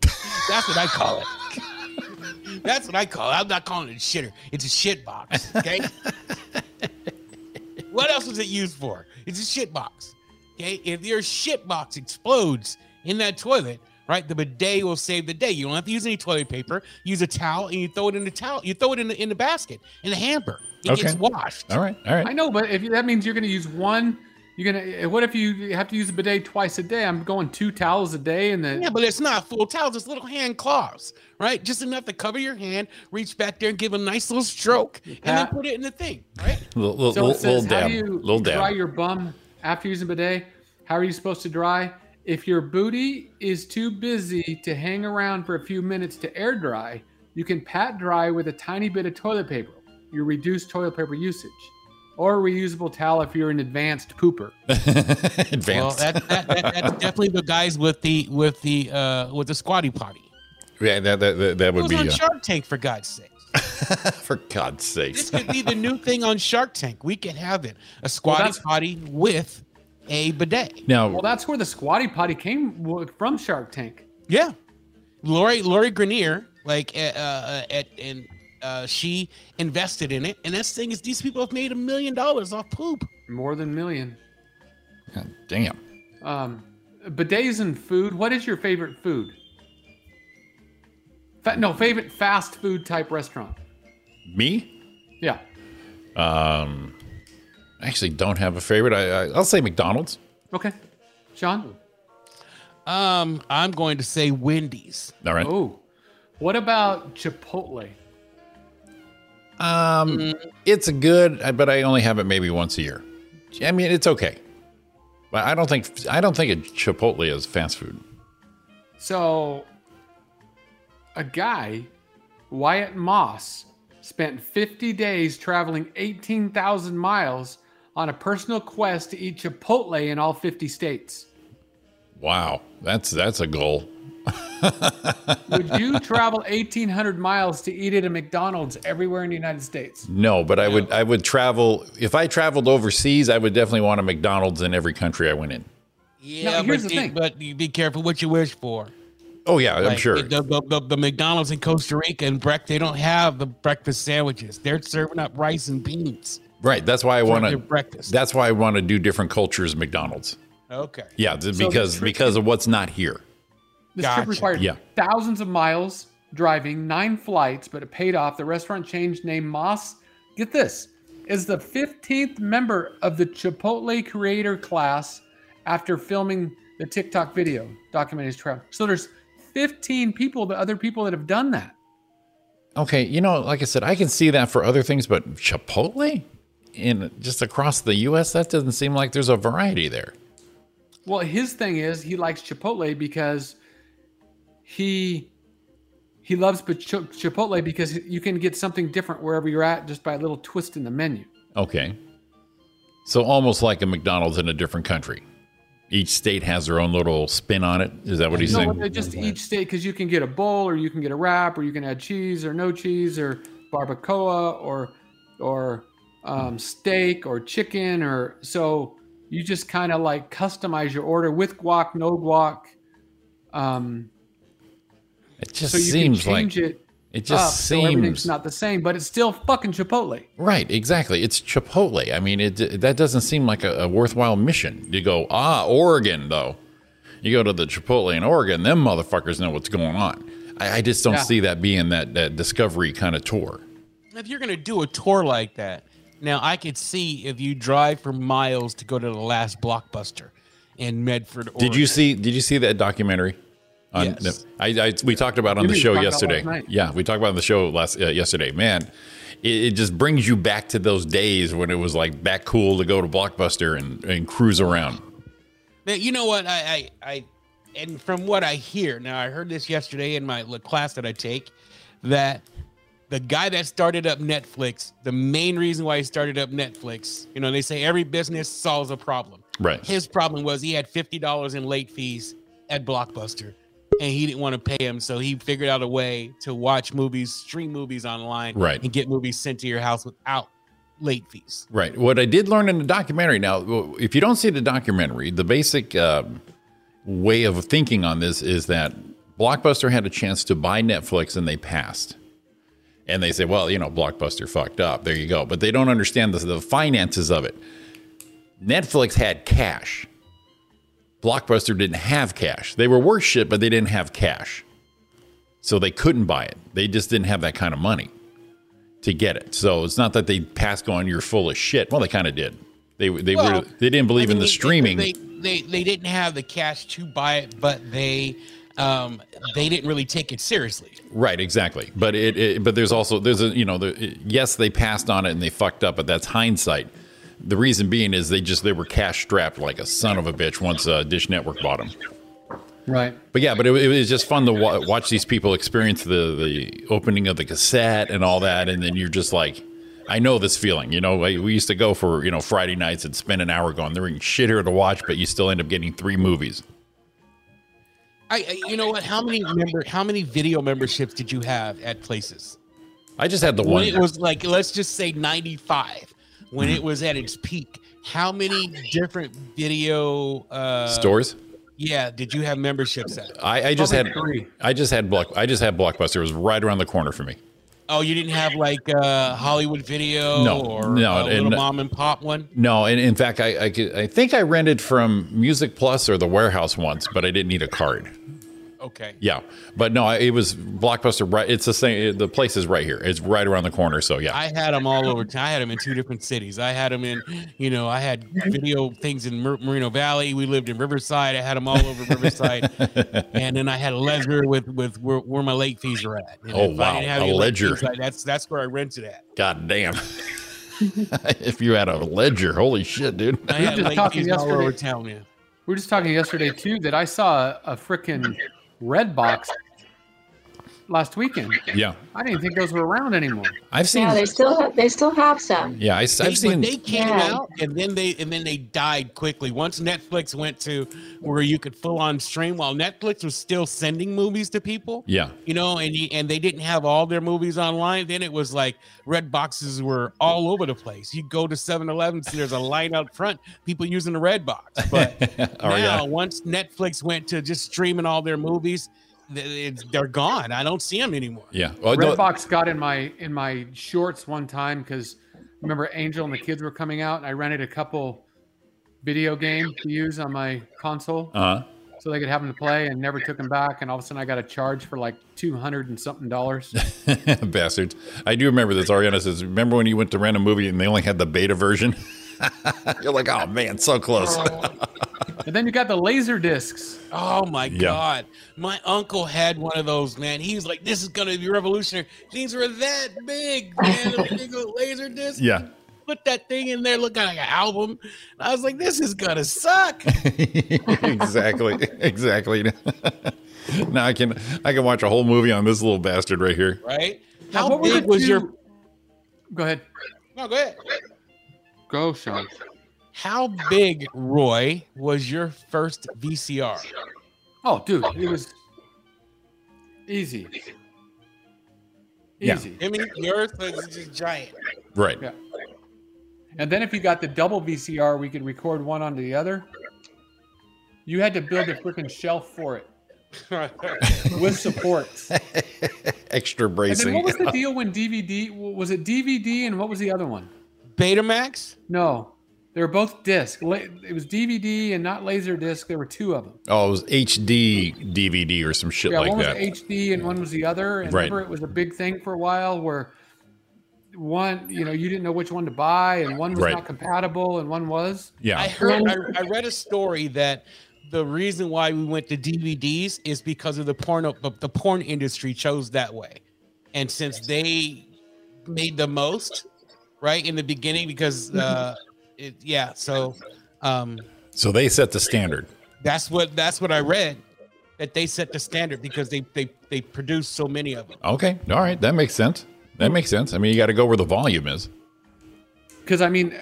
[SPEAKER 10] that's what I call it. That's what I call it. I'm not calling it a shitter. It's a shit box. Okay. what else was it used for? It's a shit box. Okay. If your shit box explodes in that toilet, right, the bidet will save the day. You don't have to use any toilet paper. Use a towel and you throw it in the towel. You throw it in the in the basket in the hamper. It gets washed.
[SPEAKER 5] All right, all right.
[SPEAKER 6] I know, but if you, that means you're gonna use one, you're gonna. What if you have to use a bidet twice a day? I'm going two towels a day, and then
[SPEAKER 10] Yeah, but it's not full towels. It's little hand claws, right? Just enough to cover your hand, reach back there and give a nice little stroke, and then
[SPEAKER 6] Pat.
[SPEAKER 10] put it in the thing, right?
[SPEAKER 5] Little, little,
[SPEAKER 6] So it
[SPEAKER 5] little,
[SPEAKER 6] says,
[SPEAKER 5] little
[SPEAKER 6] how
[SPEAKER 5] dab.
[SPEAKER 6] do you
[SPEAKER 5] Little
[SPEAKER 6] dry
[SPEAKER 5] dab.
[SPEAKER 6] your bum after using bidet? How are you supposed to dry? If your booty is too busy to hang around for a few minutes to air dry, you can pat dry with a tiny bit of toilet paper. You reduce toilet paper usage. Or a reusable towel if you're an advanced pooper.
[SPEAKER 10] Well,
[SPEAKER 5] Advanced.
[SPEAKER 10] that, that, that, that's definitely the guys with the with the uh with the squatty potty.
[SPEAKER 5] yeah, that, that, that, that
[SPEAKER 10] It
[SPEAKER 5] would
[SPEAKER 10] was
[SPEAKER 5] be.
[SPEAKER 10] on
[SPEAKER 5] uh,
[SPEAKER 10] Shark Tank for God's sake.
[SPEAKER 5] for God's sakes.
[SPEAKER 10] This could be the new thing on Shark Tank. We can have it a squatty
[SPEAKER 6] that's-
[SPEAKER 10] potty with a bidet.
[SPEAKER 5] Now,
[SPEAKER 6] Well, that's where the squatty potty came w- from Shark Tank.
[SPEAKER 10] Yeah, Lori Lori Grenier, like uh, uh, at and uh, she invested in it. And that's the thing is, these people have made a million dollars off poop.
[SPEAKER 6] More than a million.
[SPEAKER 5] damn.
[SPEAKER 6] Um, bidets and food. What is your favorite food? Fa- no, favorite fast food type restaurant.
[SPEAKER 5] Me?
[SPEAKER 6] Yeah.
[SPEAKER 5] Um, I actually don't have a favorite. I, I, I'll say McDonald's.
[SPEAKER 6] Okay. Sean?
[SPEAKER 10] Um, I'm going to say Wendy's.
[SPEAKER 5] All right.
[SPEAKER 6] Oh. What about Chipotle?
[SPEAKER 5] Um, it's good, uh, but I only have it maybe once a year. I mean, it's okay. But I don't think I don't think a Chipotle is fast food.
[SPEAKER 6] So, a guy, Wyatt Moss, spent 50 days traveling 18,000 miles on a personal quest to eat Chipotle in all 50 states.
[SPEAKER 5] Wow, that's that's a goal.
[SPEAKER 6] Would you travel 1,800 miles to eat at a McDonald's everywhere in the United States?
[SPEAKER 5] No, but I would I would travel if I traveled overseas. I would definitely want a McDonald's in every country I went in.
[SPEAKER 10] Yeah,
[SPEAKER 6] here's
[SPEAKER 10] but,
[SPEAKER 6] the
[SPEAKER 10] you-
[SPEAKER 6] thing.
[SPEAKER 10] but you be careful what you wish for.
[SPEAKER 5] Oh yeah, I'm
[SPEAKER 10] Like,
[SPEAKER 5] sure.
[SPEAKER 10] The, the, the, the McDonald's in Costa Rica and Breck, they don't have the breakfast sandwiches. They're serving up rice and beans.
[SPEAKER 5] Right. That's why I
[SPEAKER 10] for
[SPEAKER 5] want
[SPEAKER 10] their
[SPEAKER 5] to.
[SPEAKER 10] breakfast.
[SPEAKER 5] That's why I want to do different cultures. McDonald's.
[SPEAKER 10] Okay.
[SPEAKER 5] Yeah, th-
[SPEAKER 6] So the
[SPEAKER 5] because
[SPEAKER 6] trick-
[SPEAKER 5] because of what's not here.
[SPEAKER 6] This
[SPEAKER 10] Gotcha.
[SPEAKER 6] trip required
[SPEAKER 5] Yeah.
[SPEAKER 6] thousands of miles driving, nine flights, but it paid off. The restaurant changed name Moss. Get this is the 15th member of the Chipotle creator class after filming the TikTok video documentary trail. So there's 15 people, the other people that have done that.
[SPEAKER 5] Okay, you know, like I said, I can see that for other things, but Chipotle in just across the U.S. That doesn't seem like there's a variety there.
[SPEAKER 6] Well, his thing is he likes Chipotle because he he loves Ch- Chipotle because you can get something different wherever you're at just by a little twist in the menu.
[SPEAKER 5] Okay, so almost like a McDonald's in a different country. Each state has their own little spin on it. Is that what he's
[SPEAKER 6] no,
[SPEAKER 5] saying?
[SPEAKER 6] they just each state because you can get a bowl or you can get a wrap or you can add cheese or no cheese or barbacoa or or um, steak or chicken or so you just kind of like customize your order with guac, no guac. Um,
[SPEAKER 5] it just
[SPEAKER 6] so you
[SPEAKER 5] seems
[SPEAKER 6] can
[SPEAKER 5] like
[SPEAKER 6] change it.
[SPEAKER 5] it
[SPEAKER 6] up
[SPEAKER 5] just
[SPEAKER 10] Oh,
[SPEAKER 6] so everything's
[SPEAKER 5] seems
[SPEAKER 6] not the same, but it's still fucking Chipotle.
[SPEAKER 5] Right, exactly. It's Chipotle. I mean, it that doesn't seem like a, a worthwhile mission. You go, ah, Oregon though. You go to the Chipotle in Oregon, them motherfuckers know what's going on. I, I just don't
[SPEAKER 10] Yeah.
[SPEAKER 5] see that being that, that discovery kind of tour.
[SPEAKER 10] If you're gonna do a tour like that, now I could see if you drive for miles to go to the last blockbuster in Medford. Oregon.
[SPEAKER 5] Did you see? Did you see that documentary? On,
[SPEAKER 10] Yes.
[SPEAKER 5] I, I, we talked about on
[SPEAKER 10] You
[SPEAKER 5] the
[SPEAKER 10] mean
[SPEAKER 5] show
[SPEAKER 10] we talked about
[SPEAKER 5] yesterday.
[SPEAKER 10] last night?
[SPEAKER 5] Yeah, we talked about on the show last uh, yesterday. Man, it, it just brings you back to those days when it was like that cool to go to Blockbuster and, and cruise around.
[SPEAKER 10] Now, you know what I, I I and from what I hear now, I heard this yesterday in my li- class that I take that the guy that started up Netflix, the main reason why he started up Netflix, you know, they say every business solves a problem.
[SPEAKER 5] Right.
[SPEAKER 10] His problem was he had fifty dollars in late fees at Blockbuster, and he didn't want to pay him, so he figured out a way to watch movies, stream movies online,
[SPEAKER 5] Right.
[SPEAKER 10] and get movies sent to your house without late fees.
[SPEAKER 5] Right. What I did learn in the documentary. Now, if you don't see the documentary, the basic um way of thinking on this is that Blockbuster had a chance to buy Netflix and they passed. And they say, well, you know, Blockbuster fucked up. There you go. But they don't understand the, the finances of it. Netflix had cash. Blockbuster didn't have cash. They were worth shit, but they didn't have cash. So they couldn't buy it. They just didn't have that kind of money to get it. So it's not that they passed on you're full of shit. Well, they kind of did. They they
[SPEAKER 10] Well,
[SPEAKER 5] were they didn't believe in the
[SPEAKER 10] they-
[SPEAKER 5] streaming.
[SPEAKER 10] They, they they didn't have the cash to buy it, but they um they didn't really take it seriously.
[SPEAKER 5] Right, exactly. But it, it but there's also there's a you know the, yes they passed on it and they fucked up, but that's hindsight. The reason being is they just they were cash strapped like a son of a bitch once uh, Dish Network bought them.
[SPEAKER 6] Right.
[SPEAKER 5] But yeah, but it, it was just fun to wa- watch these people experience the the opening of the cassette and all that, and then you're just like, I know this feeling. You know, I, we used to go for you know Friday nights and spend an hour going there ain't shit here to watch, but you still end up getting three movies.
[SPEAKER 10] I, I you know what? How many member how many video memberships did you have at places?
[SPEAKER 5] I just had the
[SPEAKER 10] when
[SPEAKER 5] one.
[SPEAKER 10] it was like let's just say 95 when
[SPEAKER 5] Mhm.
[SPEAKER 10] it was at its peak how many different video uh
[SPEAKER 5] Stores?
[SPEAKER 10] yeah did you have memberships at
[SPEAKER 5] I, I just had
[SPEAKER 10] Probably Oh, three.
[SPEAKER 5] I just had block I just had Blockbuster. It was right around the corner for me.
[SPEAKER 10] oh you didn't have like uh hollywood video
[SPEAKER 5] No,
[SPEAKER 10] or
[SPEAKER 5] no,
[SPEAKER 10] uh,
[SPEAKER 5] and-
[SPEAKER 10] little mom and pop one
[SPEAKER 5] No, and in fact, I, I could- I think I rented from Music Plus or the Warehouse once, but I didn't need a card.
[SPEAKER 10] okay
[SPEAKER 5] Yeah, but no, I, it was Blockbuster. Right, it's the same. The place is right here. It's right around the corner. So yeah,
[SPEAKER 10] I had them all over. town. I had them in two different cities. I had them in, you know, I had
[SPEAKER 6] Mm-hmm.
[SPEAKER 10] video things in Mer- Merino Valley. We lived in Riverside. I had them all over Riverside, and then I had a ledger with with where, where my late fees are at. And
[SPEAKER 5] Oh,
[SPEAKER 10] if I
[SPEAKER 5] wow,
[SPEAKER 10] didn't have
[SPEAKER 5] a
[SPEAKER 10] any late
[SPEAKER 5] ledger.
[SPEAKER 10] fees, I- that's that's where I rented at.
[SPEAKER 5] God damn. if you had a ledger, holy shit, dude.
[SPEAKER 10] I had
[SPEAKER 6] just
[SPEAKER 10] late
[SPEAKER 6] talking
[SPEAKER 10] fees all over
[SPEAKER 6] yesterday.
[SPEAKER 10] town. Yeah.
[SPEAKER 6] We were just talking yesterday too that I saw a, a freaking red box last weekend.
[SPEAKER 5] Yeah,
[SPEAKER 6] I didn't think those were around anymore.
[SPEAKER 5] I've seen.
[SPEAKER 16] Yeah, they still have, they still have some.
[SPEAKER 5] Yeah, I, have
[SPEAKER 10] They, but
[SPEAKER 5] seen.
[SPEAKER 10] they came
[SPEAKER 16] Yeah.
[SPEAKER 10] out and then they and then they died quickly. Once Netflix went to where you could full on stream, while Netflix was still sending movies to people.
[SPEAKER 5] yeah,
[SPEAKER 10] you know, and you- and they didn't have all their movies online. Then it was like red boxes were all over the place. You go to 7-Eleven, see there's a line out front, people using the red box. But
[SPEAKER 5] Oh, yeah.
[SPEAKER 10] now, once Netflix went to just streaming all their movies, th- it's, they're gone. I don't see them anymore.
[SPEAKER 5] yeah. Well, no,
[SPEAKER 6] Redbox got in my in my shorts one time because remember Angel and the kids were coming out, and I rented a couple video game to use on my console
[SPEAKER 5] uh-huh.
[SPEAKER 6] so they could have them to play, and never took them back. And all of a sudden, I got a charge for like two hundred and something dollars.
[SPEAKER 5] Bastards. I do remember this. Ariana says, Remember when you went to rent a movie and they only had the beta version? You're like, Oh man, so close.
[SPEAKER 6] and And then you got the laser discs.
[SPEAKER 10] Oh my god, my uncle had one of those. Man, he was like, "This is going to be revolutionary." Things were that big, man. a big old laser disc.
[SPEAKER 5] Yeah.
[SPEAKER 10] Put that thing in there, look like an album. And I was like, "This is going to suck."
[SPEAKER 5] exactly. exactly. now I can I can watch a whole movie on this little bastard right here.
[SPEAKER 10] Right?
[SPEAKER 6] Now,
[SPEAKER 10] How
[SPEAKER 6] what were the
[SPEAKER 10] big was
[SPEAKER 6] two-
[SPEAKER 10] your-
[SPEAKER 6] Go ahead.
[SPEAKER 10] No, go ahead.
[SPEAKER 6] Go, Sean.
[SPEAKER 10] How big, Roy, was your first VCR?
[SPEAKER 6] Oh, dude, it was easy.
[SPEAKER 10] Yeah.
[SPEAKER 6] Easy.
[SPEAKER 10] I mean, yours was just giant.
[SPEAKER 5] Right.
[SPEAKER 6] Yeah. And then if you got the double VCR, we could record one onto the other. You had to build a freaking shelf for it with supports.
[SPEAKER 5] Extra
[SPEAKER 6] And
[SPEAKER 5] bracing.
[SPEAKER 6] then what was the deal when DVD was it DVD and what was the other one?
[SPEAKER 10] Betamax?
[SPEAKER 6] No, they were both disc. La- It was DVD and not laser disc. There were two of them.
[SPEAKER 5] Oh, it was HD DVD or some shit
[SPEAKER 6] yeah,
[SPEAKER 5] like
[SPEAKER 6] one
[SPEAKER 5] that.
[SPEAKER 6] was HD and one was the other. And
[SPEAKER 5] Right.
[SPEAKER 6] remember, it was a big thing for a while where one, you know, you didn't know which one to buy, and one was
[SPEAKER 10] Right.
[SPEAKER 6] not compatible, and one was.
[SPEAKER 5] Yeah.
[SPEAKER 10] I heard, I, I read a story that the reason why we went to DVDs is because of the porn, but the porn industry chose that way, and since they made the most, right in the beginning, because uh, it, yeah, so um,
[SPEAKER 5] so they set the standard.
[SPEAKER 10] that's what that's what I read that they set the standard because they they they produced so many of them.
[SPEAKER 5] Okay. All right. That makes sense. That makes sense. I mean, you got to go where the volume is.
[SPEAKER 6] Because I mean,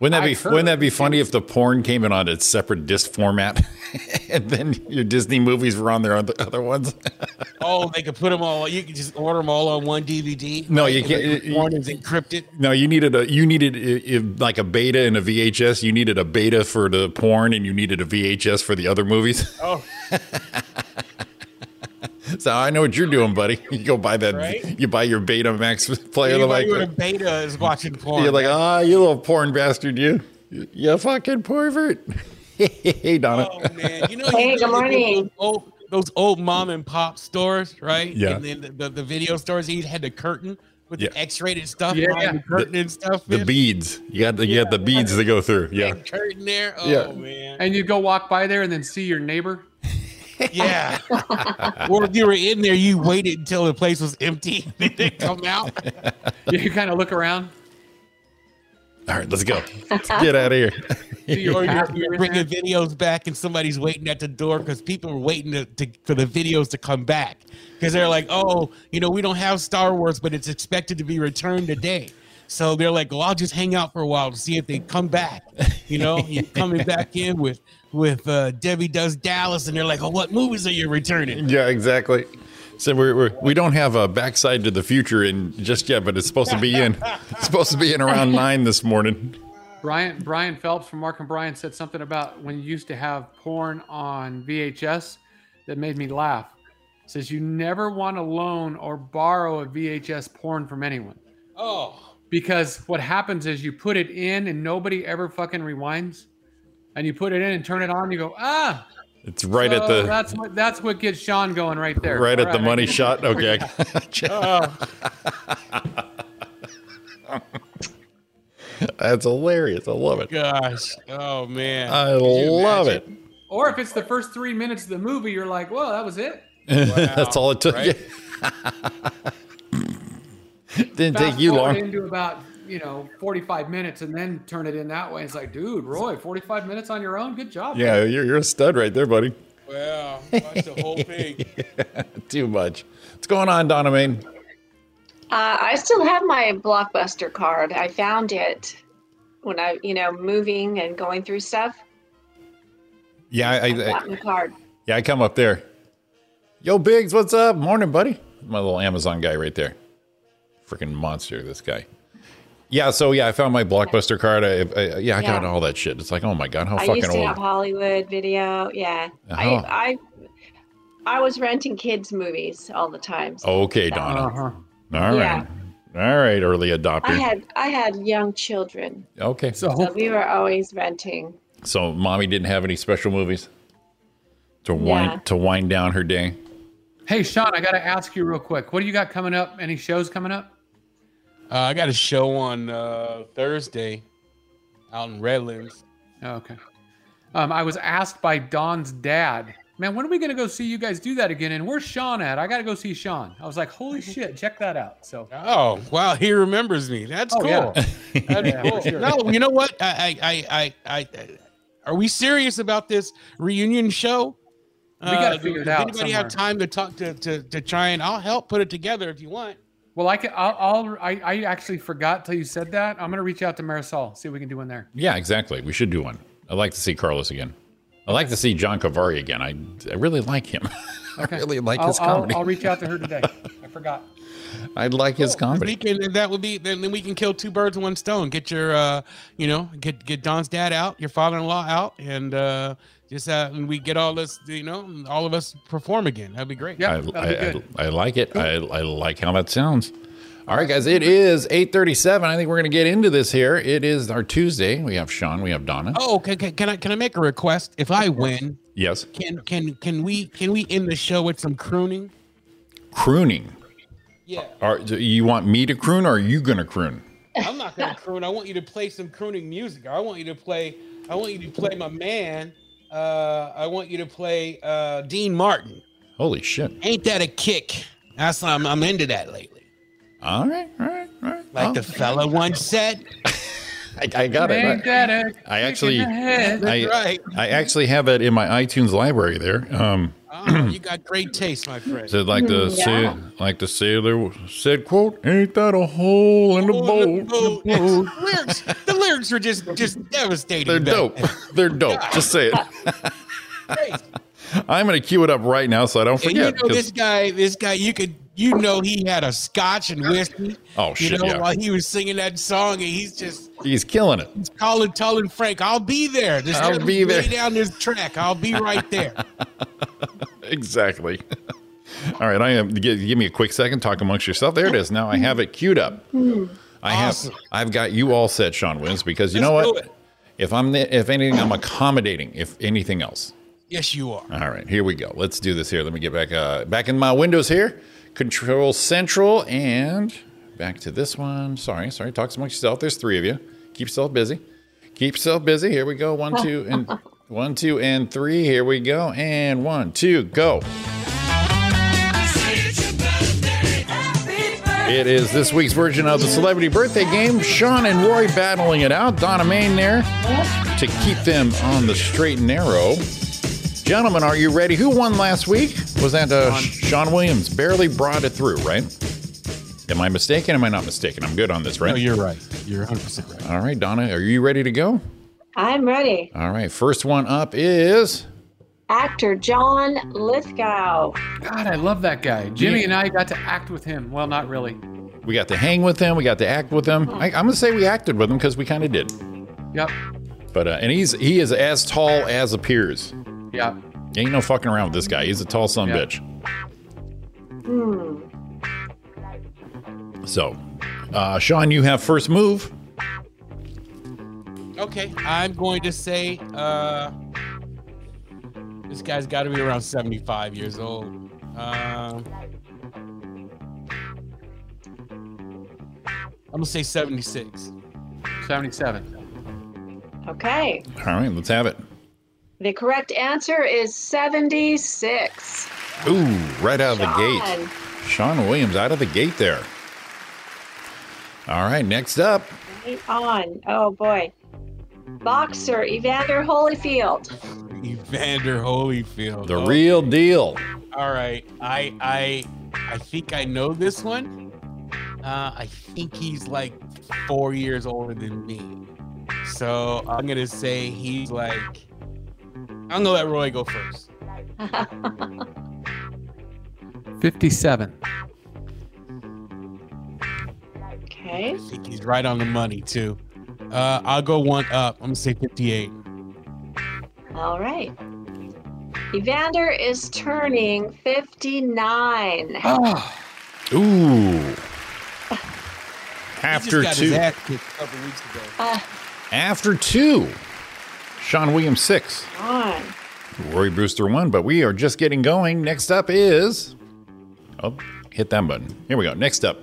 [SPEAKER 5] Wouldn't that
[SPEAKER 6] I
[SPEAKER 5] be
[SPEAKER 6] heard-
[SPEAKER 5] Wouldn't that be funny if the porn came in on its separate disc format, and then your Disney movies were on their other other ones?
[SPEAKER 10] Oh, they could put them all. You could just order them all on one DVD.
[SPEAKER 5] No,
[SPEAKER 10] right?
[SPEAKER 5] you
[SPEAKER 10] And
[SPEAKER 5] can't-
[SPEAKER 10] the
[SPEAKER 5] you-
[SPEAKER 10] Porn is encrypted.
[SPEAKER 5] no, you needed a you needed i if, like a beta and a VHS. You needed a beta for the porn, and you needed a VHS for the other movies.
[SPEAKER 10] Oh.
[SPEAKER 5] so I know what you're doing, buddy. You go buy that.
[SPEAKER 10] Right?
[SPEAKER 5] You buy your Beta Max player. they're
[SPEAKER 10] Anybody
[SPEAKER 5] like,
[SPEAKER 10] with a beta is watching porn.
[SPEAKER 5] You're like, ah, you little porn bastard, you. You fucking pervert. hey, Donna.
[SPEAKER 10] Oh, man. You know,
[SPEAKER 16] Hey,
[SPEAKER 10] you
[SPEAKER 16] good
[SPEAKER 10] go to
[SPEAKER 16] morning.
[SPEAKER 10] Those old, those old mom and pop stores, right?
[SPEAKER 5] Yeah.
[SPEAKER 10] And then the, the, the video stores, you had the curtain with
[SPEAKER 5] Yeah.
[SPEAKER 10] the X-rated stuff,
[SPEAKER 5] Yeah.
[SPEAKER 10] behind the curtain and stuff.
[SPEAKER 5] the
[SPEAKER 10] man.
[SPEAKER 5] beads. You got the, you got the beads to go through. Yeah.
[SPEAKER 10] curtain there. Oh
[SPEAKER 5] Yeah.
[SPEAKER 10] man.
[SPEAKER 6] and you go walk by there and then see your neighbor.
[SPEAKER 10] Yeah. or if you were in there, you waited until the place was empty. Then they come out.
[SPEAKER 6] You kind of look around.
[SPEAKER 5] All right, let's go. Let's get out of here.
[SPEAKER 10] Or
[SPEAKER 5] Oh,
[SPEAKER 10] you're, you're
[SPEAKER 6] in
[SPEAKER 10] bringing videos back, and somebody's waiting at the door because people are waiting to, to, for the videos to come back because they're like, "Oh, you know, we don't have Star Wars, but it's expected to be returned today." So they're like, "Well, I'll just hang out for a while to see if they come back." You know, you're coming back in with with uh, Debbie Does Dallas, and they're like, "Oh, what movies are you returning?"
[SPEAKER 5] yeah, exactly. So we're, we're we don't have a backside to the future in just yet, but it's supposed to be in. It's supposed to be in around nine this morning.
[SPEAKER 6] Brian Brian Phelps from Mark and Brian said something about when you used to have porn on VHS that made me laugh. Says you never want to loan or borrow a VHS porn from anyone
[SPEAKER 10] Oh,
[SPEAKER 6] because what happens is you put it in and nobody ever fucking rewinds, and you put it in and turn it on. And you go ah,
[SPEAKER 5] It's right at
[SPEAKER 6] so
[SPEAKER 5] the
[SPEAKER 6] that's what that's what gets Sean going right there.
[SPEAKER 5] right at the
[SPEAKER 6] All
[SPEAKER 5] money shot. Okay.
[SPEAKER 10] Oh,
[SPEAKER 5] That's hilarious. I love it.
[SPEAKER 10] gosh, oh man,
[SPEAKER 5] I love it.
[SPEAKER 6] Or if it's the first three minutes of the movie, you're like, well, that was it.
[SPEAKER 5] That's all it took.
[SPEAKER 6] right?
[SPEAKER 5] Didn't
[SPEAKER 6] Fast
[SPEAKER 5] take you
[SPEAKER 6] forward
[SPEAKER 5] long.
[SPEAKER 6] Into about you know 45 minutes, and then turn it in that way. It's like, dude, Roy, 45 minutes on your own. Good job.
[SPEAKER 5] Yeah, you're, you're a stud right there, buddy.
[SPEAKER 10] Wow, watch the whole thing.
[SPEAKER 5] Too much. What's going on, Donna Main?
[SPEAKER 16] Uh, I still have my Blockbuster card. I found it when I, you know, moving and going through stuff.
[SPEAKER 5] Yeah, I,
[SPEAKER 16] I
[SPEAKER 5] I,
[SPEAKER 16] got my card.
[SPEAKER 5] yeah, I come up there. Yo, Biggs, what's up? Morning, buddy. My little Amazon guy right there. Freaking monster, this guy. Yeah, so yeah, I found my blockbuster card. I, I, yeah, I got
[SPEAKER 16] Yeah.
[SPEAKER 5] all that shit. It's like, oh my god, how
[SPEAKER 16] I
[SPEAKER 5] fucking
[SPEAKER 16] used to
[SPEAKER 5] old.
[SPEAKER 16] have Hollywood video. Yeah.
[SPEAKER 5] Uh-huh.
[SPEAKER 16] I, I I was renting kids' movies all the time. so
[SPEAKER 5] Okay,
[SPEAKER 16] that- Uh-huh.
[SPEAKER 5] Donna. All
[SPEAKER 16] Yeah.
[SPEAKER 5] right, all right, early
[SPEAKER 16] I
[SPEAKER 5] adopter.
[SPEAKER 16] had I had young children,
[SPEAKER 5] okay,
[SPEAKER 16] so we were always renting.
[SPEAKER 5] So mommy didn't have any special movies to wind
[SPEAKER 16] Yeah.
[SPEAKER 5] to wind down her day.
[SPEAKER 6] Hey, Sean, I got to ask you real quick. What do you got coming up? Any shows coming up?
[SPEAKER 10] Uh, I got a show on uh, Thursday out in Redlands.
[SPEAKER 6] Oh, okay. Um, I was asked by Don's dad, man, when are we going to go see you guys do that again? And where's Sean at? I got to go see Sean. I was like, holy shit, check that out. So,
[SPEAKER 10] Oh wow, he remembers me. That's
[SPEAKER 6] Oh,
[SPEAKER 10] cool.
[SPEAKER 6] yeah.
[SPEAKER 10] That's
[SPEAKER 6] Yeah,
[SPEAKER 10] cool.
[SPEAKER 6] for sure.
[SPEAKER 10] No, you know what? I, I, I, I, I, are we serious about this reunion show?
[SPEAKER 6] We gotta
[SPEAKER 10] do-
[SPEAKER 6] figure it
[SPEAKER 10] does
[SPEAKER 6] out
[SPEAKER 10] Anybody have
[SPEAKER 6] somewhere.
[SPEAKER 10] time to talk to, to to try and I'll help put it together if you want.
[SPEAKER 6] well, I can, I'll, I'll I, I actually forgot till you said that. I'm going to reach out to Marisol, see what we can do in there.
[SPEAKER 5] Yeah, exactly. We should do one. I'd like to see Carlos again. I'd like to see John Cavari again. I, I really like him. I really like
[SPEAKER 6] I'll,
[SPEAKER 5] his
[SPEAKER 6] I'll-
[SPEAKER 5] comedy.
[SPEAKER 6] I'll, reach out to her today. I forgot.
[SPEAKER 5] i like
[SPEAKER 4] Oh,
[SPEAKER 5] his
[SPEAKER 10] We
[SPEAKER 5] comedy.
[SPEAKER 10] can, and that would be then, then we can kill two birds with one stone. Get your uh, you know, get get Don's dad out, your father-in-law out, and uh, just uh, and we get all this, you know, and all of us perform again. That'd be great.
[SPEAKER 5] I, I, I, I like it. I, I like how that sounds. All right, guys, it is 8.37. I think we're going to get into this here. It is our Tuesday. We have Sean. We have Donna.
[SPEAKER 10] Oh, can, can, can I can I make a request? If I win,
[SPEAKER 5] Yes.
[SPEAKER 10] can can can we can we end the show with some crooning?
[SPEAKER 5] Crooning.
[SPEAKER 10] Yeah.
[SPEAKER 5] Are, do you want me to croon or are you going to croon?
[SPEAKER 10] I'm not gonna croon. I want you to play some crooning music. I want you to play. I want you to play my man. Uh, I want you to play uh, Dean Martin.
[SPEAKER 5] Holy shit.
[SPEAKER 10] Ain't that a kick? That's I'm, I'm into that lately.
[SPEAKER 5] All right, all right, all right.
[SPEAKER 10] Like the fella once said.
[SPEAKER 5] I, I got it.
[SPEAKER 10] Ain't that a
[SPEAKER 5] I actually,
[SPEAKER 10] kick in the head?
[SPEAKER 5] I,
[SPEAKER 10] That's right.
[SPEAKER 5] I actually have it in my iTunes library there. Um,
[SPEAKER 10] Oh, you got great taste, my friend.
[SPEAKER 5] Is it like the
[SPEAKER 10] Mm,
[SPEAKER 5] sa- like the sailor said quote? Ain't that a hole in the boat?
[SPEAKER 10] The lyrics, the lyrics were just just devastating.
[SPEAKER 5] They're
[SPEAKER 10] back
[SPEAKER 5] dope.
[SPEAKER 10] then.
[SPEAKER 5] They're dope. Just say it. I'm gonna cue it up right now so I don't
[SPEAKER 10] And you
[SPEAKER 5] forget.
[SPEAKER 10] know
[SPEAKER 5] 'cause-
[SPEAKER 10] this guy, this guy, you could, you know, he had a scotch and whiskey.
[SPEAKER 5] Oh,
[SPEAKER 10] You
[SPEAKER 5] shit,
[SPEAKER 10] know,
[SPEAKER 5] yeah.
[SPEAKER 10] while he was singing that song, and he's just
[SPEAKER 5] he's killing it.
[SPEAKER 10] he's calling, telling Frank, "I'll be there. Just
[SPEAKER 5] I'll
[SPEAKER 10] let me
[SPEAKER 5] be
[SPEAKER 10] lay
[SPEAKER 5] there."
[SPEAKER 10] down this track. I'll be right there."
[SPEAKER 5] Exactly. All right, I am. Give, give me a quick second. Talk amongst yourself. There it is. Now I have it queued up. I have. I've got you all set, Sean Williams, because you know
[SPEAKER 10] Let's
[SPEAKER 5] what? If I'm, the, if anything, I'm accommodating. If anything else.
[SPEAKER 10] yes, you are.
[SPEAKER 5] All right, here we go. Let's do this here. Let me get back uh, back in my windows here. Control Central and back to this one. Sorry, sorry. Talk amongst yourself. There's three of you. Keep yourself busy. Keep yourself busy. Here we go. One, two, and one, two, and three. Here we go. And one, two, go. It is this week's version of the celebrity birthday game. Sean and Roy battling it out. Donna Main there to keep them on the straight and narrow. Gentlemen, are you ready? Who won last week? Was that uh, Sean Williams? Barely brought it through, right? Am I mistaken? Am I not mistaken? I'm good on this, right?
[SPEAKER 10] No, you're right. You're 100 percent right.
[SPEAKER 5] All right, Donna, are you ready to go?
[SPEAKER 16] I'm ready.
[SPEAKER 5] All right, first one up is
[SPEAKER 16] Actor John Lithgow.
[SPEAKER 6] God, I love that guy. Jimmy and I got to act with him. Well, not really.
[SPEAKER 5] we got to hang with him, we got to act with him. I, I'm gonna say we acted with him because we kind of did.
[SPEAKER 6] Yep.
[SPEAKER 5] But uh, and he's he is as tall as appears.
[SPEAKER 6] Yeah.
[SPEAKER 5] Ain't no fucking around with this guy. He's a tall son of a bitch.
[SPEAKER 16] Hmm.
[SPEAKER 5] So, uh, Sean, you have first move.
[SPEAKER 10] Okay, I'm going to say uh, this guy's got to be around 75 years old. Um, I'm gonna say 76.
[SPEAKER 6] 77.
[SPEAKER 16] Okay.
[SPEAKER 5] All right, let's have it.
[SPEAKER 16] The correct answer is 76.
[SPEAKER 5] Ooh, right out of the
[SPEAKER 16] Sean.
[SPEAKER 5] gate. Sean Williams out of the gate there. All right, next up.
[SPEAKER 16] Right on. Oh, boy. Boxer Evander Holyfield.
[SPEAKER 10] Evander Holyfield.
[SPEAKER 5] The
[SPEAKER 10] Oh,
[SPEAKER 5] real deal.
[SPEAKER 10] All right, I I I think I know this one. Uh, I think he's like four years older than me, so I'm gonna say he's like. I'm gonna let Roy go first.
[SPEAKER 6] 57.
[SPEAKER 16] Okay.
[SPEAKER 10] I think he's right on the money too. Uh, I'll go one up. I'm gonna say 58.
[SPEAKER 16] All right. Evander is turning 59.
[SPEAKER 5] Ooh.
[SPEAKER 10] he
[SPEAKER 5] After
[SPEAKER 10] just got his
[SPEAKER 5] two.
[SPEAKER 10] ass kicked a couple weeks ago.
[SPEAKER 16] Uh,
[SPEAKER 5] After two. Sean Williams six.
[SPEAKER 16] on.
[SPEAKER 5] Rory Brewster one, but we are just getting going. Next up is. Oh, hit that button. Here we go. Next up.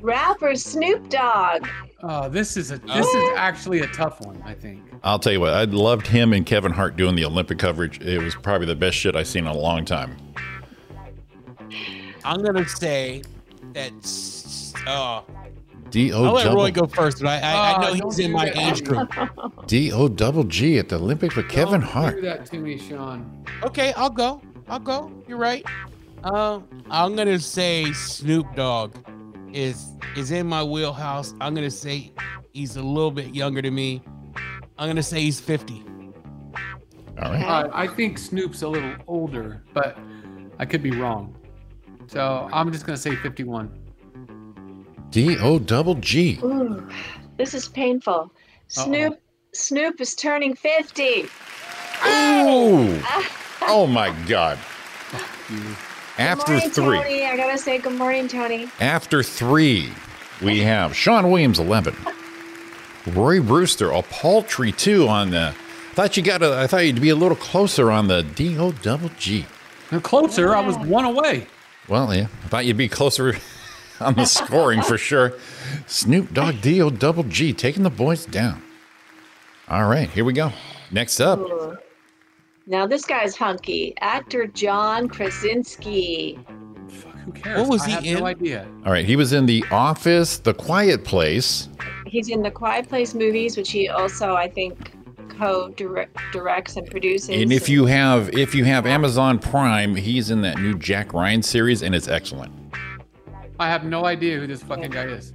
[SPEAKER 16] Rapper Snoop Dogg.
[SPEAKER 6] Uh, this is a
[SPEAKER 10] Oh.
[SPEAKER 6] this is actually a tough one. I think.
[SPEAKER 5] I'll tell you what, I loved him and Kevin Hart doing the Olympic coverage. It was probably the best shit I've seen in a long time.
[SPEAKER 10] I'm gonna say that. s- Uh,
[SPEAKER 5] D.O.
[SPEAKER 10] I'll let
[SPEAKER 5] double-
[SPEAKER 10] Roy go first, but I, I, I
[SPEAKER 6] Ah,
[SPEAKER 10] know
[SPEAKER 6] don't
[SPEAKER 10] he's in
[SPEAKER 6] do
[SPEAKER 10] my
[SPEAKER 6] that.
[SPEAKER 10] age group.
[SPEAKER 5] D.O. double G at the Olympics with Kevin
[SPEAKER 6] Do
[SPEAKER 5] Hart.
[SPEAKER 6] that to me, Sean.
[SPEAKER 10] Okay, I'll go. I'll go. You're right. Um, I'm gonna say Snoop Dogg is is in my wheelhouse. I'm gonna say he's a little bit younger than me. I'm gonna say he's 50.
[SPEAKER 5] All
[SPEAKER 10] right.
[SPEAKER 6] Uh, I think Snoop's a little older, but I could be wrong. So I'm just gonna say 51.
[SPEAKER 5] D.O. double G.
[SPEAKER 16] Ooh, this is painful. Snoop Snoop is turning 50.
[SPEAKER 5] Ooh. Oh my God.
[SPEAKER 16] Good
[SPEAKER 5] After
[SPEAKER 16] morning,
[SPEAKER 5] three.
[SPEAKER 16] Tony. I gotta say good morning, Tony.
[SPEAKER 5] After three, we have Sean Williams, 11. Roy Brewster, a paltry two on the. I thought you got. A, I thought you'd be a little closer on the D O double G.
[SPEAKER 6] Closer. I was one away.
[SPEAKER 5] Well, yeah, I thought you'd be closer on the scoring for sure. Snoop Dogg D O double G taking the boys down. All right, here we go. Next up,
[SPEAKER 16] Ooh. Now this guy's hunky. Actor John Krasinski.
[SPEAKER 6] Who cares?
[SPEAKER 10] What was
[SPEAKER 6] I
[SPEAKER 10] he
[SPEAKER 6] have
[SPEAKER 10] in?
[SPEAKER 6] No idea.
[SPEAKER 5] all right, he was in The Office, The Quiet Place.
[SPEAKER 16] He's in the Quiet Place movies, which he also I think co-directs and produces.
[SPEAKER 5] And if you have if you have Amazon Prime, he's in that new Jack Ryan series, and it's excellent.
[SPEAKER 6] I have no idea who this fucking guy is.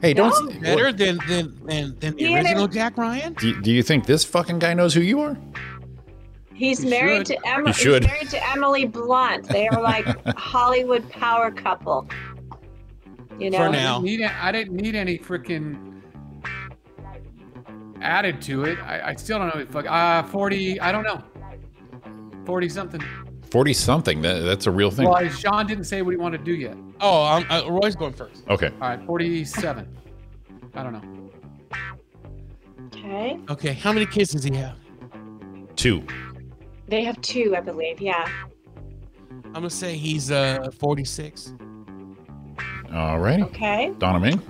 [SPEAKER 5] Hey, don't
[SPEAKER 10] better than than than, than the
[SPEAKER 16] Yeah, they're-
[SPEAKER 10] original Jack Ryan.
[SPEAKER 5] Do, do you think this fucking guy knows who you are?
[SPEAKER 16] He's
[SPEAKER 5] You
[SPEAKER 16] married
[SPEAKER 5] should.
[SPEAKER 16] to Emily.
[SPEAKER 5] You should.
[SPEAKER 16] He's married to Emily Blunt. They are like Hollywood power couple. You know.
[SPEAKER 5] Oh.
[SPEAKER 6] I didn't need, a- I didn't need any freaking added to it. I, I still don't know. Fuck, uh, 40, I don't know. 40 something.
[SPEAKER 5] Forty something. That, that's a real thing.
[SPEAKER 6] Well, Sean didn't say what he wanted to do yet.
[SPEAKER 10] Oh, I'm, uh, Roy's going first.
[SPEAKER 5] Okay.
[SPEAKER 6] All right, 47. I don't know.
[SPEAKER 16] Okay.
[SPEAKER 10] Okay, how many kids does he have?
[SPEAKER 5] Two.
[SPEAKER 16] They have two, I believe. Yeah.
[SPEAKER 10] I'm gonna say he's uh 46.
[SPEAKER 5] All righty.
[SPEAKER 16] Okay.
[SPEAKER 5] Donna Ming.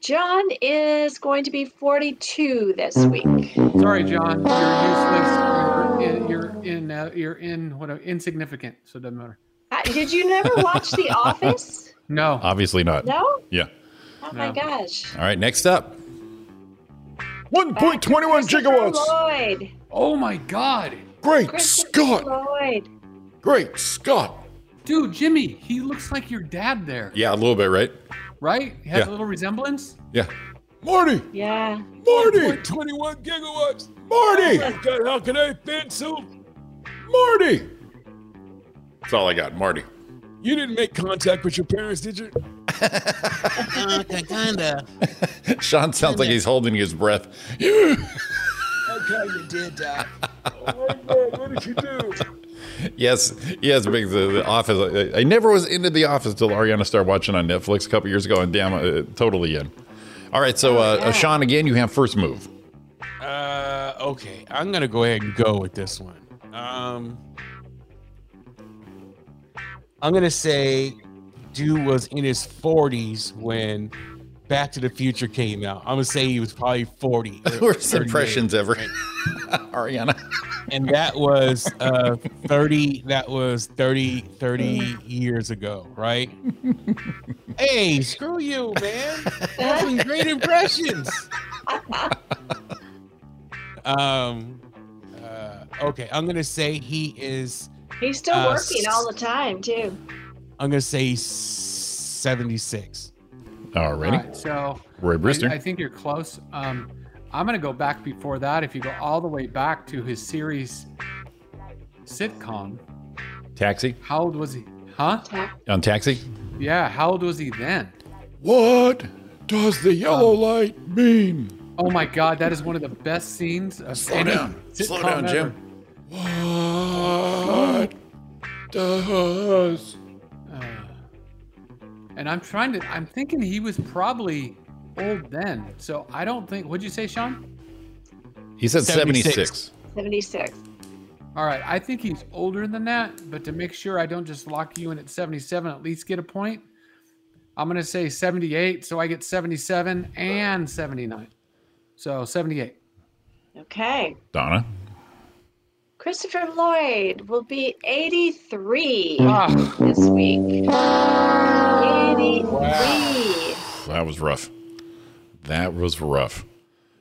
[SPEAKER 16] John is going to be 42 this week.
[SPEAKER 5] Mm.
[SPEAKER 6] Sorry, John. You're useless. You're in, you're in, uh, you're in what, insignificant, so it doesn't matter.
[SPEAKER 16] Uh, Did you never watch The Office?
[SPEAKER 6] No.
[SPEAKER 5] Obviously not.
[SPEAKER 16] No?
[SPEAKER 5] Yeah.
[SPEAKER 16] Oh my gosh.
[SPEAKER 5] All right. Next up. One point twenty one gigawatts.
[SPEAKER 16] Lloyd.
[SPEAKER 6] Oh my God.
[SPEAKER 5] Great Scott.
[SPEAKER 16] Lloyd.
[SPEAKER 5] Great Scott.
[SPEAKER 6] Dude, Jimmy, he looks like your dad there,
[SPEAKER 5] Yeah, a little bit, right?
[SPEAKER 6] right? He has
[SPEAKER 5] Yeah.
[SPEAKER 6] a little resemblance.
[SPEAKER 5] Yeah. Marty.
[SPEAKER 16] Yeah.
[SPEAKER 5] Marty.
[SPEAKER 10] 21 gigawatts.
[SPEAKER 5] Marty.
[SPEAKER 10] Oh God, how can I fit so?
[SPEAKER 5] Marty. That's all I got, Marty.
[SPEAKER 10] You didn't make contact with your parents, did you? uh, kinda.
[SPEAKER 5] Sean sounds like he's holding his breath.
[SPEAKER 10] I kinda did that. Oh what did you do?
[SPEAKER 5] Yes, yes, big the, the office. I, I never was into the office till Ariana started watching on Netflix a couple years ago, and damn, uh, totally in. All right, so
[SPEAKER 6] Oh,
[SPEAKER 5] uh, uh, Sean, again, you have first move.
[SPEAKER 10] Uh, okay. I'm gonna go ahead and go with this one. Um, I'm gonna say, dude was in his 40s when Back to the Future came out. I'm gonna say he was probably 40. or
[SPEAKER 5] Worst
[SPEAKER 10] 38.
[SPEAKER 5] impressions ever, Ariana.
[SPEAKER 10] and that was uh 30 that was 30 30 years ago right hey screw you man That's some great impressions um uh, okay i'm gonna say he is
[SPEAKER 16] He's still
[SPEAKER 10] Uh,
[SPEAKER 16] working all the time, too.
[SPEAKER 10] i'm gonna say 76
[SPEAKER 5] All righty.
[SPEAKER 6] All right, so
[SPEAKER 5] Roy
[SPEAKER 6] I-
[SPEAKER 5] Brewster.
[SPEAKER 6] I, think you're close. Um, I'm going to go back before that. If you go all the way back to his series sitcom,
[SPEAKER 5] Taxi
[SPEAKER 6] how old was he? Huh?
[SPEAKER 5] on taxi.
[SPEAKER 6] Yeah, how old was he then?
[SPEAKER 5] What does the yellow light mean?
[SPEAKER 6] Oh my God, that is one of the best scenes of
[SPEAKER 5] Slow
[SPEAKER 6] any
[SPEAKER 5] down. Slow
[SPEAKER 6] sitcom
[SPEAKER 5] down, Jim.
[SPEAKER 6] ever.
[SPEAKER 5] What does?
[SPEAKER 6] Uh, and I'm trying to. I'm thinking he was probably old then. So I don't think. What'd you say, Sean?
[SPEAKER 5] He said 76.
[SPEAKER 10] 76.
[SPEAKER 16] 76.
[SPEAKER 6] All right, I think he's older than that. But to make sure I don't just lock you in at 77, at least get a point. I'm going to say 78, so I get 77 and 79. So 78.
[SPEAKER 16] Okay.
[SPEAKER 5] Donna.
[SPEAKER 16] Christopher Lloyd will be 83
[SPEAKER 6] Ah.
[SPEAKER 16] this week. 83.
[SPEAKER 5] That was rough. That was rough.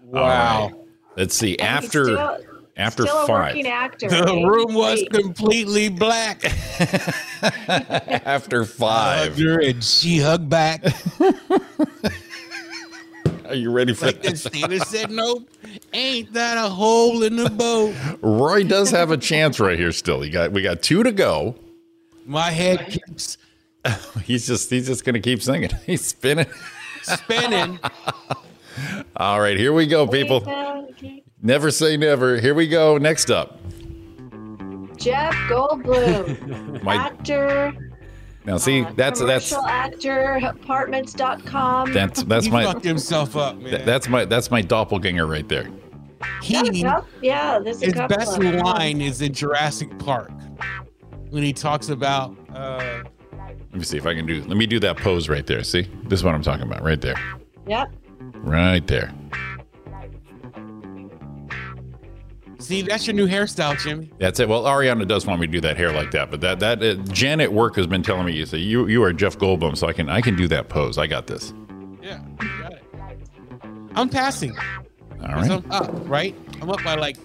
[SPEAKER 10] Wow.
[SPEAKER 5] All right. Let's see. After
[SPEAKER 16] still-
[SPEAKER 5] after
[SPEAKER 16] still a
[SPEAKER 5] five,
[SPEAKER 16] working actor.
[SPEAKER 10] The room was completely black.
[SPEAKER 5] after five,
[SPEAKER 10] and she hugged back.
[SPEAKER 5] Are you ready for
[SPEAKER 10] Like the
[SPEAKER 5] this?
[SPEAKER 10] Santa said, nope. Ain't that a hole in the boat?
[SPEAKER 5] Roy does have a chance right here. Still, he got we got two to go.
[SPEAKER 10] My head keeps
[SPEAKER 5] He's just he's just gonna keep singing. He's spinning.
[SPEAKER 10] spinning.
[SPEAKER 5] All right, here we go, people. Never say never. Here we go. Next up,
[SPEAKER 16] Jeff Goldblum,
[SPEAKER 5] My-
[SPEAKER 16] actor, Uh,
[SPEAKER 5] now see that's that's
[SPEAKER 16] commercial actor, apartments.com.
[SPEAKER 5] that's that's my
[SPEAKER 10] himself up, man.
[SPEAKER 5] that's my that's my doppelganger right there.
[SPEAKER 10] He,
[SPEAKER 16] yeah, there's a
[SPEAKER 10] his
[SPEAKER 16] couple
[SPEAKER 10] best
[SPEAKER 16] of them.
[SPEAKER 10] line is in Jurassic Park when he talks about uh,
[SPEAKER 5] Let me see if I can do. Let me do that pose right there. See, this is what I'm talking about right there,
[SPEAKER 16] Yep.
[SPEAKER 5] right there.
[SPEAKER 10] See, that's your new hairstyle, Jimmy.
[SPEAKER 5] That's it. Well, Ariana does want me to do that hair like that, but that that uh, Jen at work has been telling me you say you you are Jeff Goldblum, so I can I can do that pose. I got this.
[SPEAKER 10] I'm passing.
[SPEAKER 5] All right.
[SPEAKER 10] I'm up, right? I'm up by like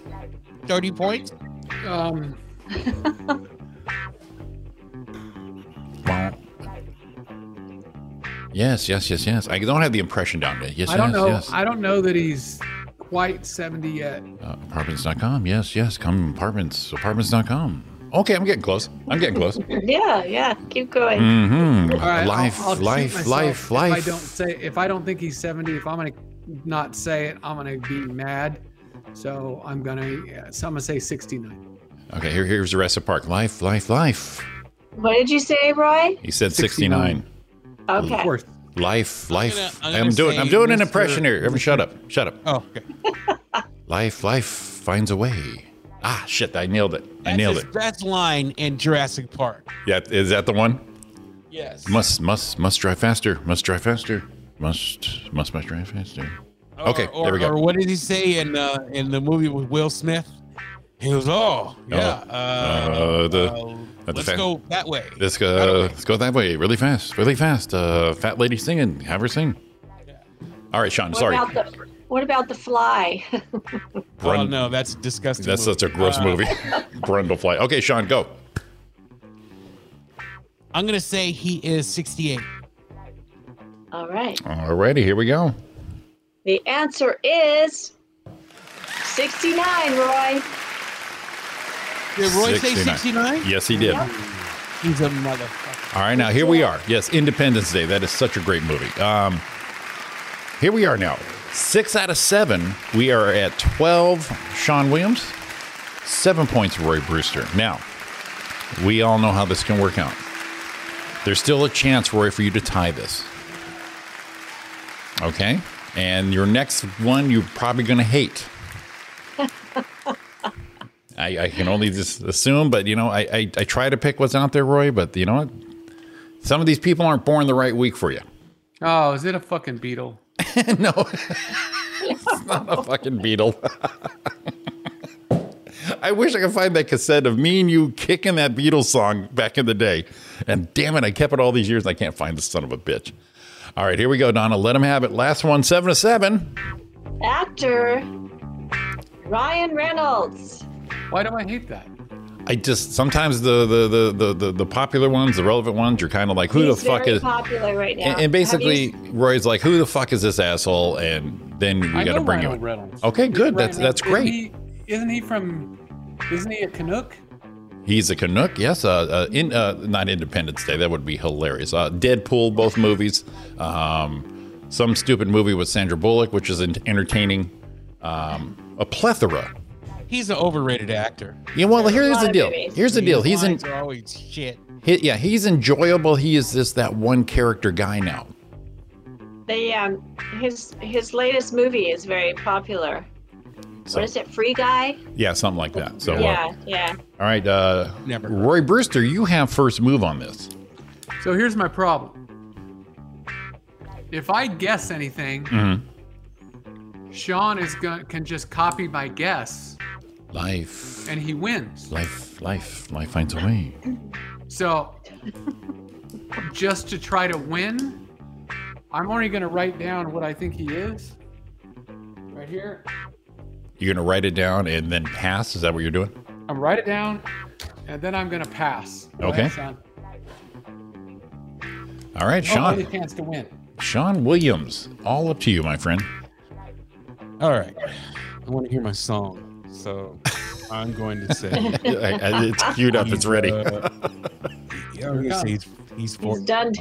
[SPEAKER 10] 30 points.
[SPEAKER 6] Um,
[SPEAKER 5] Yes, yes, yes, yes. I don't have the impression down yet. Yes,
[SPEAKER 6] I don't
[SPEAKER 5] yes,
[SPEAKER 6] know.
[SPEAKER 5] yes.
[SPEAKER 6] I don't know that he's quite 70 yet.
[SPEAKER 5] Uh, apartments.com. Yes, yes. Come apartments. Apartments.com. Okay, I'm getting close. I'm getting close.
[SPEAKER 16] Yeah, yeah. Keep going.
[SPEAKER 5] Mm-hmm.
[SPEAKER 6] All right, I'll-
[SPEAKER 5] life,
[SPEAKER 6] I'll shoot
[SPEAKER 5] life,
[SPEAKER 6] myself
[SPEAKER 5] life,
[SPEAKER 6] If
[SPEAKER 5] life.
[SPEAKER 6] I don't say, if I don't think he's 70, if I'm gonna not say it, I'm gonna be mad. So I'm gonna, so I'm gonna say 69.
[SPEAKER 5] Okay, here, here's the rest of Park. Life, life, life.
[SPEAKER 16] What did you say, Roy?
[SPEAKER 5] He said 69.
[SPEAKER 16] Okay.
[SPEAKER 5] Life, life.
[SPEAKER 16] gonna- I'm
[SPEAKER 5] I'm,
[SPEAKER 16] gonna
[SPEAKER 5] doing.
[SPEAKER 16] say
[SPEAKER 5] I'm doing an
[SPEAKER 16] Mr.
[SPEAKER 5] impression here. Everyone, shut up. Shut up.
[SPEAKER 10] Oh, okay.
[SPEAKER 5] life, life finds a way. Ah, shit! I nailed it. I nailed
[SPEAKER 10] his
[SPEAKER 5] it.
[SPEAKER 10] best line in Jurassic Park.
[SPEAKER 5] Yeah, is that the one?
[SPEAKER 10] Yes.
[SPEAKER 5] Must, must, must drive faster. Must drive faster. Must, must, must drive faster. okay,
[SPEAKER 10] or,
[SPEAKER 5] there we go.
[SPEAKER 10] Or what did he say in uh, in the movie with Will Smith? He was, oh, yeah.
[SPEAKER 5] Oh,
[SPEAKER 10] uh,
[SPEAKER 5] uh, the- at the
[SPEAKER 10] let's
[SPEAKER 5] fa-
[SPEAKER 10] go that way.
[SPEAKER 5] Let's go. Let's go that way, really fast, really fast. Uh, fat lady singing. Have her sing. All right, Sean.
[SPEAKER 16] What
[SPEAKER 5] Sorry.
[SPEAKER 16] about the What about the fly?
[SPEAKER 10] Oh,
[SPEAKER 5] Brun-
[SPEAKER 10] no, that's a disgusting.
[SPEAKER 5] That's
[SPEAKER 10] movie.
[SPEAKER 5] such a gross
[SPEAKER 10] Uh,
[SPEAKER 5] movie. Brundlefly. Okay, Sean, go.
[SPEAKER 10] I'm going to say he is 68.
[SPEAKER 16] All right.
[SPEAKER 5] Alrighty, here we go.
[SPEAKER 16] The answer is 69, Roy.
[SPEAKER 10] Did Roy say 69?
[SPEAKER 5] Yes, he did.
[SPEAKER 16] Yep.
[SPEAKER 10] He's a motherfucker.
[SPEAKER 5] All right, now here we are. Yes, Independence Day. That is such a great movie. Um, here we are now. Six out of seven. We are at 12, Sean Williams. Seven points, Roy Brewster. Now, we all know how this can work out. There's still a chance, Roy, for you to tie this. Okay? And your next one, you're probably going to hate. I, I can only just assume, but you know, I, I, I try to pick what's out there, Roy, but you know what? Some of these people aren't born the right week for you.
[SPEAKER 6] Oh, is it a fucking beetle?
[SPEAKER 5] Not a fucking beetle. I wish I could find that cassette of me and you kicking that Beatles song back in the day. And damn it, I kept it all these years and I can't find the son of a bitch. All right, here we go, Donna. Let him have it. Last one, seven to seven.
[SPEAKER 16] Actor Ryan Reynolds.
[SPEAKER 6] Why do I hate that?
[SPEAKER 5] I just sometimes the the the the the, the popular ones, the relevant ones, you're kind of like, who
[SPEAKER 16] He's
[SPEAKER 5] the fuck
[SPEAKER 16] very
[SPEAKER 5] is?
[SPEAKER 16] popular right now.
[SPEAKER 5] And, and basically, Roy's like, "Who the fuck is this asshole?" And then we
[SPEAKER 6] I
[SPEAKER 5] got to
[SPEAKER 6] know
[SPEAKER 5] bring
[SPEAKER 6] Ryan
[SPEAKER 5] him.
[SPEAKER 6] Reynolds.
[SPEAKER 5] Okay, good. That's
[SPEAKER 6] Ryan
[SPEAKER 5] that's
[SPEAKER 6] Reynolds.
[SPEAKER 5] great.
[SPEAKER 6] Isn't he, isn't he from? Isn't he a Canuck?
[SPEAKER 5] He's a Canuck, yes. Uh, uh, in uh, not Independence Day, that would be hilarious. Uh, Deadpool, both movies. Um, some stupid movie with Sandra Bullock, which is en- entertaining. Um, a plethora.
[SPEAKER 10] He's an overrated actor.
[SPEAKER 5] Yeah, well, here's the deal.
[SPEAKER 10] movies.
[SPEAKER 5] Here's the deal.
[SPEAKER 10] His
[SPEAKER 5] He's in.
[SPEAKER 10] lines are always shit.
[SPEAKER 5] He, yeah, he's enjoyable. He is just that one character guy now.
[SPEAKER 16] They um his his latest movie is very popular.
[SPEAKER 5] So-
[SPEAKER 16] What is it? Free Guy?
[SPEAKER 5] Yeah, something like that. So, uh,
[SPEAKER 16] yeah, yeah.
[SPEAKER 5] all right, uh, Roy Brewster, you have first move on this.
[SPEAKER 6] So here's my problem. if I guess anything,
[SPEAKER 5] Mhm.
[SPEAKER 6] Sean is going can just copy my guess
[SPEAKER 5] Life,
[SPEAKER 6] and he wins.
[SPEAKER 5] life, life, life finds a way.
[SPEAKER 6] So just to try to win, I'm only going to write down what I think he is. Right here.
[SPEAKER 5] You're gonna write it down and then pass. Is that what you're doing?
[SPEAKER 6] I'm write it down and then I'm going to pass. All
[SPEAKER 5] Okay.
[SPEAKER 6] Sean?
[SPEAKER 5] All right,
[SPEAKER 6] Oh, I
[SPEAKER 5] Sean.
[SPEAKER 6] get a chance to win.
[SPEAKER 5] Sean Williams, all up to you, my friend.
[SPEAKER 10] All right. I want to hear my song. So I'm going to say
[SPEAKER 5] I- I- it's queued up, it's ready.
[SPEAKER 10] He's, Uh, yeah, I'm gonna say he's, he's 40,
[SPEAKER 16] done.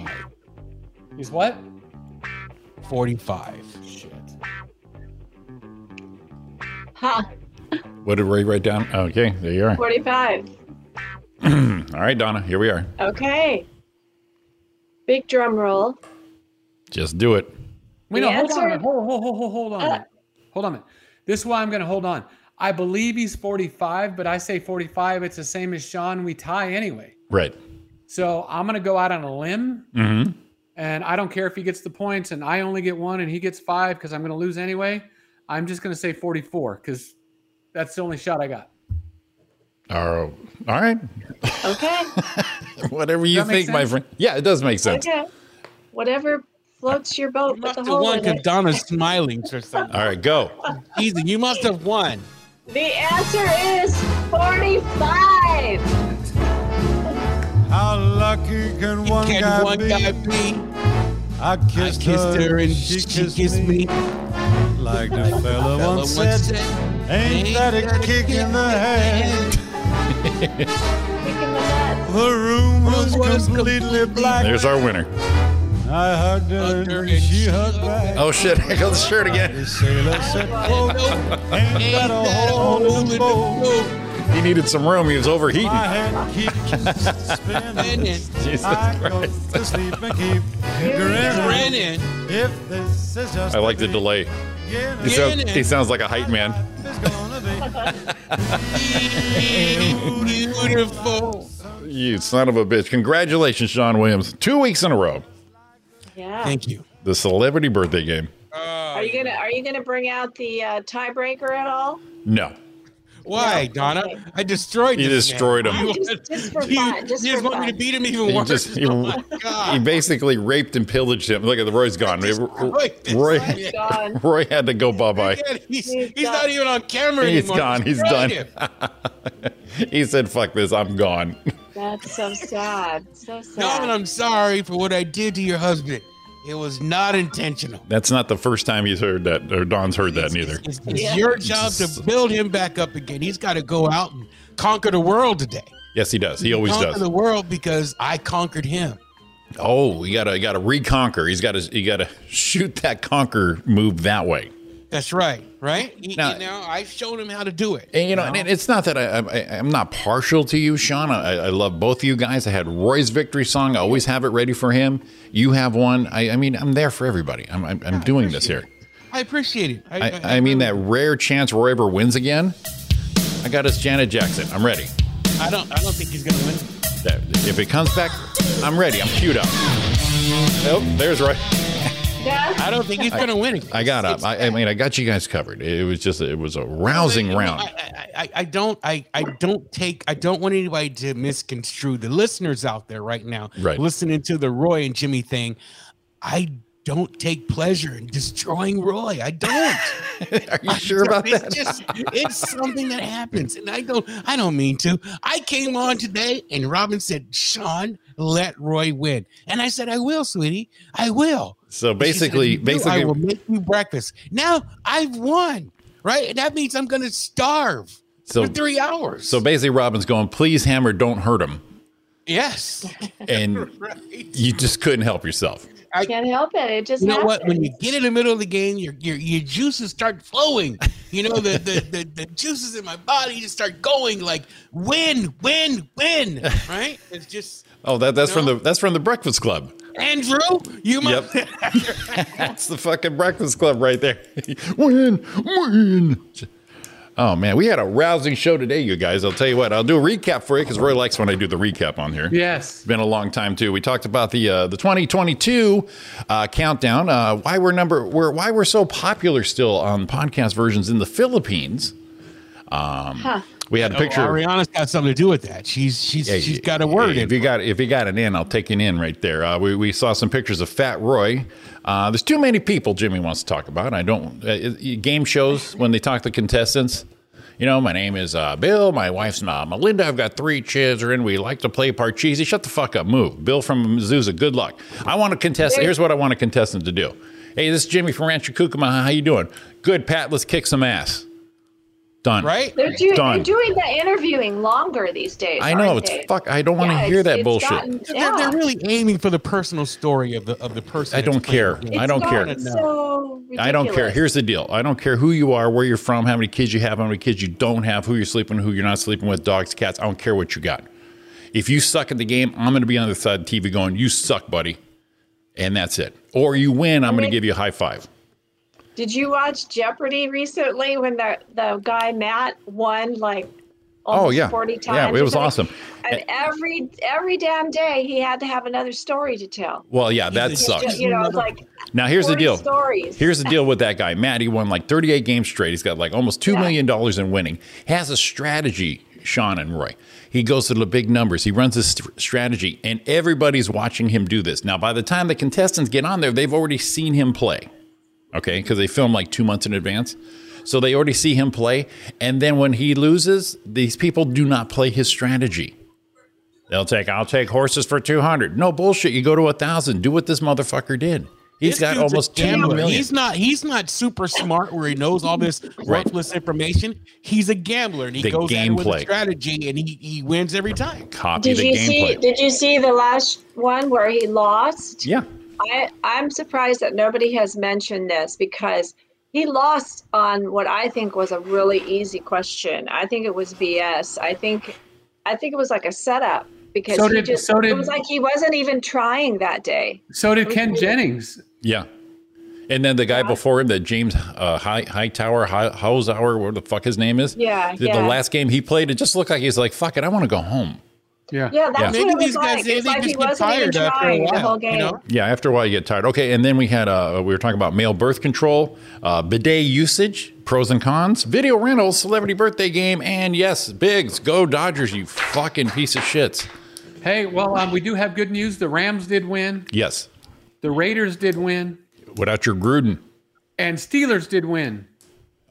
[SPEAKER 6] He's what?
[SPEAKER 10] 45.
[SPEAKER 6] Shit.
[SPEAKER 16] Huh.
[SPEAKER 5] What did Ray write down? Okay, there you are.
[SPEAKER 16] 45.
[SPEAKER 5] all right, Donna, here we are.
[SPEAKER 16] Okay. Big drum roll.
[SPEAKER 5] Just do it.
[SPEAKER 6] Wait,
[SPEAKER 16] The
[SPEAKER 6] no, hold on, a
[SPEAKER 16] answer-
[SPEAKER 6] minute. hold, hold, hold, hold, hold on, a minute. hold on. a minute. This is why I'm going to hold on. I believe he's 45, but I say 45. It's the same as Sean. We tie anyway.
[SPEAKER 5] Right.
[SPEAKER 6] So I'm going to go out on a limb,
[SPEAKER 5] Mm-hmm.
[SPEAKER 6] and I don't care if he gets the points, and I only get one, and he gets five because I'm going to lose anyway. I'm just going to say 44 because that's the only shot I got.
[SPEAKER 5] Uh, All right.
[SPEAKER 16] Okay.
[SPEAKER 5] Whatever you
[SPEAKER 16] That make
[SPEAKER 5] think, my
[SPEAKER 16] sense?
[SPEAKER 5] friend. Yeah, it does make sense.
[SPEAKER 16] Okay. Whatever floats your boat with the
[SPEAKER 10] The
[SPEAKER 16] hole
[SPEAKER 10] one
[SPEAKER 16] in it.
[SPEAKER 10] because Donna's smiling or something.
[SPEAKER 5] All right, go.
[SPEAKER 10] Easy. You must have won.
[SPEAKER 16] The answer is 45.
[SPEAKER 4] How lucky can one,
[SPEAKER 10] Can
[SPEAKER 4] guy,
[SPEAKER 10] one
[SPEAKER 4] be?
[SPEAKER 10] guy be?
[SPEAKER 4] I kissed,
[SPEAKER 10] kissed her and
[SPEAKER 4] she
[SPEAKER 10] she
[SPEAKER 4] kissed,
[SPEAKER 10] kissed
[SPEAKER 4] me. Like the fella
[SPEAKER 10] Fella
[SPEAKER 4] once
[SPEAKER 10] once
[SPEAKER 4] said, ain't that a kick in the head? the room was completely black.
[SPEAKER 5] There's our winner.
[SPEAKER 4] I hugged her and she hugged back.
[SPEAKER 5] Oh shit! I got the shirt again.
[SPEAKER 4] The sailor said, ain't that a hole in the boat?
[SPEAKER 5] He needed some room. He was overheating.
[SPEAKER 4] My head keeps spinning.
[SPEAKER 5] Jesus
[SPEAKER 4] I go
[SPEAKER 5] Christ.
[SPEAKER 4] to sleep and keep grinning. If this is just
[SPEAKER 5] I like the delay. He sounds, he sounds like a hype man.
[SPEAKER 10] Beautiful.
[SPEAKER 5] You son of a bitch. Congratulations, Sean Williams. Two weeks in a row.
[SPEAKER 16] Yeah.
[SPEAKER 10] you.
[SPEAKER 5] The celebrity birthday game.
[SPEAKER 16] Are you gonna Are you gonna bring out the uh, tiebreaker at all?
[SPEAKER 5] No.
[SPEAKER 10] Why, Donna? I destroyed
[SPEAKER 5] You
[SPEAKER 10] this man.
[SPEAKER 5] destroyed him.
[SPEAKER 10] You-
[SPEAKER 16] Oh, Just, just for
[SPEAKER 10] You
[SPEAKER 16] fun. Just
[SPEAKER 10] you
[SPEAKER 16] for
[SPEAKER 10] just want
[SPEAKER 16] fun.
[SPEAKER 10] me to beat him even
[SPEAKER 5] He
[SPEAKER 10] worse.
[SPEAKER 5] just he, he basically raped and pillaged him. Look at the Roy's gone. Roy,
[SPEAKER 16] He's gone.
[SPEAKER 5] Roy had to go bye bye.
[SPEAKER 10] He's, he's not even on camera
[SPEAKER 5] He's
[SPEAKER 10] anymore.
[SPEAKER 5] gone. He's
[SPEAKER 10] Destroyed
[SPEAKER 5] done.
[SPEAKER 10] him.
[SPEAKER 5] he said, "Fuck this. I'm gone."
[SPEAKER 16] That's so sad. So sad.
[SPEAKER 10] No, and I'm sorry for what I did to your husband. It was not intentional.
[SPEAKER 5] That's not the first time he's heard that, or Don's heard that neither.
[SPEAKER 10] It's
[SPEAKER 16] Yeah.
[SPEAKER 10] your job to build him back up again. He's got to go out and conquer the world today.
[SPEAKER 5] Yes, he does. He always
[SPEAKER 10] conquer
[SPEAKER 5] does.
[SPEAKER 10] the world because I conquered him.
[SPEAKER 5] Oh, you gotta, you gotta reconquer. He's gotta, you gotta shoot that conquer move that way.
[SPEAKER 10] That's right, right? He-
[SPEAKER 5] Now-
[SPEAKER 10] you know, I've shown him how to do it.
[SPEAKER 5] And you know, and it's not that I, I, I'm not partial to you, Sean. I, I love both of you guys. I had Roy's victory song. I always have it ready for him. You have one. I, I mean, I'm there for everybody. I'm, I'm, I'm doing this here.
[SPEAKER 10] I appreciate it. I, I-
[SPEAKER 5] I, I mean, that rare chance Roy ever wins again. I got us Janet Jackson. I'm ready.
[SPEAKER 10] I don't. I don't think he's gonna win.
[SPEAKER 5] That, if it comes back, I'm ready. I'm queued up. Nope, there's Roy.
[SPEAKER 10] I don't think he's
[SPEAKER 5] I-
[SPEAKER 10] gonna win.
[SPEAKER 5] I got up. I, I mean, I got you guys covered. It was just, it was a rousing round.
[SPEAKER 10] I, I, I don't. I, I don't take. I don't want anybody to misconstrue the listeners out there right now.
[SPEAKER 5] Right.
[SPEAKER 10] Listening to the Roy and Jimmy thing, I don't take pleasure in destroying Roy. I don't.
[SPEAKER 5] Are you sure about
[SPEAKER 10] it's
[SPEAKER 5] that?
[SPEAKER 10] Just, it's something that happens, and I don't. I don't mean to. I came on today, and Robin said, "Sean, let Roy win," and I said, "I will, sweetie. I will."
[SPEAKER 5] So
[SPEAKER 10] And she said,
[SPEAKER 5] basically,
[SPEAKER 10] "You do, I
[SPEAKER 5] basically,
[SPEAKER 10] will make you breakfast. Now I've won, right? And that means I'm going to starve
[SPEAKER 5] So-
[SPEAKER 10] for three hours.
[SPEAKER 5] so basically, Robin's going, please hammer, don't hurt him.
[SPEAKER 10] yes,
[SPEAKER 5] and you just couldn't help yourself.
[SPEAKER 10] I
[SPEAKER 16] can't help it. It just
[SPEAKER 10] you know what?
[SPEAKER 16] happens.
[SPEAKER 10] When you get in the middle of the game, your your, your juices start flowing. You know the the, the the juices in my body just start going like win, win, win. Right? It's just
[SPEAKER 5] Oh, that that's from the that's from the Breakfast Club.
[SPEAKER 10] Andrew. You must.
[SPEAKER 5] Yep, that's the fucking Breakfast Club right there. win, win. Oh man, we had a rousing show today, you guys. I'll tell you what, I'll do a recap for you because Roy likes when I do the recap on here.
[SPEAKER 6] Yes,
[SPEAKER 5] it's been a long time too. We talked about the uh, the 2022 uh, countdown. Uh, why we're number we're why we're so popular still on podcast versions in the Philippines. Um,
[SPEAKER 4] Huh.
[SPEAKER 5] We had a
[SPEAKER 4] Oh,
[SPEAKER 5] picture.
[SPEAKER 4] Ariana's got something to do with that. She's she's she's got a word in.
[SPEAKER 5] If you got if you got it in, I'll take it in right there. Uh, we we saw some pictures of Fat Roy. Uh, there's too many people Jimmy wants to talk about. I don't uh, it- game shows when they talk to contestants. You know, my name is uh, Bill. My wife's uh, Melinda. I've got three children. We like to play parcheesi. Shut the fuck up. Move. Bill from Azusa. Good luck. I want to contest. Here's what I want a contestant to do. Hey, this is Jimmy from Rancho Cucamonga. How you doing? Good, Pat. Let's kick some ass. Done.
[SPEAKER 4] Right?
[SPEAKER 10] They're doing
[SPEAKER 5] Done.
[SPEAKER 10] they're doing the interviewing longer these days.
[SPEAKER 5] I know
[SPEAKER 10] aren't
[SPEAKER 5] it's
[SPEAKER 10] they?
[SPEAKER 5] fuck. I don't want to
[SPEAKER 10] Yeah,
[SPEAKER 5] hear
[SPEAKER 10] it's-
[SPEAKER 5] that
[SPEAKER 10] it's
[SPEAKER 5] bullshit.
[SPEAKER 10] gotten-
[SPEAKER 4] They're, they're
[SPEAKER 10] yeah.
[SPEAKER 4] really aiming for the personal story of the of the person.
[SPEAKER 5] I don't
[SPEAKER 4] that's playing
[SPEAKER 5] care.
[SPEAKER 4] the game.
[SPEAKER 5] I don't
[SPEAKER 10] It's
[SPEAKER 5] care.
[SPEAKER 10] gotten So
[SPEAKER 5] I don't care.
[SPEAKER 10] ridiculous.
[SPEAKER 5] Here's the deal. I don't care who you are, where you're from, how many kids you have, how many kids you don't have, who you're sleeping, who you're not sleeping with, dogs, cats. I don't care what you got. If you suck at the game, I'm going to be on the other side of the TV going, "You suck, buddy," and that's it. Or you win, I'm going to
[SPEAKER 10] then-
[SPEAKER 5] give you a high five.
[SPEAKER 10] Did you watch Jeopardy recently when the the guy Matt won like
[SPEAKER 5] Oh
[SPEAKER 10] almost
[SPEAKER 5] yeah,
[SPEAKER 10] 40 times?
[SPEAKER 5] yeah, it
[SPEAKER 10] or
[SPEAKER 5] was
[SPEAKER 10] something?
[SPEAKER 5] awesome.
[SPEAKER 10] And every every damn day he had to have another story to tell.
[SPEAKER 5] Well, yeah, that
[SPEAKER 10] It's
[SPEAKER 5] sucks.
[SPEAKER 10] just, You know, it's like
[SPEAKER 5] Now here's the
[SPEAKER 10] 40
[SPEAKER 5] deal.
[SPEAKER 10] stories.
[SPEAKER 5] Here's the deal with that guy, Matt. He won like 38 games straight. He's got like almost two million dollars in winning. He has a strategy, Sean and Roy. He goes to the big numbers. He runs his st- strategy, and everybody's watching him do this. Now, by the time the contestants get on there, they've already seen him play. Okay, because they film like two months in advance, so they already see him play. And then when he loses, these people do not play his strategy. They'll take, I'll take horses for 200. No bullshit. You go to a thousand. Do what this motherfucker did.
[SPEAKER 4] This
[SPEAKER 5] He's got
[SPEAKER 4] dude's a
[SPEAKER 5] almost two
[SPEAKER 4] gambler.
[SPEAKER 5] million.
[SPEAKER 4] He's not he's not super smart where he knows all this
[SPEAKER 5] Right.
[SPEAKER 4] worthless information. He's a gambler and he
[SPEAKER 5] The
[SPEAKER 4] goes at it with a
[SPEAKER 5] gameplay.
[SPEAKER 4] strategy and he, he wins every time.
[SPEAKER 5] Copy
[SPEAKER 10] Did
[SPEAKER 5] the
[SPEAKER 10] you see
[SPEAKER 5] gameplay.
[SPEAKER 10] did you see the last one where he lost?
[SPEAKER 5] yeah.
[SPEAKER 10] I, I'm surprised that nobody has mentioned this because he lost on what I think was a really easy question. I think it was BS. I think I think it was like a setup because
[SPEAKER 6] So
[SPEAKER 10] he
[SPEAKER 6] did-
[SPEAKER 10] just
[SPEAKER 6] so did-
[SPEAKER 10] it was like he wasn't even trying that day.
[SPEAKER 6] So did Ken Jennings.
[SPEAKER 5] Yeah. And then the guy before him, that James uh, High Hightower, High, Hausauer, whatever the fuck his name is.
[SPEAKER 10] Yeah,
[SPEAKER 5] The,
[SPEAKER 10] yeah.
[SPEAKER 5] the last game he played, it just looked like he's like, fuck it, I want to go home.
[SPEAKER 6] Yeah.
[SPEAKER 10] Yeah, that's
[SPEAKER 5] Maybe
[SPEAKER 10] what it was
[SPEAKER 4] these guys,
[SPEAKER 10] like.
[SPEAKER 4] they-
[SPEAKER 10] It's
[SPEAKER 4] they
[SPEAKER 10] like he
[SPEAKER 4] just get
[SPEAKER 10] wasn't even
[SPEAKER 4] tired after a
[SPEAKER 10] trying the
[SPEAKER 4] while,
[SPEAKER 10] whole
[SPEAKER 4] you
[SPEAKER 10] game.
[SPEAKER 4] know?
[SPEAKER 5] Yeah, after a while you get tired. Okay, and then we had uh we were talking about male birth control, uh bidet usage, pros and cons, video rentals, celebrity birthday game, and yes, Biggs, go Dodgers, you fucking piece of shits.
[SPEAKER 6] Hey, well, um, we do have good news. The Rams did win.
[SPEAKER 5] Yes.
[SPEAKER 6] The Raiders did win,
[SPEAKER 5] Without your Gruden.
[SPEAKER 6] and Steelers did win.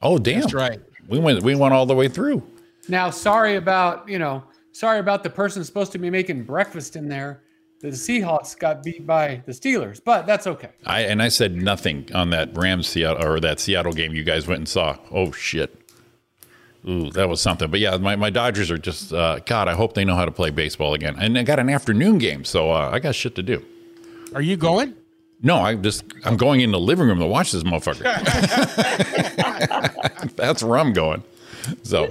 [SPEAKER 5] Oh damn.
[SPEAKER 6] That's right.
[SPEAKER 5] We went we went all the way through.
[SPEAKER 6] Now, sorry about you know, sorry about the person supposed to be making breakfast in there. The Seahawks got beat by the Steelers, but that's okay.
[SPEAKER 5] I and I said nothing on that Rams Seattle or that Seattle game you guys went and saw. Oh shit. Ooh, that was something. But yeah, my, my Dodgers are just uh, God. I hope they know how to play baseball again. And I got an afternoon game, so uh, I got shit to do.
[SPEAKER 4] Are you going?
[SPEAKER 5] No, I just I'm going in the living room to watch this motherfucker. That's where I'm going. So,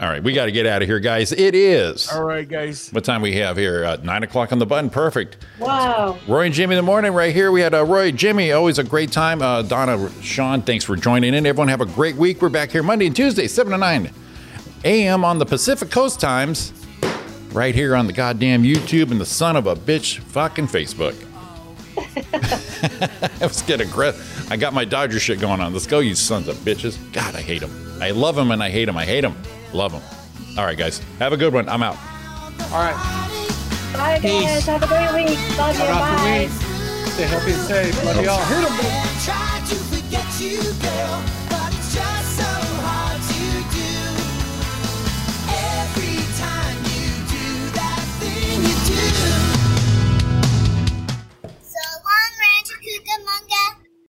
[SPEAKER 5] all right, we got to get out of here, guys. It is
[SPEAKER 4] All right, guys.
[SPEAKER 5] what time we have here? Uh, Nine o'clock on the button. Perfect.
[SPEAKER 10] Wow.
[SPEAKER 5] Roy and Jimmy in the morning, right here. We had uh, Roy, Jimmy, always a great time. Uh, Donna, Sean, thanks for joining in. Everyone, have a great week. We're back here Monday and Tuesday, 7 to 9 a.m. on the Pacific Coast times, right here on the goddamn YouTube and the son of a bitch fucking Facebook. Let's get aggressive. I got my Dodger shit going on. Let's go, you sons of bitches. God, I hate them. I love them and I hate them. I hate them. Love them. All right, guys. Have a good one. I'm out.
[SPEAKER 6] All right,
[SPEAKER 10] Bye guys. Have a great week. Love
[SPEAKER 6] Have
[SPEAKER 10] you.
[SPEAKER 6] a happy
[SPEAKER 10] Bye.
[SPEAKER 6] week. Stay healthy and safe. Love y'all.
[SPEAKER 17] Try to forget you, girl.